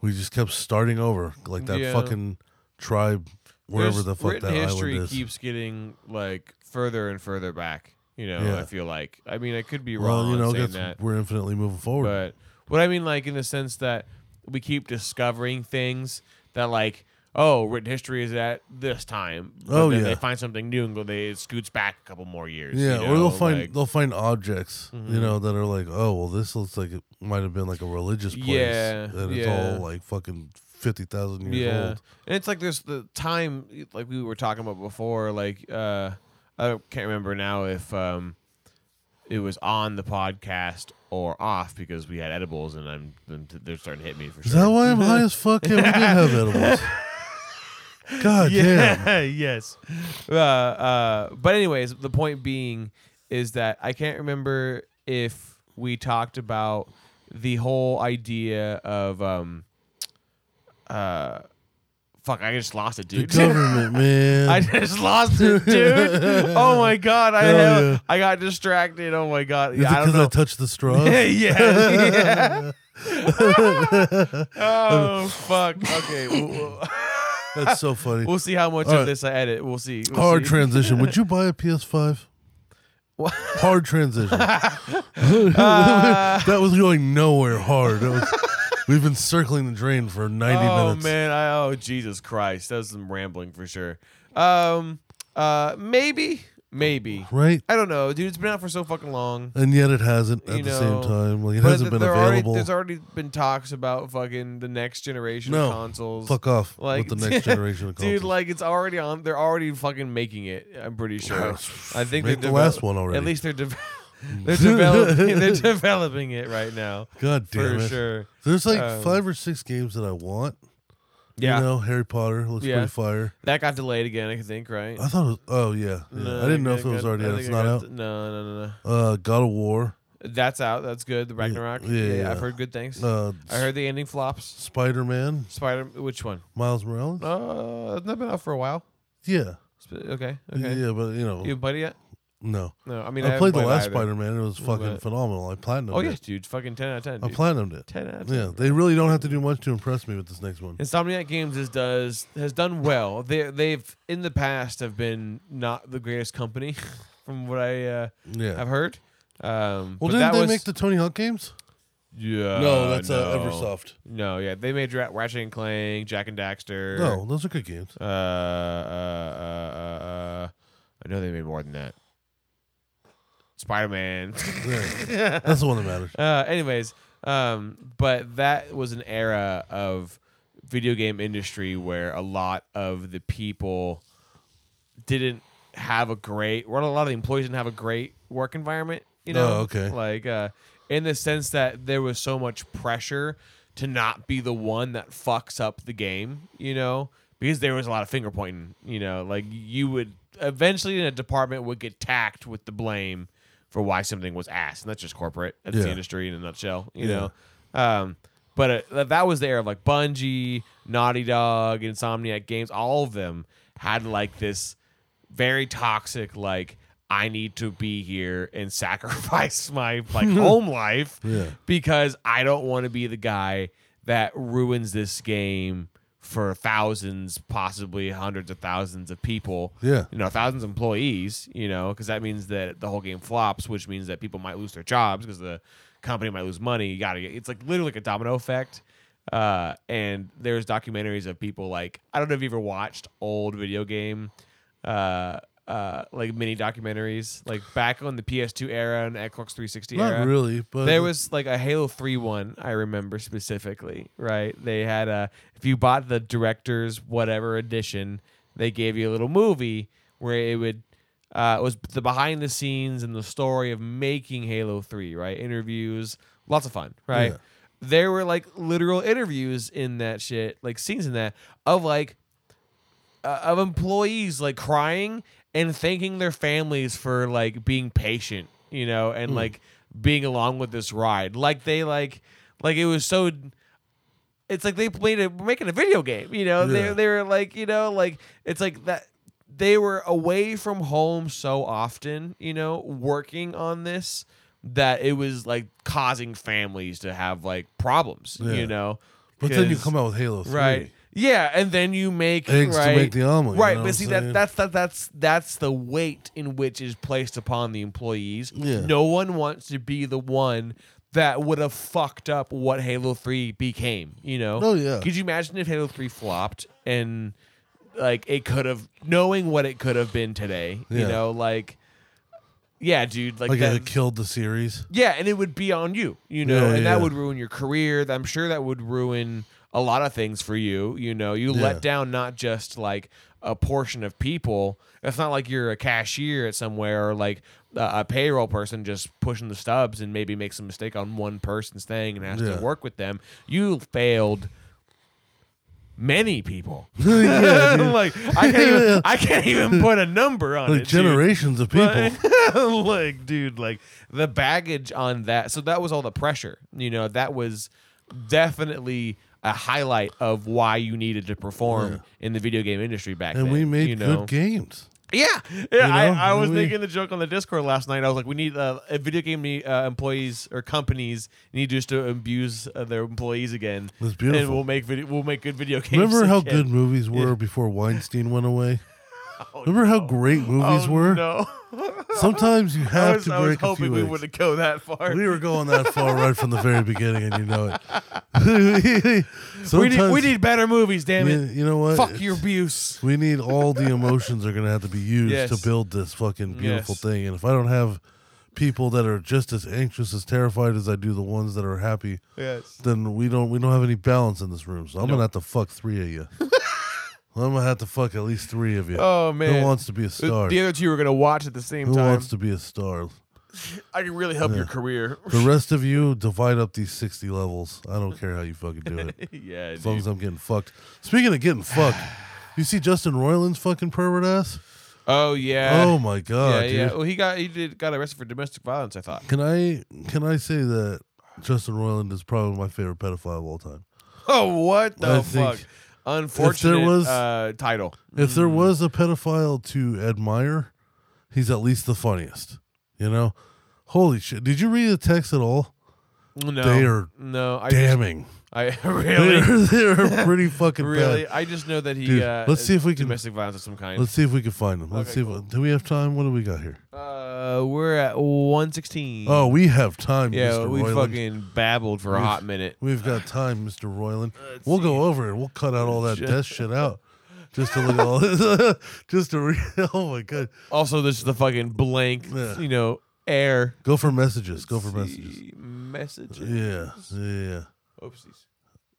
Speaker 1: we just kept starting over like that
Speaker 2: Yeah.
Speaker 1: fucking tribe wherever
Speaker 2: There's-
Speaker 1: the fuck
Speaker 2: written
Speaker 1: that
Speaker 2: history
Speaker 1: island is.
Speaker 2: keeps getting like further and further back. You know,
Speaker 1: Yeah.
Speaker 2: I feel like. I mean, I could be
Speaker 1: well,
Speaker 2: wrong
Speaker 1: you
Speaker 2: on
Speaker 1: know,
Speaker 2: saying
Speaker 1: that's-
Speaker 2: that,
Speaker 1: we're infinitely moving forward.
Speaker 2: but what I mean, like in the sense that we keep discovering things that, like, oh, written history is at this time. but
Speaker 1: Oh,
Speaker 2: then
Speaker 1: yeah.
Speaker 2: they find something new and go, they it scoots back a couple more years. you
Speaker 1: yeah, or they'll
Speaker 2: know,
Speaker 1: find
Speaker 2: like- Mm-hmm.
Speaker 1: they'll find objects, you know, that are like, oh, well, this looks like it might have been like a religious place,
Speaker 2: Yeah,
Speaker 1: and it's
Speaker 2: yeah.
Speaker 1: all like fucking fifty thousand years
Speaker 2: yeah
Speaker 1: old.
Speaker 2: and it's like there's the time like we were talking about before like uh i don't- can't remember now if um it was on the podcast or off because we had edibles and i'm them- they're starting to hit me for
Speaker 1: Is
Speaker 2: sure
Speaker 1: that why I'm high as fuck? Yeah, we did have edibles. God damn.
Speaker 2: yeah yes uh, uh but anyways the point being is that i can't remember if we talked about the whole idea of um uh fuck i just lost it
Speaker 1: The
Speaker 2: dude
Speaker 1: government, man.
Speaker 2: I just lost it, dude. Oh my god, I
Speaker 1: Hell
Speaker 2: have,
Speaker 1: yeah.
Speaker 2: I got distracted. Oh my god,
Speaker 1: Is it
Speaker 2: yeah, I don't
Speaker 1: because I,
Speaker 2: know.
Speaker 1: touched the straw?
Speaker 2: yeah, yeah. oh fuck. Okay, we'll, we'll-
Speaker 1: That's so funny.
Speaker 2: we'll see how much
Speaker 1: All
Speaker 2: of
Speaker 1: right.
Speaker 2: this I edit. We'll see. We'll
Speaker 1: Hard
Speaker 2: see.
Speaker 1: transition. Would you buy a PS5?
Speaker 2: What?
Speaker 1: Hard transition. that was going nowhere hard. That was, we've been circling the drain for 90
Speaker 2: oh
Speaker 1: minutes.
Speaker 2: man, I, oh Jesus Christ, that was some rambling for sure. Um, uh, maybe, maybe.
Speaker 1: Right?
Speaker 2: I don't know, dude. It's been out for so fucking long.
Speaker 1: And yet it hasn't at
Speaker 2: You
Speaker 1: the
Speaker 2: know,
Speaker 1: same time. Like it
Speaker 2: But
Speaker 1: hasn't
Speaker 2: th-
Speaker 1: been
Speaker 2: there already-
Speaker 1: available.
Speaker 2: there's already been talks about fucking the next generation
Speaker 1: No.
Speaker 2: of consoles.
Speaker 1: Fuck off
Speaker 2: Like
Speaker 1: with the next generation of consoles.
Speaker 2: Dude, like it's already on. They're already fucking making it. I'm pretty sure. I think
Speaker 1: Make
Speaker 2: they're
Speaker 1: the last one already.
Speaker 2: At least they're de- they're developing. they're developing it right now
Speaker 1: God damn
Speaker 2: for
Speaker 1: it.
Speaker 2: sure.
Speaker 1: There's like
Speaker 2: Um,
Speaker 1: five or six games that I want.
Speaker 2: Yeah,
Speaker 1: You know, Harry Potter looks
Speaker 2: Yeah.
Speaker 1: pretty fire.
Speaker 2: that got delayed again. I think right.
Speaker 1: I thought it was, oh yeah. yeah.
Speaker 2: No,
Speaker 1: I didn't know if
Speaker 2: think
Speaker 1: it was
Speaker 2: got-
Speaker 1: already
Speaker 2: I
Speaker 1: out.
Speaker 2: think
Speaker 1: It's
Speaker 2: it
Speaker 1: not
Speaker 2: got
Speaker 1: out.
Speaker 2: de- no, no, no, no.
Speaker 1: Uh, God of War.
Speaker 2: That's out. That's good. The Ragnarok.
Speaker 1: yeah, yeah.
Speaker 2: I've heard good things.
Speaker 1: Uh,
Speaker 2: I heard the ending flops.
Speaker 1: Spider Man.
Speaker 2: Spider. Which one?
Speaker 1: Miles Morales.
Speaker 2: Uh, it's not been out for a while.
Speaker 1: yeah.
Speaker 2: It's been- Okay. Okay.
Speaker 1: Yeah, but you know,
Speaker 2: You played it yet?
Speaker 1: no.
Speaker 2: No, I
Speaker 1: I,
Speaker 2: mean I, haven't
Speaker 1: played the
Speaker 2: played
Speaker 1: last
Speaker 2: either.
Speaker 1: Spider Man. It was fucking
Speaker 2: But-
Speaker 1: phenomenal. I platinumed
Speaker 2: Oh yeah,
Speaker 1: it.
Speaker 2: dude. Fucking ten out of ten.
Speaker 1: I
Speaker 2: Dude.
Speaker 1: platinumed it.
Speaker 2: ten out of ten.
Speaker 1: Yeah, they really don't have to do much to impress me with this next one.
Speaker 2: Insomniac Games has does has done well. They they've in the past have been not the greatest company, from what I uh,
Speaker 1: Yeah.
Speaker 2: have heard. Um,
Speaker 1: well,
Speaker 2: but
Speaker 1: didn't
Speaker 2: that
Speaker 1: they
Speaker 2: was,
Speaker 1: make the Tony Hawk games?
Speaker 2: Yeah,
Speaker 1: no, that's Uh,
Speaker 2: no.
Speaker 1: Eversoft.
Speaker 2: No, yeah, they made Ra- Ratchet and Clank, Jack and Daxter.
Speaker 1: No, those are good games.
Speaker 2: uh, uh, uh, uh, uh, I know they made more than that. Spider Man.
Speaker 1: Yeah. That's the one that matters.
Speaker 2: Uh, anyways, um, but that was an era of video game industry where a lot of the people didn't have a great, well, a lot of the employees didn't have a great work environment. You know,
Speaker 1: Oh, okay.
Speaker 2: like uh, in the sense that there was so much pressure to not be the one that fucks up the game. You know, because there was a lot of finger pointing. You know, like you would eventually in a department would get tacked with the blame for why something was asked, and that's just corporate. That's the
Speaker 1: Yeah.
Speaker 2: industry in a nutshell. You
Speaker 1: Yeah.
Speaker 2: know, um, but uh, th- that was the era of like Bungie, Naughty Dog, Insomniac Games. All of them had like this very toxic like I need to be here and sacrifice my like home life
Speaker 1: Yeah.
Speaker 2: because I don't want to be the guy that ruins this game for thousands, possibly hundreds of thousands of people.
Speaker 1: Yeah.
Speaker 2: You know, thousands of employees, you know, because that means that the whole game flops, which means that people might lose their jobs because the company might lose money. You gotta, it's like literally like a domino effect. Uh, and there's documentaries of people like, I don't know if you've ever watched old video game, uh, uh, like mini documentaries, like back on the PS2 era and Xbox 360 era
Speaker 1: Not really, but
Speaker 2: there was like a Halo 3 one I remember specifically, right? They had a if you bought the director's whatever edition, they gave you a little movie where it would uh it was the behind the scenes and the story of making Halo 3, right? Interviews, lots of fun, right?
Speaker 1: Yeah.
Speaker 2: There were like literal interviews in that shit, like scenes in that of like uh, of employees like crying and thanking their families for like being patient, you know,
Speaker 1: Hmm.
Speaker 2: and like being along with this ride. Like they like like it was so it's like they played a, making a video game, you know.
Speaker 1: Yeah.
Speaker 2: They they were like, you know, like it's like that they were away from home so often, you know, working on this that it was like causing families to have like problems,
Speaker 1: Yeah.
Speaker 2: you know.
Speaker 1: But then you
Speaker 2: 'Cause-
Speaker 1: come out with Halo 3.
Speaker 2: right. Yeah, and then you make
Speaker 1: Eggs to
Speaker 2: right,
Speaker 1: make the omelet, you
Speaker 2: Right,
Speaker 1: know what I'm
Speaker 2: but see that
Speaker 1: saying?
Speaker 2: that's that that's that's the weight in which is placed upon the employees.
Speaker 1: Yeah.
Speaker 2: No one wants to be the one that would have fucked up what Halo 3 became, you know?
Speaker 1: Oh, yeah.
Speaker 2: Could you imagine if Halo 3 flopped and like it could have knowing what it could have been today,
Speaker 1: Yeah.
Speaker 2: you know, like yeah, dude, like,
Speaker 1: Like,
Speaker 2: that
Speaker 1: it killed the series.
Speaker 2: yeah, and it would be on you, you know,
Speaker 1: Yeah,
Speaker 2: and
Speaker 1: yeah.
Speaker 2: that would ruin your career. I'm sure that would ruin a lot of things for you. You know, you
Speaker 1: Yeah.
Speaker 2: let down not just like a portion of people. It's not like you're a cashier at somewhere or like a, a payroll person just pushing the stubs and maybe makes a mistake on one person's thing and has
Speaker 1: Yeah.
Speaker 2: to work with them. You failed many people. like I can't even I can't even put a number on
Speaker 1: Like
Speaker 2: it. dude.
Speaker 1: generations of people.
Speaker 2: like, dude, like the baggage on that. So that was all the pressure. You know, that was definitely a highlight of why you needed to perform in the video game industry back
Speaker 1: and
Speaker 2: then.
Speaker 1: we made
Speaker 2: you know?
Speaker 1: good games.
Speaker 2: Yeah, yeah.
Speaker 1: know,
Speaker 2: I, I was
Speaker 1: we-
Speaker 2: making the joke on the Discord last night. I was like, we need uh, uh, video game uh, employees or companies need just to abuse uh, their employees again.
Speaker 1: That's beautiful.
Speaker 2: And we'll make video. We'll make good video games.
Speaker 1: Remember how
Speaker 2: again.
Speaker 1: good movies were before Weinstein went away? Remember how great movies
Speaker 2: Oh,
Speaker 1: were?
Speaker 2: No,
Speaker 1: Sometimes you
Speaker 2: I
Speaker 1: have
Speaker 2: was,
Speaker 1: to
Speaker 2: I was
Speaker 1: break a
Speaker 2: hoping
Speaker 1: few
Speaker 2: we
Speaker 1: eggs.
Speaker 2: wouldn't go that far.
Speaker 1: We were going that far right from the very beginning, and you know it.
Speaker 2: We need,
Speaker 1: Sometimes-
Speaker 2: we need better movies, damn
Speaker 1: you,
Speaker 2: it.
Speaker 1: you know what?
Speaker 2: Fuck your abuse.
Speaker 1: We need all the emotions are going to have to be used
Speaker 2: Yes.
Speaker 1: to build this fucking beautiful
Speaker 2: Yes.
Speaker 1: thing. And if I don't have people that are just as anxious as terrified as I do the ones that are happy,
Speaker 2: Yes.
Speaker 1: then we don't we don't have any balance in this room. So I'm gonna have to fuck three of you. I'm gonna have to fuck at least three of you.
Speaker 2: Oh, man.
Speaker 1: who wants to be a
Speaker 2: The
Speaker 1: star?
Speaker 2: other two are gonna watch at the same
Speaker 1: Who
Speaker 2: time.
Speaker 1: wants to be a star?
Speaker 2: I can really help your career.
Speaker 1: The rest of you divide up these sixty levels. I don't care how you fucking do it,
Speaker 2: yeah,
Speaker 1: as long
Speaker 2: dude.
Speaker 1: as I'm getting fucked. Speaking of getting fucked, you see Justin Roiland's fucking pervert ass.
Speaker 2: Oh yeah.
Speaker 1: oh my god,
Speaker 2: yeah,
Speaker 1: dude.
Speaker 2: yeah. Well, he got he did got arrested for domestic violence. I thought.
Speaker 1: Can I can I say that Justin Roiland is probably my favorite pedophile of all time?
Speaker 2: Oh what the
Speaker 1: I think-
Speaker 2: fuck! Unfortunate
Speaker 1: was-
Speaker 2: uh, title.
Speaker 1: If there was a pedophile to admire, he's at least the funniest. You know? Holy shit. Did you read the text at all?
Speaker 2: No,
Speaker 1: They are
Speaker 2: no. I just,
Speaker 1: Damning.
Speaker 2: I
Speaker 1: They're,
Speaker 2: really,
Speaker 1: they're pretty fucking
Speaker 2: really.
Speaker 1: bad.
Speaker 2: I just know that he.
Speaker 1: Dude,
Speaker 2: uh,
Speaker 1: let's see if we can-
Speaker 2: domestic violence of some kind.
Speaker 1: Let's see if we can find them. Let's
Speaker 2: Okay,
Speaker 1: see if do we have time? What do we got here?
Speaker 2: uh, we're at one sixteen.
Speaker 1: Oh, we have time,
Speaker 2: Mm. yeah,
Speaker 1: Mr.
Speaker 2: we
Speaker 1: Roiland.
Speaker 2: fucking babbled for a hot minute.
Speaker 1: We've got time, Mr. Roiland. We'll go over it. We'll cut out all that death shit out. Just to look at all this. just to re- oh my god.
Speaker 2: Also, this is the fucking blank,
Speaker 1: Yeah.
Speaker 2: you know, air.
Speaker 1: Go for messages. Go for messages.
Speaker 2: See, Messages.
Speaker 1: Yeah. Yeah.
Speaker 2: Oopsies.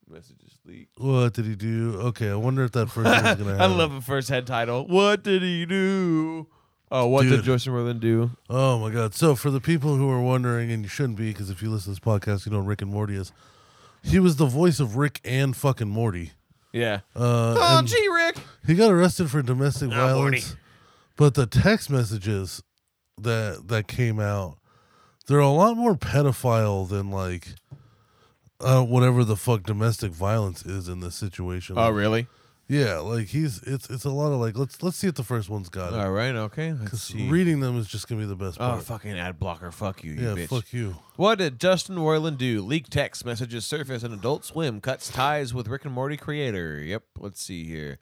Speaker 2: Messages leak.
Speaker 1: What did he do? Okay, I wonder if that first one's gonna happen.
Speaker 2: I love the first head title. What did he do? Oh, what
Speaker 1: Dude.
Speaker 2: did Justin Roiland do?
Speaker 1: Oh my god! So for the people who are wondering, and you shouldn't be, because if you listen to this podcast, you know what Rick and Morty is. He was the voice of Rick and fucking Morty.
Speaker 2: Yeah.
Speaker 1: Uh,
Speaker 2: oh,
Speaker 1: and
Speaker 2: gee, Rick.
Speaker 1: he got arrested for domestic
Speaker 2: Ah, Morty.
Speaker 1: violence. But the text messages that that came out, they're a lot more pedophile than like uh, whatever the fuck domestic violence is in this situation.
Speaker 2: Oh, really?
Speaker 1: Yeah, like he's it's it's a lot of like let's let's see if the first one's got it.
Speaker 2: All right. Okay. Let's
Speaker 1: uh, 'Cause
Speaker 2: see.
Speaker 1: reading them is just gonna be the best
Speaker 2: oh,
Speaker 1: part.
Speaker 2: fucking ad blocker. Fuck you, you
Speaker 1: yeah,
Speaker 2: bitch.
Speaker 1: fuck you.
Speaker 2: What did Justin Roiland do? Leaked text messages surface and Adult Swim cuts ties with Rick and Morty creator. Yep. Let's see here.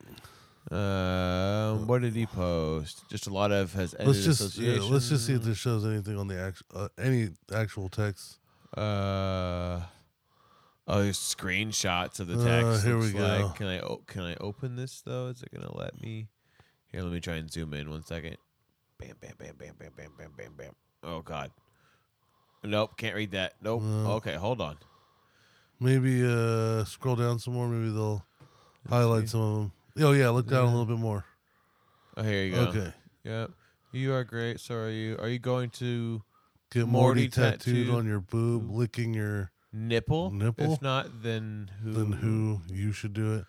Speaker 2: Um, what did he post? Just a lot of has edited
Speaker 1: Let's just yeah,
Speaker 2: association.
Speaker 1: let's just see if this shows anything on the act- uh, any actual text.
Speaker 2: Uh, oh, there's screenshots of the
Speaker 1: Uh,
Speaker 2: text.
Speaker 1: here
Speaker 2: Looks
Speaker 1: we
Speaker 2: like.
Speaker 1: go.
Speaker 2: Can I o- can I open this though? Is it gonna let me? Here, let me try and zoom in one second. Bam, bam, bam, bam, bam, bam, bam, bam, bam. Oh God. Nope, can't read that. Nope.
Speaker 1: No.
Speaker 2: okay, hold on.
Speaker 1: Maybe uh, scroll down some more. Maybe they'll highlight some of them. Oh yeah, look down a little bit more.
Speaker 2: Oh, here you go.
Speaker 1: Okay,
Speaker 2: Yep. You are great. So are you. Are you going to
Speaker 1: get Morty,
Speaker 2: Morty
Speaker 1: tattooed,
Speaker 2: tattooed.
Speaker 1: on your boob, licking your.
Speaker 2: nipple?
Speaker 1: Nipple?
Speaker 2: If not, then who?
Speaker 1: Then who you should do it.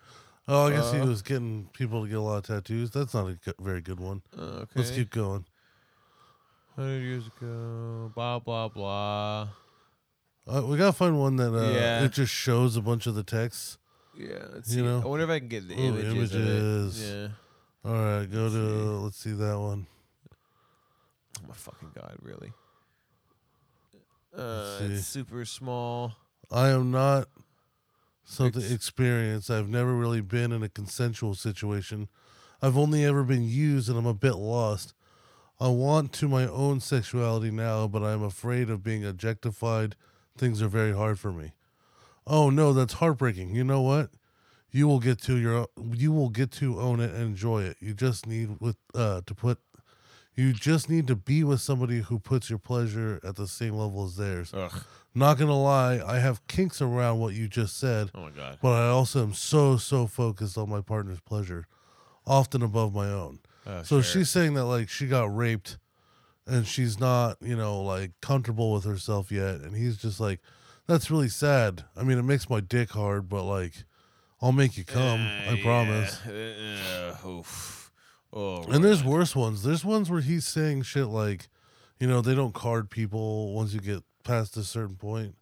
Speaker 1: Oh, I guess he
Speaker 2: Uh-huh.
Speaker 1: was getting people to get a lot of tattoos. That's not a g- very good one.
Speaker 2: Okay.
Speaker 1: Let's keep going.
Speaker 2: 100 years ago. Blah blah blah.
Speaker 1: Uh, we gotta find one that uh,
Speaker 2: Yeah.
Speaker 1: it just shows a bunch of the texts.
Speaker 2: Yeah, let's
Speaker 1: You
Speaker 2: see.
Speaker 1: know?
Speaker 2: I wonder if I can get the
Speaker 1: Ooh,
Speaker 2: images. of it.
Speaker 1: images.
Speaker 2: Yeah.
Speaker 1: All right, go to let's see that one.
Speaker 2: Oh my fucking god, really? Uh,
Speaker 1: see.
Speaker 2: it's super small.
Speaker 1: I am not something
Speaker 2: Ex-
Speaker 1: experienced. I've never really been in a consensual situation. I've only ever been used, and I'm a bit lost. I want to my own sexuality now, but I'm afraid of being objectified. Things are very hard for me. Oh no, that's heartbreaking. You know what? You will get to your you will get to own it and enjoy it. You just need with uh to put you just need to be with somebody who puts your pleasure at the same level as theirs.
Speaker 2: Ugh.
Speaker 1: Not gonna lie, I have kinks around what you just said,
Speaker 2: Oh my god.
Speaker 1: but I also am so so focused on my partner's pleasure, often above my own.
Speaker 2: Uh,
Speaker 1: so
Speaker 2: sure.
Speaker 1: she's saying that like she got raped, and she's not you know like comfortable with herself yet, and he's just like, that's really sad. I mean, it makes my dick hard, but like, I'll make you come,
Speaker 2: Uh,
Speaker 1: I promise.
Speaker 2: yeah. Uh, oof. Oh,
Speaker 1: And there's worse ones. There's ones where he's saying shit like, you know, they don't card people once you get past a certain point.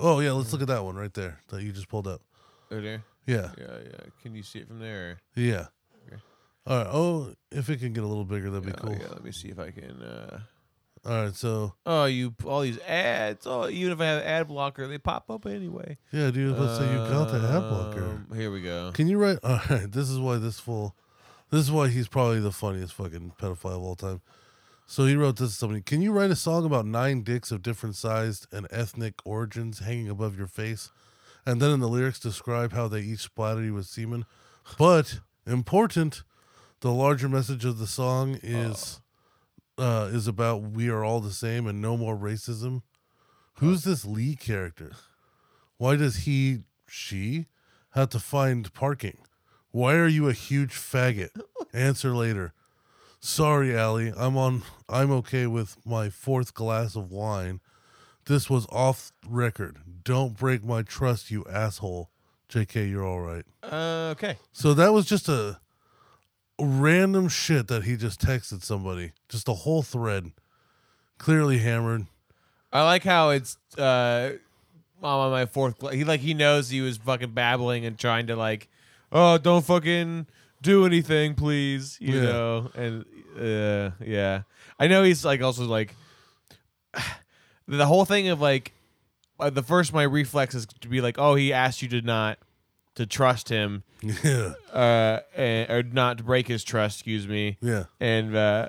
Speaker 1: Oh yeah, let's look at that one right there that you just pulled up.
Speaker 2: right there.
Speaker 1: Yeah,
Speaker 2: Yeah, yeah. Can you see it from there?
Speaker 1: yeah.
Speaker 2: Okay.
Speaker 1: All right. Oh, if it can get a little bigger, that'd be
Speaker 2: Oh,
Speaker 1: cool.
Speaker 2: yeah, let me see if I can. Uh...
Speaker 1: All right. So
Speaker 2: Oh, you all these ads. Oh, even if I have ad blocker, they pop up anyway.
Speaker 1: yeah, dude. Let's say Oh, you got the ad blocker.
Speaker 2: Um, Here we go.
Speaker 1: Can you write? All right. This is why this fool. This is why he's probably the funniest fucking pedophile of all time. So he wrote this to somebody. Can you write a song about nine dicks of different sized and ethnic origins hanging above your face, and then in the lyrics describe how they each splattered you with semen? But important, the larger message of the song is uh, is about we are all the same and no more racism. Who's this Lee character? Why does he, she, have to find parking? Why are you a huge faggot? Answer later. Sorry, Allie. I'm on. I'm okay with my fourth glass of wine. This was off record. Don't break my trust, you asshole. Jk, you're all right.
Speaker 2: Uh, okay.
Speaker 1: So that was just a random shit that he just texted somebody. Just a whole thread. Clearly hammered.
Speaker 2: I like how it's uh I'm on my fourth gla- he like he knows he was fucking babbling and trying to like oh don't fucking do anything please you
Speaker 1: Yeah.
Speaker 2: know and uh yeah I know he's like also like the whole thing of like uh, the first my reflex is to be like oh he asked you to not to trust him
Speaker 1: Yeah.
Speaker 2: uh and, or not to break his trust excuse me
Speaker 1: Yeah.
Speaker 2: and uh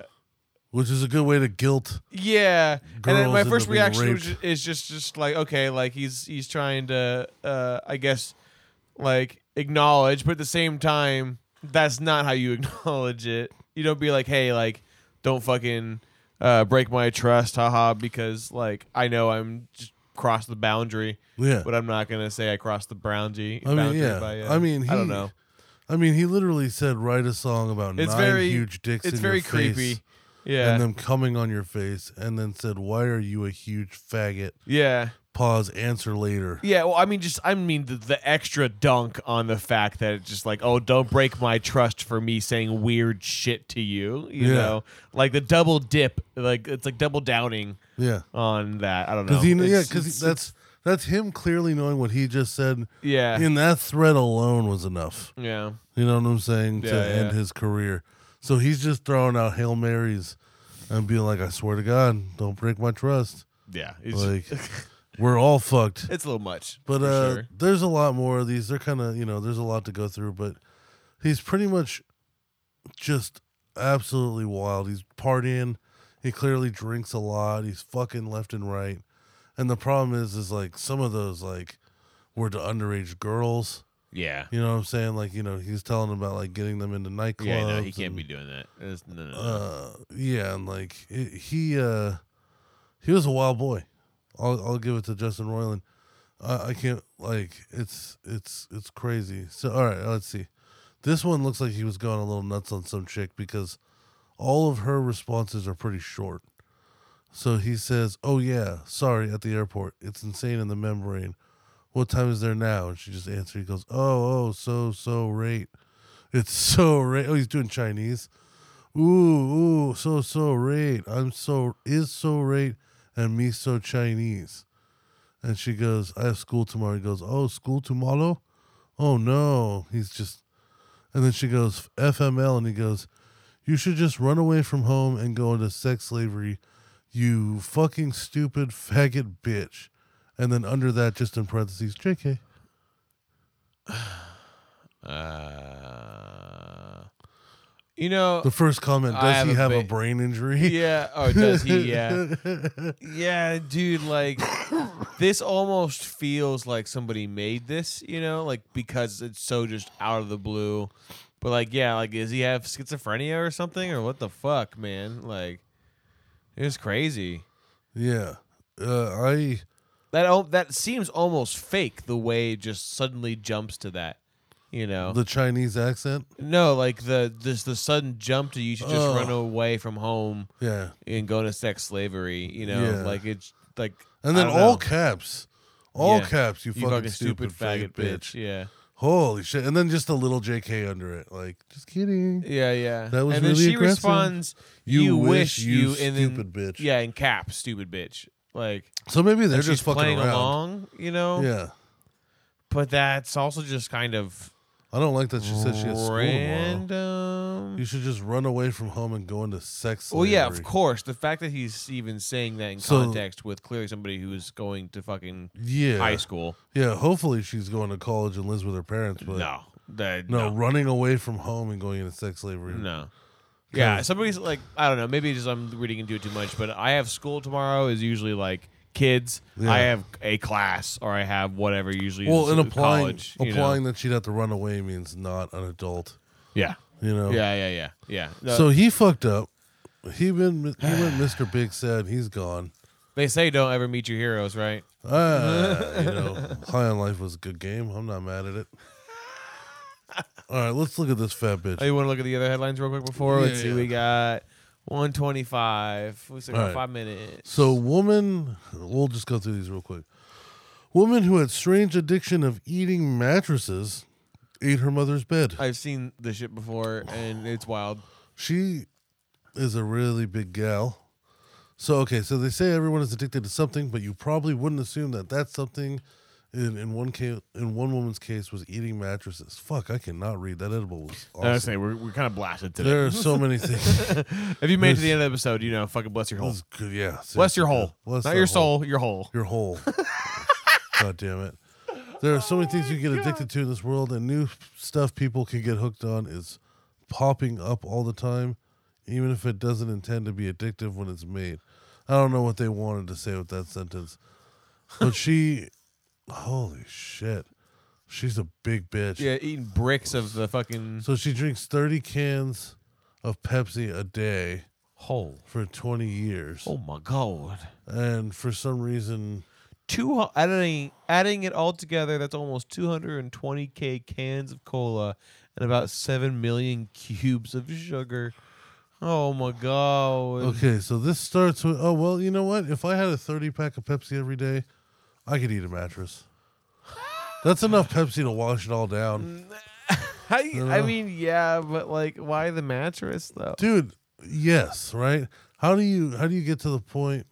Speaker 1: Which is a good way to guilt.
Speaker 2: yeah, and then
Speaker 1: girls
Speaker 2: my
Speaker 1: into
Speaker 2: first
Speaker 1: being
Speaker 2: reaction
Speaker 1: raped.
Speaker 2: was, is just just like okay, like he's he's trying to, uh, I guess, like acknowledge, but at the same time, that's not how you acknowledge it. You don't be like, hey, like, don't fucking uh, break my trust, haha, because like I know I'm just crossed the boundary,
Speaker 1: Yeah.
Speaker 2: but I'm not gonna say I crossed the boundary.
Speaker 1: I mean,
Speaker 2: boundary
Speaker 1: yeah.
Speaker 2: by, uh,
Speaker 1: I mean,
Speaker 2: I don't
Speaker 1: he-
Speaker 2: know.
Speaker 1: I mean, he literally said, "Write a song about
Speaker 2: It's
Speaker 1: nine
Speaker 2: very
Speaker 1: huge dicks."
Speaker 2: It's
Speaker 1: in
Speaker 2: very
Speaker 1: your face
Speaker 2: creepy. Yeah.
Speaker 1: And them coming on your face, and then said, "Why are you a huge faggot?"
Speaker 2: yeah.
Speaker 1: Pause. Answer later.
Speaker 2: Yeah, well, I mean, just I mean the, the extra dunk on the fact that it's just like, oh, don't break my trust for me saying weird shit to you. You
Speaker 1: Yeah.
Speaker 2: know, like the double dip, like it's like double downing
Speaker 1: Yeah,
Speaker 2: on that. I don't know.
Speaker 1: because he, yeah,
Speaker 2: It's-
Speaker 1: 'cause he-
Speaker 2: it's-
Speaker 1: that's that's him clearly knowing what he just said.
Speaker 2: yeah,
Speaker 1: And that thread alone was enough.
Speaker 2: yeah,
Speaker 1: You know what I'm saying? to
Speaker 2: Yeah,
Speaker 1: end
Speaker 2: yeah.
Speaker 1: his career. So he's just throwing out hail marys and being like, "I swear to God, don't break my trust."
Speaker 2: yeah. It's,
Speaker 1: Like, we're all fucked.
Speaker 2: it's a little much,
Speaker 1: But
Speaker 2: for
Speaker 1: uh,
Speaker 2: sure.
Speaker 1: there's a lot more of these. They're kind of you know there's a lot to go through. But he's pretty much just absolutely wild. He's partying. He clearly drinks a lot. He's fucking left and right. And the problem is, is like some of those like were to underage girls.
Speaker 2: yeah,
Speaker 1: You know what I'm saying? Like you know he's telling about like getting them into nightclubs.
Speaker 2: yeah. No, he can't
Speaker 1: and-
Speaker 2: be doing that. It's- no, no, no.
Speaker 1: uh yeah and like it, he uh he was a wild boy i'll, I'll give it to justin roiland I, I can't like it's it's it's crazy so all right let's see this one looks like he was going a little nuts on some chick because all of her responses are pretty short so he says oh yeah sorry at the airport it's insane in the membrane what time is there now and she just answers he goes oh oh so so rate it's so rate oh he's doing chinese Ooh, ooh, so so right. I'm so is so right and me so Chinese. And she goes, I have school tomorrow. He goes, Oh, school tomorrow? Oh no. He's just and then she goes, FML and he goes, You should just run away from home and go into sex slavery, you fucking stupid faggot bitch. And then under that, just in parentheses, JK.
Speaker 2: Uh, you know,
Speaker 1: The first comment
Speaker 2: I
Speaker 1: Does
Speaker 2: have
Speaker 1: he
Speaker 2: a
Speaker 1: have a
Speaker 2: ba-
Speaker 1: brain injury?
Speaker 2: yeah. Oh, does he? Yeah, yeah, dude. Like this almost feels like somebody made this. You know, like because it's so just out of the blue. But like, yeah, like does he have schizophrenia or something or what the fuck, man? Like, it's crazy.
Speaker 1: Yeah. Uh, I.
Speaker 2: That al- that seems almost fake. The way it just suddenly jumps to that. You know,
Speaker 1: The Chinese accent?
Speaker 2: No, like the this the sudden jump to you should just
Speaker 1: Ugh.
Speaker 2: run away from home
Speaker 1: Yeah.
Speaker 2: and go into sex slavery. You know,
Speaker 1: Yeah.
Speaker 2: like it's like
Speaker 1: And
Speaker 2: I
Speaker 1: then
Speaker 2: don't know.
Speaker 1: all caps. All
Speaker 2: Yeah.
Speaker 1: caps, you, fucking, stupid, faggot bitch.
Speaker 2: Yeah,
Speaker 1: Holy shit. And then just a little JK under it. like, just kidding.
Speaker 2: yeah, yeah.
Speaker 1: That was
Speaker 2: and
Speaker 1: really
Speaker 2: then she
Speaker 1: aggressive.
Speaker 2: responds,
Speaker 1: You
Speaker 2: "You,
Speaker 1: wish,
Speaker 2: wish,
Speaker 1: you
Speaker 2: you, and then-
Speaker 1: stupid bitch.
Speaker 2: Yeah, in caps, stupid bitch. Like
Speaker 1: So maybe they're
Speaker 2: and she's
Speaker 1: just fucking
Speaker 2: playing
Speaker 1: around.
Speaker 2: along, you know.
Speaker 1: Yeah.
Speaker 2: But that's also just kind of
Speaker 1: I don't like that she said she has school tomorrow.
Speaker 2: random.
Speaker 1: You should just run away from home and go into sex
Speaker 2: Well,
Speaker 1: slavery.
Speaker 2: Oh, yeah, of course. The fact that he's even saying that in
Speaker 1: So-
Speaker 2: context with clearly somebody who's going to fucking
Speaker 1: Yeah.
Speaker 2: high school.
Speaker 1: Yeah, hopefully she's going to college and lives with her parents, but
Speaker 2: no, that,
Speaker 1: No,
Speaker 2: no,
Speaker 1: running away from home and going into sex slavery.
Speaker 2: no. Yeah,
Speaker 1: Cause-
Speaker 2: somebody's like, I don't know. Maybe just I'm reading into it too much, but I have school tomorrow. Is usually like kids.
Speaker 1: Yeah.
Speaker 2: I have a class, or I have whatever. Usually,
Speaker 1: Well,
Speaker 2: is
Speaker 1: and
Speaker 2: in
Speaker 1: applying
Speaker 2: college, you know?
Speaker 1: applying that she'd have to run away means not an adult.
Speaker 2: Yeah,
Speaker 1: You know.
Speaker 2: yeah, yeah, yeah, yeah. No,
Speaker 1: So he fucked up. He been he went Mr. Big Sad. He's gone.
Speaker 2: they say don't ever meet your heroes, right?
Speaker 1: Ah, you know, High on Life was a good game. I'm not mad at it. All right, let's look at this fat bitch.
Speaker 2: Oh, you want to look at the other headlines real quick before?
Speaker 1: Yeah,
Speaker 2: Let's see.
Speaker 1: yeah.
Speaker 2: We got 125. We still got
Speaker 1: Alright.
Speaker 2: five minutes.
Speaker 1: So, woman, we'll just go through these real quick. Woman who had strange addiction of eating mattresses ate her mother's bed.
Speaker 2: I've seen this shit before, and it's wild.
Speaker 1: She is a really big gal. So, okay, so they say everyone is addicted to something, but you probably wouldn't assume that that something in, in one case, in one woman's case was eating mattresses. Fuck, I cannot read. That edible was
Speaker 2: I was
Speaker 1: awesome.
Speaker 2: saying we're, we're kind of blasted today.
Speaker 1: There are so many things.
Speaker 2: if you made it to the end of the episode, you know, fucking bless your
Speaker 1: That
Speaker 2: hole.
Speaker 1: was good, yeah.
Speaker 2: Bless your
Speaker 1: seriously,
Speaker 2: hole,
Speaker 1: yeah. Bless
Speaker 2: not
Speaker 1: that
Speaker 2: your
Speaker 1: hole.
Speaker 2: soul, your hole.
Speaker 1: Your hole. God damn it. There are so many things you get addicted to in this world, and new stuff people can get hooked on is popping up all the time, even if it doesn't intend to be addictive when it's made. I don't know what they wanted to say with that sentence, but she, holy shit, she's a big bitch.
Speaker 2: Yeah, eating bricks of the fucking
Speaker 1: So she drinks 30 cans of Pepsi a day
Speaker 2: hole.
Speaker 1: for 20 years,
Speaker 2: Oh my god!
Speaker 1: and for some reason,
Speaker 2: Two hu- adding adding it all together, that's almost 220k cans of cola and about seven million cubes of sugar. Oh my god!
Speaker 1: Okay, so this starts with oh well, you know what? If I had a thirty pack of Pepsi every day, I could eat a mattress. That's enough Pepsi to wash it all
Speaker 2: Mm.
Speaker 1: down.
Speaker 2: I, I
Speaker 1: know.
Speaker 2: mean, yeah, but like, why the mattress though?
Speaker 1: uh, Dude, yes, right? How do you how do you get to the point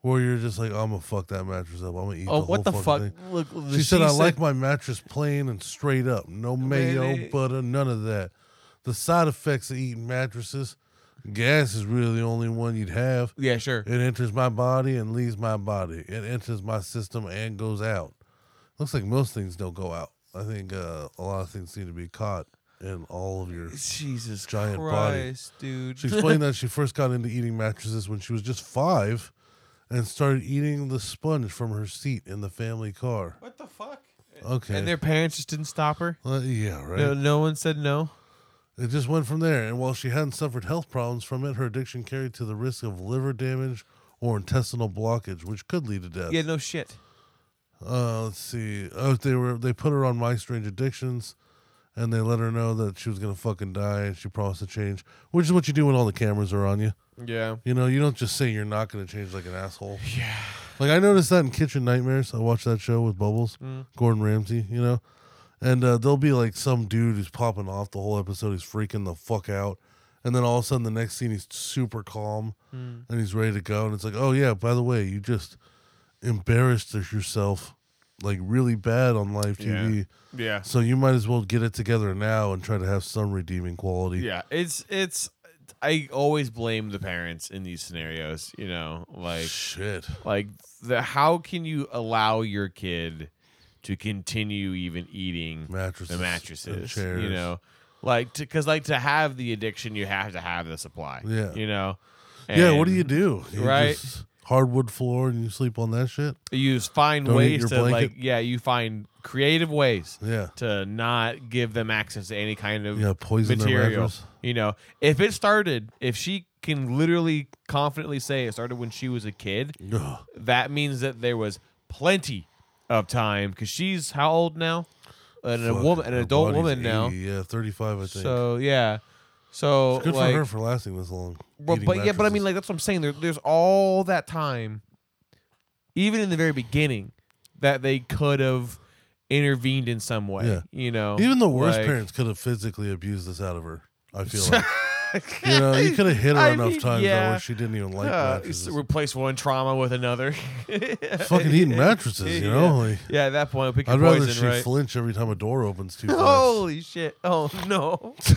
Speaker 1: where you're just like, I'm gonna fuck that mattress up. I'm gonna eat
Speaker 2: oh,
Speaker 1: the
Speaker 2: what
Speaker 1: whole
Speaker 2: the
Speaker 1: fucking
Speaker 2: fuck?
Speaker 1: thing.
Speaker 2: Look,
Speaker 1: She, said I like my mattress plain and straight up. No mayo,
Speaker 2: Really?
Speaker 1: butter, none of that. The side effects of eating mattresses, gas is really the only one you'd have.
Speaker 2: Yeah, sure.
Speaker 1: It enters my body and leaves my body. It enters my system and goes out. Looks like most things don't go out. I think uh, a lot of things need to be caught in all of your.
Speaker 2: Jesus
Speaker 1: Giant body.
Speaker 2: Christ, dude.
Speaker 1: She explained that she first got into eating mattresses when she was just five and started eating the sponge from her seat in the family car.
Speaker 2: what the fuck?
Speaker 1: Okay.
Speaker 2: And their parents just didn't stop her.
Speaker 1: Uh, yeah, right.
Speaker 2: No, no one said no.
Speaker 1: It just went from there. And while she hadn't suffered health problems from it, her addiction carried to the risk of liver damage or intestinal blockage, which could lead to death.
Speaker 2: Yeah, no shit.
Speaker 1: Uh, let's see. Oh, they were they put her on My Strange Addictions, and they let her know that she was gonna fucking die, and she promised to change, which is what you do when all the cameras are on you.
Speaker 2: Yeah.
Speaker 1: You know, you don't just say you're not gonna change like an asshole. Yeah. Like I noticed that in Kitchen Nightmares. I watched that show with Bubbles,
Speaker 2: Mm.
Speaker 1: Gordon Ramsay. You know, and uh, there'll be like some dude who's popping off the whole episode. He's freaking the fuck out. And then all of a sudden, the next scene, he's super calm
Speaker 2: Mm.
Speaker 1: and he's ready to go. And it's like, oh, yeah, by the way, you just embarrassed yourself like really bad on live TV.
Speaker 2: Yeah.
Speaker 1: So you might as well get it together now and try to have some redeeming quality.
Speaker 2: Yeah. It's it's I always blame the parents in these scenarios. You know, like
Speaker 1: Shit.
Speaker 2: like the how can you allow your kid to continue even eating
Speaker 1: Mattresses
Speaker 2: the
Speaker 1: and
Speaker 2: mattresses you
Speaker 1: chairs.
Speaker 2: know like because like to have the addiction you have to have the supply
Speaker 1: Yeah.
Speaker 2: you know
Speaker 1: yeah, what do
Speaker 2: And
Speaker 1: you do? You
Speaker 2: Right.
Speaker 1: just hardwood floor and you sleep on that shit?
Speaker 2: you s- find
Speaker 1: Don't eat
Speaker 2: ways
Speaker 1: your
Speaker 2: to like
Speaker 1: blanket.
Speaker 2: yeah you find creative ways
Speaker 1: Yeah.
Speaker 2: to not give them access to any kind of
Speaker 1: Yeah, poison their
Speaker 2: material
Speaker 1: mattress.
Speaker 2: you know if it started if she can literally confidently say it started when she was a kid
Speaker 1: Ugh.
Speaker 2: that means that there was plenty of time because she's how old now? An, a
Speaker 1: Fuck,
Speaker 2: woman, an
Speaker 1: her
Speaker 2: adult
Speaker 1: body's
Speaker 2: woman now.
Speaker 1: 80, Yeah, 35, I think.
Speaker 2: So yeah, so
Speaker 1: It's good
Speaker 2: like,
Speaker 1: for her for lasting this long.
Speaker 2: but,
Speaker 1: eating
Speaker 2: but yeah, but I
Speaker 1: mattresses.
Speaker 2: mean, like that's what I'm saying. There, there's all that time, even in the very beginning, that they could have intervened in some way.
Speaker 1: Yeah.
Speaker 2: You know,
Speaker 1: even the worst
Speaker 2: like-
Speaker 1: parents could have physically abused this out of her. I feel like you know you could have hit her
Speaker 2: I
Speaker 1: enough
Speaker 2: mean,
Speaker 1: times
Speaker 2: yeah.
Speaker 1: though, where she didn't even like
Speaker 2: Uh,
Speaker 1: mattresses.
Speaker 2: replace one trauma with another.
Speaker 1: Fucking eating mattresses, you know. Like,
Speaker 2: Yeah, at that point, pick your
Speaker 1: I'd rather
Speaker 2: poison,
Speaker 1: she
Speaker 2: right?
Speaker 1: flinch every time a door opens too fast.
Speaker 2: Holy shit! Oh no.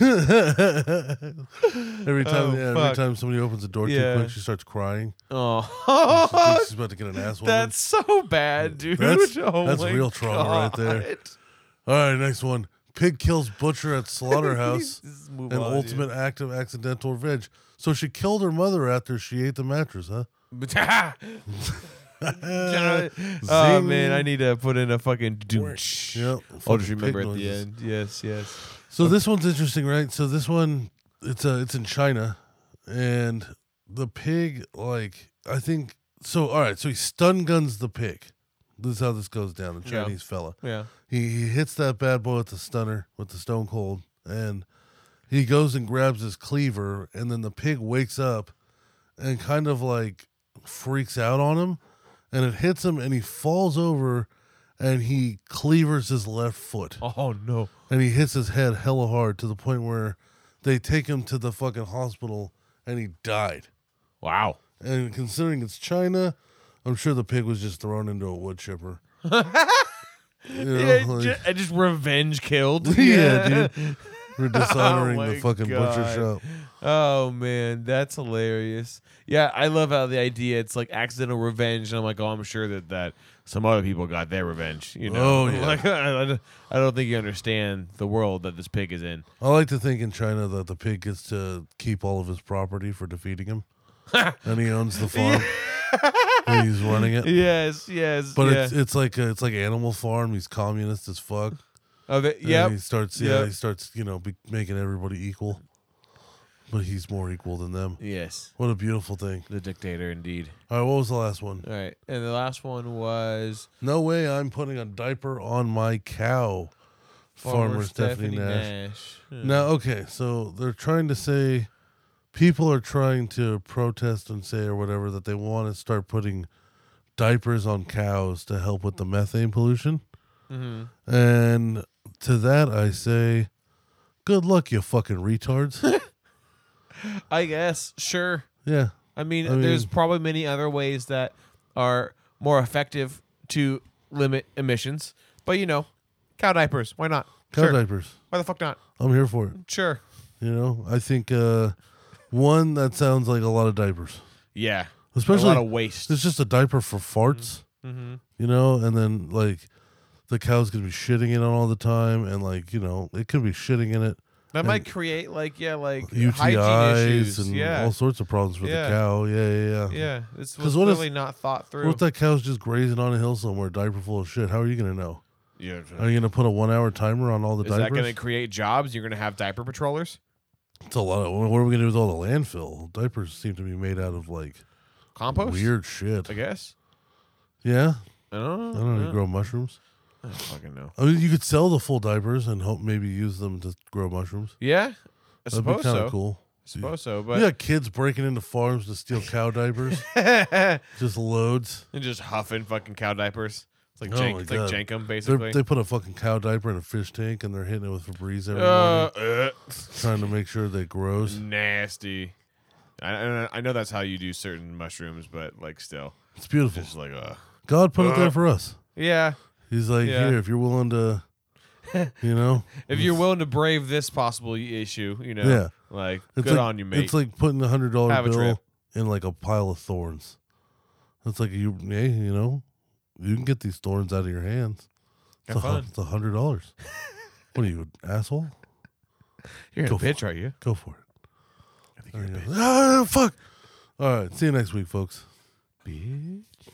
Speaker 1: every time,
Speaker 2: Oh,
Speaker 1: yeah, every
Speaker 2: fuck.
Speaker 1: time somebody opens the door
Speaker 2: Yeah.
Speaker 1: too quick, she starts crying. She
Speaker 2: Oh,
Speaker 1: thinks she's about to get an ass. whooping.
Speaker 2: that's so bad, dude.
Speaker 1: That's-
Speaker 2: Oh
Speaker 1: that's
Speaker 2: my
Speaker 1: real trauma right there.
Speaker 2: God.
Speaker 1: All right, next one. Pig kills butcher at slaughterhouse.
Speaker 2: Let's move
Speaker 1: An
Speaker 2: on,
Speaker 1: ultimate act of accidental revenge. So she killed her mother after she ate the mattress, huh?
Speaker 2: dude. oh
Speaker 1: Zing.
Speaker 2: man, I need to put in a fucking. douche.
Speaker 1: Yep.
Speaker 2: I'll
Speaker 1: fucking
Speaker 2: just
Speaker 1: pig
Speaker 2: remember at the
Speaker 1: noises.
Speaker 2: end. Yes, yes.
Speaker 1: So this one's interesting, right? So this one, it's uh, it's in China, and the pig, like I think, so all right, so he stun guns the pig. This is how this goes down. The
Speaker 2: Yeah.
Speaker 1: Chinese fella,
Speaker 2: Yeah.
Speaker 1: he, he hits that bad boy with the stunner with the stone cold, and he goes and grabs his cleaver, and then the pig wakes up, and kind of like freaks out on him, and it hits him, and he falls over, and he cleavers his left foot
Speaker 2: Oh no.
Speaker 1: and he hits his head hella hard to the point where they take him to the fucking hospital and he died.
Speaker 2: Wow.
Speaker 1: And considering it's China, I'm sure the pig was just thrown into a wood chipper. You know,
Speaker 2: Yeah,
Speaker 1: Oh, like-
Speaker 2: ju- I just revenge killed.
Speaker 1: yeah, dude. We're dishonoring
Speaker 2: Oh
Speaker 1: the
Speaker 2: my
Speaker 1: fucking
Speaker 2: God.
Speaker 1: butcher shop.
Speaker 2: Oh man, that's hilarious. Yeah, I love how the idea it's like accidental revenge, and I'm like, oh, I'm sure that that some other people got their revenge. You know,
Speaker 1: Oh, yeah.
Speaker 2: like I don't- I don't think you understand the world that this pig is in.
Speaker 1: I like to think in China that the pig gets to keep all of his property for defeating him. and he owns the farm. and he's running it.
Speaker 2: Yes, yes,
Speaker 1: But
Speaker 2: yeah.
Speaker 1: it's it's like a, it's like Animal Farm. He's communist as fuck.
Speaker 2: of it,
Speaker 1: Yeah,
Speaker 2: Oh, yep.
Speaker 1: he starts. Yeah,
Speaker 2: Yep.
Speaker 1: he starts. You know, be, making everybody equal, but he's more equal than them.
Speaker 2: yes,
Speaker 1: What a beautiful thing!
Speaker 2: the dictator indeed.
Speaker 1: All right, what was the last one?
Speaker 2: All right, and the last one was
Speaker 1: No way, I'm putting a diaper on my cow. Farmer, Stephanie, Nash.
Speaker 2: Nash. Hmm.
Speaker 1: Now, okay, so they're trying to say, people are trying to protest and say or whatever that they want to start putting diapers on cows to help with the methane pollution. Mm-hmm. And to that, I say, good luck, you fucking retards.
Speaker 2: I guess sure.
Speaker 1: yeah.
Speaker 2: I mean,
Speaker 1: I
Speaker 2: there's
Speaker 1: mean-
Speaker 2: probably many other ways that are more effective to limit emissions. But you know, cow diapers. Why not?
Speaker 1: Cow
Speaker 2: sure.
Speaker 1: diapers.
Speaker 2: Why the fuck not?
Speaker 1: I'm here for it.
Speaker 2: Sure.
Speaker 1: You know, I think uh one that sounds like a lot of diapers,
Speaker 2: Yeah.
Speaker 1: especially
Speaker 2: a lot of waste. Mm-hmm.
Speaker 1: it's just a diaper for farts. You know, and then like the cow's gonna be shitting in it all the time, and like you know, it could be shitting in it.
Speaker 2: That might create like yeah, like hygiene issues.
Speaker 1: UTIs and
Speaker 2: yeah.
Speaker 1: all sorts of problems for
Speaker 2: Yeah.
Speaker 1: the cow. Yeah, yeah, yeah.
Speaker 2: yeah. This
Speaker 1: 'Cause
Speaker 2: was
Speaker 1: what if-
Speaker 2: really not thought
Speaker 1: What
Speaker 2: through.
Speaker 1: if that cow's just grazing on a hill somewhere, diaper full of shit? How are you gonna know?
Speaker 2: yeah.
Speaker 1: Are you gonna put a one-hour timer on all the
Speaker 2: Is that
Speaker 1: diapers?
Speaker 2: going to create jobs? You're going to have diaper patrollers,
Speaker 1: It's a lot. Of, what are we gonna do with all the landfill? Diapers seem to be made out of like
Speaker 2: compost.
Speaker 1: weird shit.
Speaker 2: I guess.
Speaker 1: Yeah,
Speaker 2: I don't
Speaker 1: I
Speaker 2: know.
Speaker 1: don't know. You grow mushrooms.
Speaker 2: I don't fucking know.
Speaker 1: I mean, you could sell the full diapers and hope maybe use them to grow mushrooms.
Speaker 2: Yeah, I
Speaker 1: That'd be
Speaker 2: suppose
Speaker 1: kind
Speaker 2: so.
Speaker 1: of cool.
Speaker 2: Suppose so,
Speaker 1: You
Speaker 2: but
Speaker 1: got kids breaking into farms to steal cow diapers, just loads.
Speaker 2: and just huffing fucking cow diapers. It's like
Speaker 1: Oh
Speaker 2: jank,
Speaker 1: my
Speaker 2: it's like
Speaker 1: God.
Speaker 2: jankum
Speaker 1: They're,
Speaker 2: basically.
Speaker 1: they put a fucking cow diaper in a fish tank and they're hitting it with Febreze every
Speaker 2: uh,
Speaker 1: morning,
Speaker 2: uh,
Speaker 1: trying to make sure that it grows.
Speaker 2: nasty. I- I, I know that's how you do certain mushrooms, but like still,
Speaker 1: It's beautiful.
Speaker 2: just like uh,
Speaker 1: God put it there for us.
Speaker 2: yeah,
Speaker 1: He's like,
Speaker 2: Yeah.
Speaker 1: here, if you're willing to You know,
Speaker 2: If you're willing to brave this possible issue, you know,
Speaker 1: Yeah.
Speaker 2: like
Speaker 1: It's
Speaker 2: good
Speaker 1: like-
Speaker 2: on you, mate.
Speaker 1: It's like putting a hundred dollar
Speaker 2: Have a
Speaker 1: bill
Speaker 2: trip.
Speaker 1: in like a pile of thorns. It's like you, hey, you know, you can get these thorns out of your hands. It's
Speaker 2: Have
Speaker 1: a, hun-
Speaker 2: fun.
Speaker 1: it's a hundred dollars. what are you, an asshole?
Speaker 2: you're in
Speaker 1: go
Speaker 2: a
Speaker 1: for
Speaker 2: bitch, are you?
Speaker 1: Go for it. There you go. Ah, fuck. All right. See you next week, folks.
Speaker 2: Bitch.